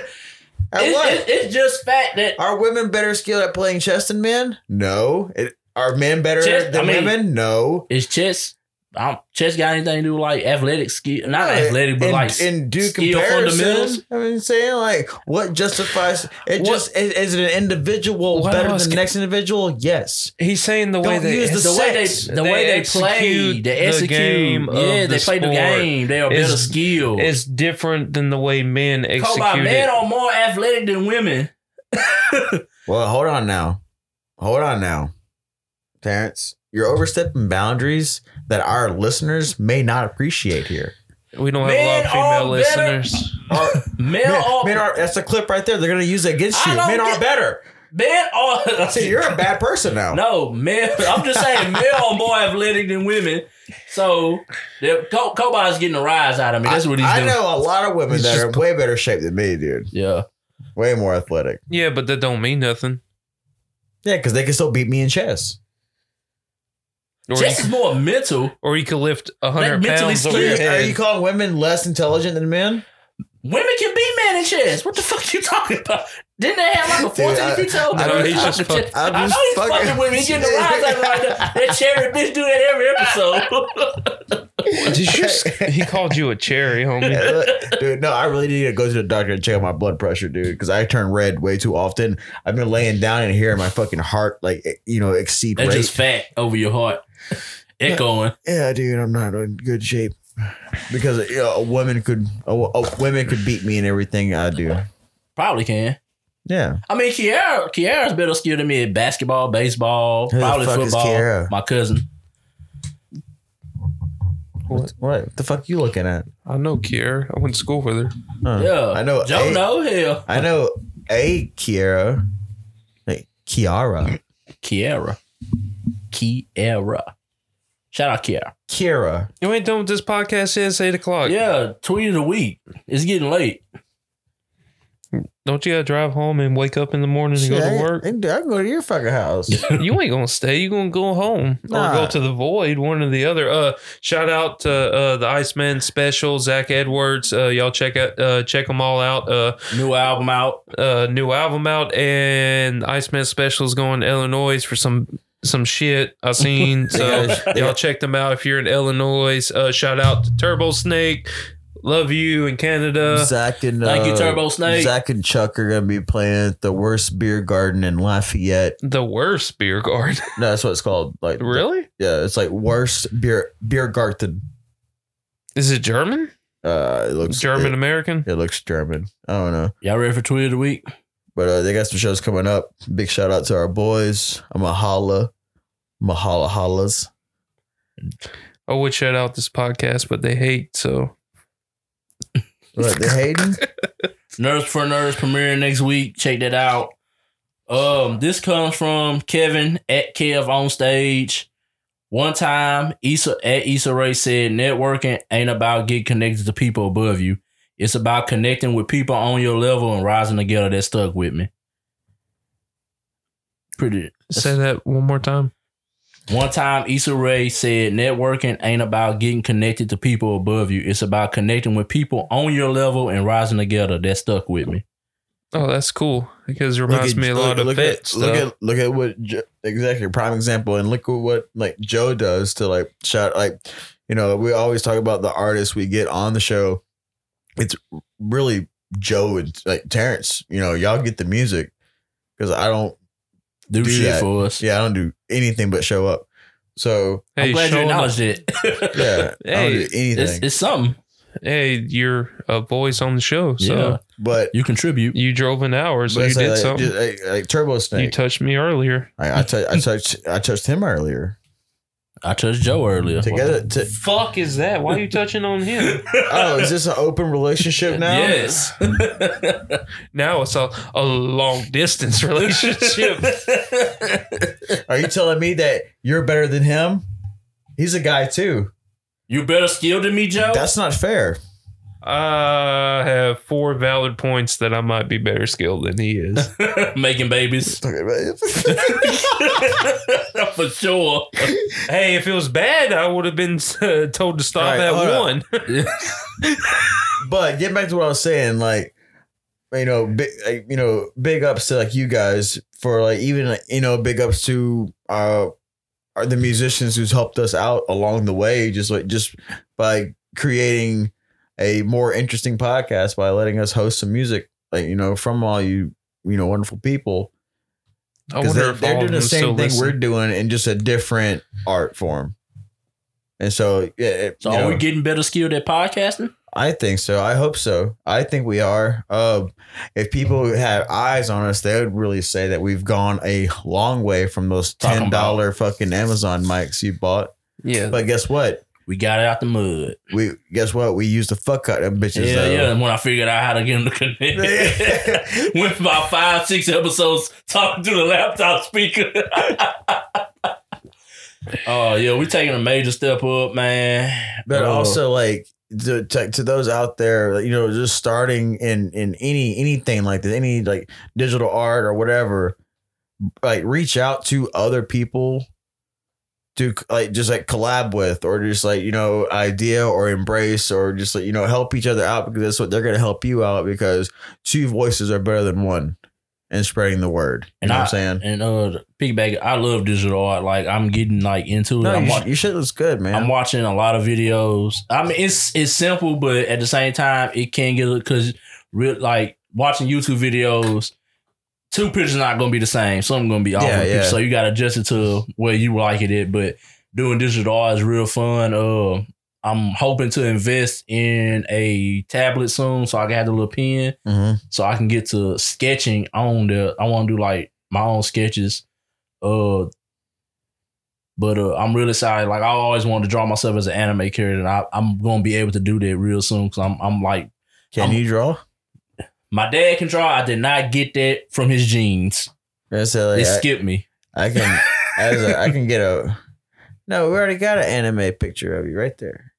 Speaker 2: At
Speaker 3: it-
Speaker 2: what? Uh,
Speaker 3: it- it's just fact that
Speaker 2: Are women better skilled at playing chess than men? No. It, are men better
Speaker 3: Chess-
Speaker 2: than
Speaker 3: I mean-
Speaker 2: women? No.
Speaker 3: it's chess. I'm, chess got anything to do with like athletic skill? Not
Speaker 2: Yeah,
Speaker 3: athletic, but
Speaker 2: and,
Speaker 3: like
Speaker 2: and do
Speaker 3: skill
Speaker 2: comparisons.
Speaker 3: fundamentals?
Speaker 2: I mean, saying like what justifies it?
Speaker 1: What-
Speaker 2: Just is, is it an individual
Speaker 1: What
Speaker 2: better
Speaker 1: else
Speaker 2: than the
Speaker 1: can-
Speaker 2: next individual? Yes.
Speaker 1: He's saying the way
Speaker 2: Don't
Speaker 1: they
Speaker 2: use
Speaker 3: the way
Speaker 2: sex.
Speaker 3: they the way they play,
Speaker 1: execute
Speaker 3: they
Speaker 1: the
Speaker 3: execute.
Speaker 1: game of
Speaker 3: yeah, they
Speaker 1: the
Speaker 3: play the
Speaker 1: sport
Speaker 3: game. They are
Speaker 1: is-
Speaker 3: better skilled.
Speaker 1: is different than the way men
Speaker 3: Kobe,
Speaker 1: execute
Speaker 3: men
Speaker 1: it.
Speaker 3: are more athletic than women.
Speaker 2: Well, hold on now, hold on now, Terrence. You're overstepping boundaries that our listeners may not appreciate here.
Speaker 1: We don't have a lot
Speaker 3: Men
Speaker 1: of
Speaker 3: are
Speaker 1: female
Speaker 3: better-
Speaker 1: listeners.
Speaker 2: Are,
Speaker 3: Men
Speaker 2: men,
Speaker 3: are
Speaker 2: men are that's a clip right there. They're gonna use it against
Speaker 3: I
Speaker 2: you.
Speaker 3: don't
Speaker 2: Men are
Speaker 3: get-
Speaker 2: better.
Speaker 3: men are.
Speaker 2: See, you're a bad person now.
Speaker 3: no men. I'm just saying men are more athletic than women. So they're- Co- Kobe's getting a rise out of me. That's what he's
Speaker 2: I
Speaker 3: doing.
Speaker 2: know a lot of women
Speaker 1: He's
Speaker 2: that
Speaker 1: just
Speaker 2: are way better shape than me, dude.
Speaker 3: Yeah.
Speaker 2: Way more athletic.
Speaker 1: Yeah, but that don't mean nothing.
Speaker 2: Yeah, because they can still beat me in chess.
Speaker 1: Or
Speaker 3: Chess
Speaker 1: you,
Speaker 3: is more mental.
Speaker 1: or you could lift hundred
Speaker 3: mentally
Speaker 1: pounds over
Speaker 3: skewed.
Speaker 1: your
Speaker 2: Are you
Speaker 1: head.
Speaker 2: calling women less intelligent than men?
Speaker 3: Women can be men in chess. What the fuck you talking about? Didn't they have like a
Speaker 2: Dude, I-
Speaker 3: 14 feet tall?
Speaker 1: I
Speaker 3: girl?
Speaker 1: know, he's just fuck-
Speaker 2: I'm
Speaker 3: I know
Speaker 2: just
Speaker 3: he's
Speaker 2: fucking-
Speaker 3: fucking, with me. He's getting the rise out of me like that. That cherry bitch do that every episode.
Speaker 1: Did you, s- he called you a cherry, homie.
Speaker 2: dude, no, I really need to go to the doctor and check out my blood pressure, dude, because I turn red way too often. I've been laying down in here and my fucking heart, like, eh, you know, exceed
Speaker 3: That's
Speaker 2: rate.
Speaker 3: just fat over your heart. Echoing.
Speaker 2: yeah, dude, I'm not in good shape because you know, a woman could, a, wo- a women could beat me in everything I do.
Speaker 3: Probably can.
Speaker 2: Yeah,
Speaker 3: I mean, Kiara, Kiara's better skilled than me at basketball, baseball,
Speaker 2: Who the
Speaker 3: probably
Speaker 2: fuck is
Speaker 3: football.
Speaker 2: Kiara?
Speaker 3: My cousin.
Speaker 2: what, what the fuck you looking at?
Speaker 1: I know Kier. I went to school with her.
Speaker 2: Huh.
Speaker 3: Yeah.
Speaker 2: I know.
Speaker 3: Joe,
Speaker 2: a,
Speaker 3: no, hell.
Speaker 2: I know a Kiara, like Kiara,
Speaker 3: Kiara. Kiara. Shout out Kiara.
Speaker 2: Kiara.
Speaker 1: You ain't done with this podcast yet. It's eight o'clock.
Speaker 3: Yeah, tweet of the week. It's getting late.
Speaker 1: Don't you gotta drive home and wake up in the morning and
Speaker 2: Shit,
Speaker 1: go
Speaker 2: I-
Speaker 1: to work?
Speaker 2: I, can do- I can go to your fucking house.
Speaker 1: you ain't gonna stay. You gonna go home
Speaker 2: Nah.
Speaker 1: or go to the void, one or the other. Uh, shout out to uh, the Iceman special, Zach Edwards. Uh, y'all check out, uh, check them all out. Uh,
Speaker 3: New album out.
Speaker 1: uh, new album out, and Iceman special is going to Illinois for some some shit I seen. So
Speaker 2: They got- they
Speaker 1: y'all
Speaker 2: got-
Speaker 1: check them out if you're in Illinois. Uh, shout out to Turbo Snake. Love you in Canada.
Speaker 2: Zach and
Speaker 3: Thank you,
Speaker 2: uh,
Speaker 3: Turbo Snake.
Speaker 2: Zach and Chuck are gonna be playing at the worst beer garden in Lafayette.
Speaker 1: The worst beer garden.
Speaker 2: No, that's what it's called. Like,
Speaker 1: really?
Speaker 2: yeah, it's like worst beer beer garden.
Speaker 1: Is it German?
Speaker 2: Uh, it looks
Speaker 1: German American?
Speaker 2: It, it looks German. I don't know,
Speaker 3: Y'all ready for tweet of the week?
Speaker 2: but uh, they got some shows coming up. Big shout out to our boys. I'm a holla, Mahala hollas.
Speaker 1: I would shout out this podcast, but they hate. So
Speaker 2: What, they hating?
Speaker 3: Nerds for Nerds premiering next week. Check that out. Um, this comes from Kevin at Kev on stage. One time, Issa at Issa Ray said, "Networking ain't about getting connected to people above you. It's about connecting with people on your level and rising together." That stuck with me. Pretty.
Speaker 1: say that one more time.
Speaker 3: One time, Issa Rae said, "Networking ain't about getting connected to people above you. It's about connecting with people on your level and rising together." That stuck with me.
Speaker 1: Oh, that's cool because it reminds
Speaker 2: at-
Speaker 1: me a lot of
Speaker 2: look
Speaker 1: Fett
Speaker 2: at,
Speaker 1: stuff.
Speaker 2: look at look at what Jo- exactly prime example, and look at what like Joe does to like shout like you know we always talk about the artists we get on the show. It's really Joe and like Terrence. You know, y'all get the music because I don't.
Speaker 3: Do,
Speaker 2: Do
Speaker 3: shit
Speaker 2: that.
Speaker 3: for us.
Speaker 2: Yeah, I don't do anything but show up. So
Speaker 1: hey,
Speaker 3: I'm glad you
Speaker 1: showing up-
Speaker 3: acknowledged it.
Speaker 2: yeah, I
Speaker 1: Hey,
Speaker 2: don't do anything.
Speaker 3: it's, it's something.
Speaker 1: hey, you're a voice on the show, so
Speaker 3: Yeah.
Speaker 2: but
Speaker 3: You contribute.
Speaker 1: you drove an hour, so
Speaker 2: but
Speaker 1: you
Speaker 2: it's
Speaker 1: did
Speaker 2: like,
Speaker 1: something.
Speaker 2: just, like, like Turbo
Speaker 1: you
Speaker 2: Snake.
Speaker 1: touched me earlier.
Speaker 2: I I tou- I touched I touched him earlier.
Speaker 3: I touched Joe earlier.
Speaker 2: Together, to,
Speaker 1: Fuck is that? Why are you touching on him?
Speaker 2: oh, is this an open relationship now?
Speaker 3: Yes.
Speaker 1: now it's a, a long distance relationship.
Speaker 2: Are you telling me that you're better than him? He's a guy too.
Speaker 3: you better skilled than me, Joe.
Speaker 2: That's not fair.
Speaker 1: I have four valid points that I might be better skilled than he is.
Speaker 3: Making babies. for sure.
Speaker 1: hey, if it was bad, I would have been uh, told to stop
Speaker 2: All right,
Speaker 1: at
Speaker 2: hold up.
Speaker 1: one.
Speaker 2: but getting back to what I was saying, like you know, big, like, you know, big ups to like you guys for like even like, you know, big ups to uh are the musicians who's helped us out along the way, just like just by creating a more interesting podcast by letting us host some music, like you know, from all you you know wonderful people.
Speaker 1: I
Speaker 2: Because
Speaker 1: wonder
Speaker 2: they're,
Speaker 1: if
Speaker 2: they're
Speaker 1: all of
Speaker 2: doing
Speaker 1: them
Speaker 2: the
Speaker 1: still
Speaker 2: same thing
Speaker 1: listen.
Speaker 2: we're doing in just a different art form. And so, yeah, it-
Speaker 3: So
Speaker 2: you
Speaker 3: are we
Speaker 2: know,
Speaker 3: getting better skilled at podcasting?
Speaker 2: I think so. I hope so. I think we are. Um, if people had eyes on us, they would really say that we've gone a long way from those
Speaker 3: Talking
Speaker 2: ten
Speaker 3: about-
Speaker 2: dollar fucking Amazon mics you bought.
Speaker 1: Yeah.
Speaker 2: But guess what?
Speaker 3: We got it out the mud.
Speaker 2: We guess what? We used the fuck out of them bitches.
Speaker 3: Yeah,
Speaker 2: though.
Speaker 3: yeah. and When I figured out how to get them to connect, went for about five, six episodes talking to the laptop speaker. Oh yeah, we taking a major step up, man.
Speaker 2: but
Speaker 3: Uh,
Speaker 2: also like to, to to those out there like, you know just starting in in any anything like this any like digital art or whatever like reach out to other people to like just like collab with or just like you know idea or embrace or just like you know help each other out because that's what they're going to help you out because two voices are better than one and spreading the word you
Speaker 3: And
Speaker 2: know
Speaker 3: I-
Speaker 2: what i'm saying
Speaker 3: and uh, piggyback. I love digital art. Like I'm getting like into it.
Speaker 2: no,
Speaker 3: I'm,
Speaker 2: you,
Speaker 3: wa-
Speaker 2: sh- your shit looks good man
Speaker 3: I'm watching a lot of videos. I mean, it's it's simple, but at the same time, it can get because real like watching YouTube videos. Two pictures not gonna be the same. Some gonna be off.
Speaker 2: Yeah,
Speaker 3: Yeah,
Speaker 2: yeah.
Speaker 3: So you gotta adjust it to where you like it. At, but doing digital art is real fun. Uh, I'm hoping to invest in a tablet soon, so I can have the little pen
Speaker 2: Mhm.
Speaker 3: so I can get to sketching on the. I want to do like my own sketches. Uh, but uh, I'm really excited. Like I always wanted to draw myself as an anime character, and I, I'm gonna be able to do that real soon because I'm I'm like
Speaker 2: can
Speaker 3: I'm-
Speaker 2: you draw
Speaker 3: my dad can draw. I did not get that from his genes.
Speaker 2: I said, uh, like,
Speaker 3: It
Speaker 2: I-
Speaker 3: skipped me.
Speaker 2: I can as a, I can get a No, we already got an anime picture of you right there.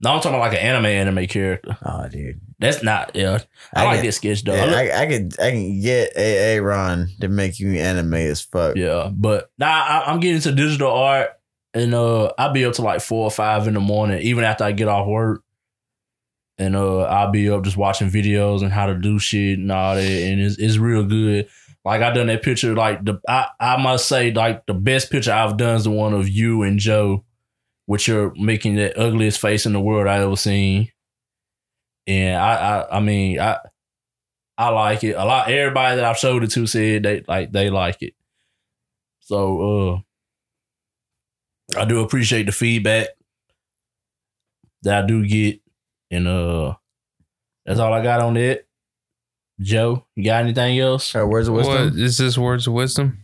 Speaker 3: No, I'm talking about like an anime anime character.
Speaker 2: Oh dude.
Speaker 3: That's not yeah. I, like
Speaker 2: can,
Speaker 3: that sketch though. I
Speaker 2: yeah,
Speaker 3: look-
Speaker 2: I, I could I can get AA Ron to make you anime as fuck.
Speaker 3: Yeah, but nah, I, I'm getting into digital art, and uh, I'll be up to like four or five in the morning, even after I get off work, and uh, I'll be up just watching videos and how to do shit and all that, and it's it's real good. Like I done that picture, like the I, I must say, like the best picture I've done is the one of you and Joe, which you're making the ugliest face in the world I ever seen. And I I, I mean I I like it. A lot everybody that I've showed it to said they like they like it. So uh I do appreciate the feedback that I do get. And uh that's all I got on it. Joe, you got anything else?
Speaker 2: All right, where's the Uh, wisdom?
Speaker 1: What is this? Words of wisdom.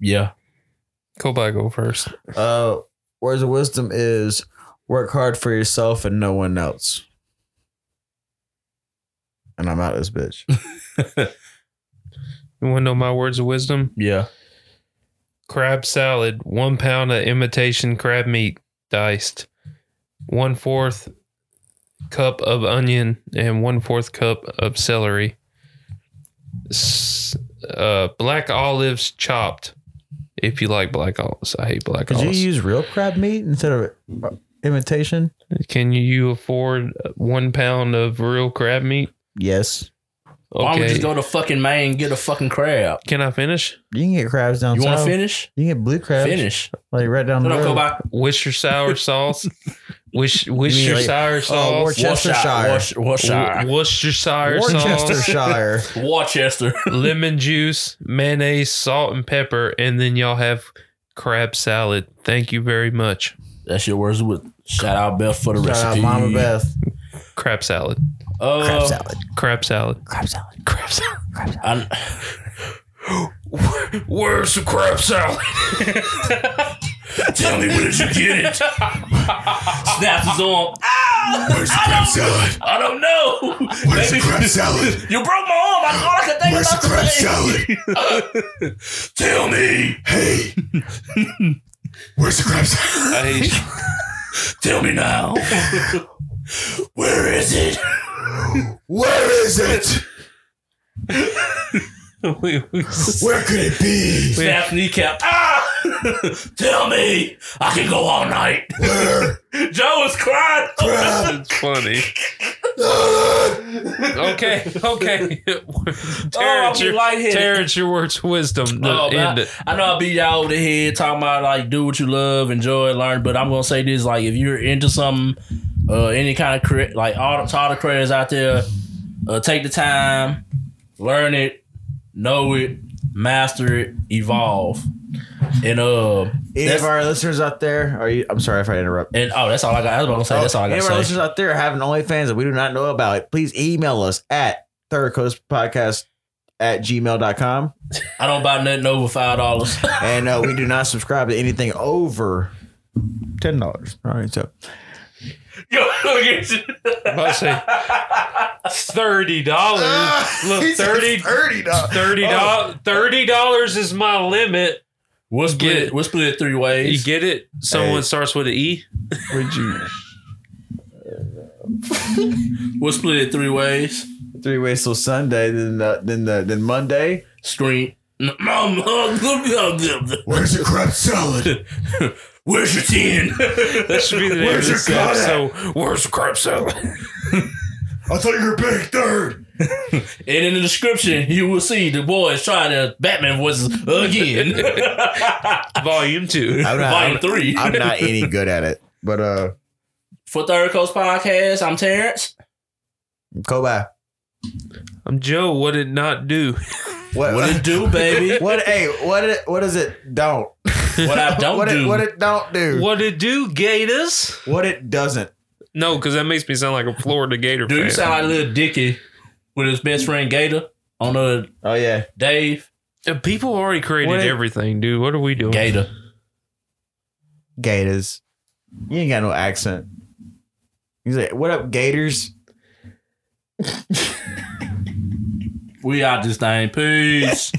Speaker 3: Yeah.
Speaker 1: Kobai go first.
Speaker 2: Uh, words of wisdom is work hard for yourself and no one else. And I'm out of this bitch.
Speaker 1: You want to know my words of wisdom?
Speaker 3: Yeah.
Speaker 1: crab salad, one pound of imitation crab meat diced, one fourth cup of onion, and one fourth cup of celery. S- uh, black olives chopped. If you like black olives, I hate black
Speaker 2: Could you
Speaker 1: olives.
Speaker 2: use real crab meat instead of uh, imitation?
Speaker 1: Can you afford one pound of real crab meat?
Speaker 2: Yes.
Speaker 3: Why don't we
Speaker 1: Okay.
Speaker 3: just go to fucking Maine and get a fucking crab?
Speaker 1: Can I finish?
Speaker 2: You can get crabs down
Speaker 3: You want to
Speaker 2: south.
Speaker 3: finish?
Speaker 2: You can get blue crabs.
Speaker 3: Finish.
Speaker 2: Like right down
Speaker 3: Shut
Speaker 2: the
Speaker 3: up,
Speaker 2: road.
Speaker 3: Kobe.
Speaker 1: Wish your sour sauce. Wish, wish
Speaker 2: mean
Speaker 1: your
Speaker 2: like-
Speaker 1: sour
Speaker 2: Oh,
Speaker 1: sauce.
Speaker 2: Worcestershire.
Speaker 3: Worcestershire. Worcestershire.
Speaker 1: Worcestershire sauce.
Speaker 2: Worcestershire.
Speaker 3: Worcester.
Speaker 1: lemon juice, mayonnaise, salt, and pepper, and then y'all have crab salad. Thank you very much.
Speaker 3: That's your words with shout out Beth for the
Speaker 2: Shout out
Speaker 3: recipe.
Speaker 2: Mama Beth.
Speaker 1: Crab salad.
Speaker 3: Uh,
Speaker 2: Crab salad.
Speaker 1: Crab salad.
Speaker 2: Crab salad.
Speaker 1: Crab salad.
Speaker 3: I,
Speaker 1: Where's the crab salad?
Speaker 3: tell me when did you get it? Snaps his arm. Ow!
Speaker 6: Where's the crab salad?
Speaker 3: I don't know.
Speaker 6: Where's the
Speaker 3: Maybe-
Speaker 6: crab salad?
Speaker 3: You broke my arm. I all I could think
Speaker 6: Where's the
Speaker 3: about
Speaker 6: crab
Speaker 3: today.
Speaker 6: salad? Tell me. Hey. Where's the crab salad?
Speaker 3: Tell me now.
Speaker 6: Where is it? Where is it?
Speaker 1: we, we,
Speaker 6: Where could it be?
Speaker 3: Snaps kneecap. Ah! Tell me. I can go all night.
Speaker 6: Where?
Speaker 3: Joe is crying.
Speaker 6: Crab
Speaker 1: it's funny.
Speaker 6: salad?
Speaker 1: Okay, okay.
Speaker 3: oh,
Speaker 1: Terrence,
Speaker 3: I'm
Speaker 1: your,
Speaker 3: lightheaded.
Speaker 1: Terrence, your words of wisdom. The
Speaker 3: Oh,
Speaker 1: end
Speaker 3: man,
Speaker 1: it.
Speaker 3: I, I know I beat y'all over the head talking about like do what you love, enjoy, learn, but I'm gonna say this like if you're into something, uh, any kind of cre- like all the, to all the creators out there, uh, take the time, learn it, know it, master it, evolve, and uh,
Speaker 2: Any
Speaker 3: that's-
Speaker 2: of our listeners out there, are you? I'm sorry if I interrupt.
Speaker 3: and oh, that's all I got. I was about to say that's all I
Speaker 2: Any of
Speaker 3: got
Speaker 2: our
Speaker 3: to say.
Speaker 2: listeners out there having OnlyFans that we do not know about, please email us at Third Coast Podcast at gmail.com.
Speaker 3: I don't buy nothing over five dollars.
Speaker 2: And uh, we do not subscribe to anything over $10. All right. So
Speaker 3: Yo, look at you.
Speaker 1: I'm about to say thirty dollars. Look,
Speaker 4: Ah, He said
Speaker 1: thirty.
Speaker 4: thirty dollars.
Speaker 1: Thirty dollars. Thirty dollars is my limit.
Speaker 3: We'll split.
Speaker 1: Get
Speaker 3: it.
Speaker 1: it.
Speaker 3: We'll split it three ways.
Speaker 1: You get it? Someone
Speaker 2: Hey.
Speaker 1: starts with an E.
Speaker 2: would you
Speaker 3: we'll split it three ways.
Speaker 2: three ways till Sunday, then uh, then the then Monday?
Speaker 3: Scream.
Speaker 6: Where's the crab salad?
Speaker 3: Where's your tin?
Speaker 1: That should be the name
Speaker 6: Where's
Speaker 1: of this
Speaker 6: your cut
Speaker 1: episode. Where's the crab salad?
Speaker 6: I thought you were big third.
Speaker 3: and in the description, you will see the boys trying to Batman voices again.
Speaker 1: Volume two.
Speaker 2: I'm not,
Speaker 3: Volume
Speaker 2: I'm,
Speaker 3: three.
Speaker 2: I'm not any good at it. But uh,
Speaker 3: For Third Coast Podcast, I'm Terrence.
Speaker 2: Kobe,
Speaker 1: I'm Joe. What did not do?
Speaker 2: what
Speaker 3: What it do, baby?
Speaker 2: what hey what it, what is it don't
Speaker 3: What I don't
Speaker 2: what
Speaker 3: do.
Speaker 2: it what it don't do
Speaker 1: What it do, Gators?
Speaker 2: what it doesn't
Speaker 1: No, because that makes me sound like a Florida Gator
Speaker 3: do
Speaker 1: fan.
Speaker 3: you sound like little Dicky with his best friend Gator on the
Speaker 2: oh yeah
Speaker 3: Dave
Speaker 1: Uh, People already created
Speaker 2: What it-
Speaker 1: everything, dude. What are we doing?
Speaker 3: Gator?
Speaker 2: Gators. You ain't got no accent. He's like, what up, Gators?
Speaker 3: We out this thing. Peace.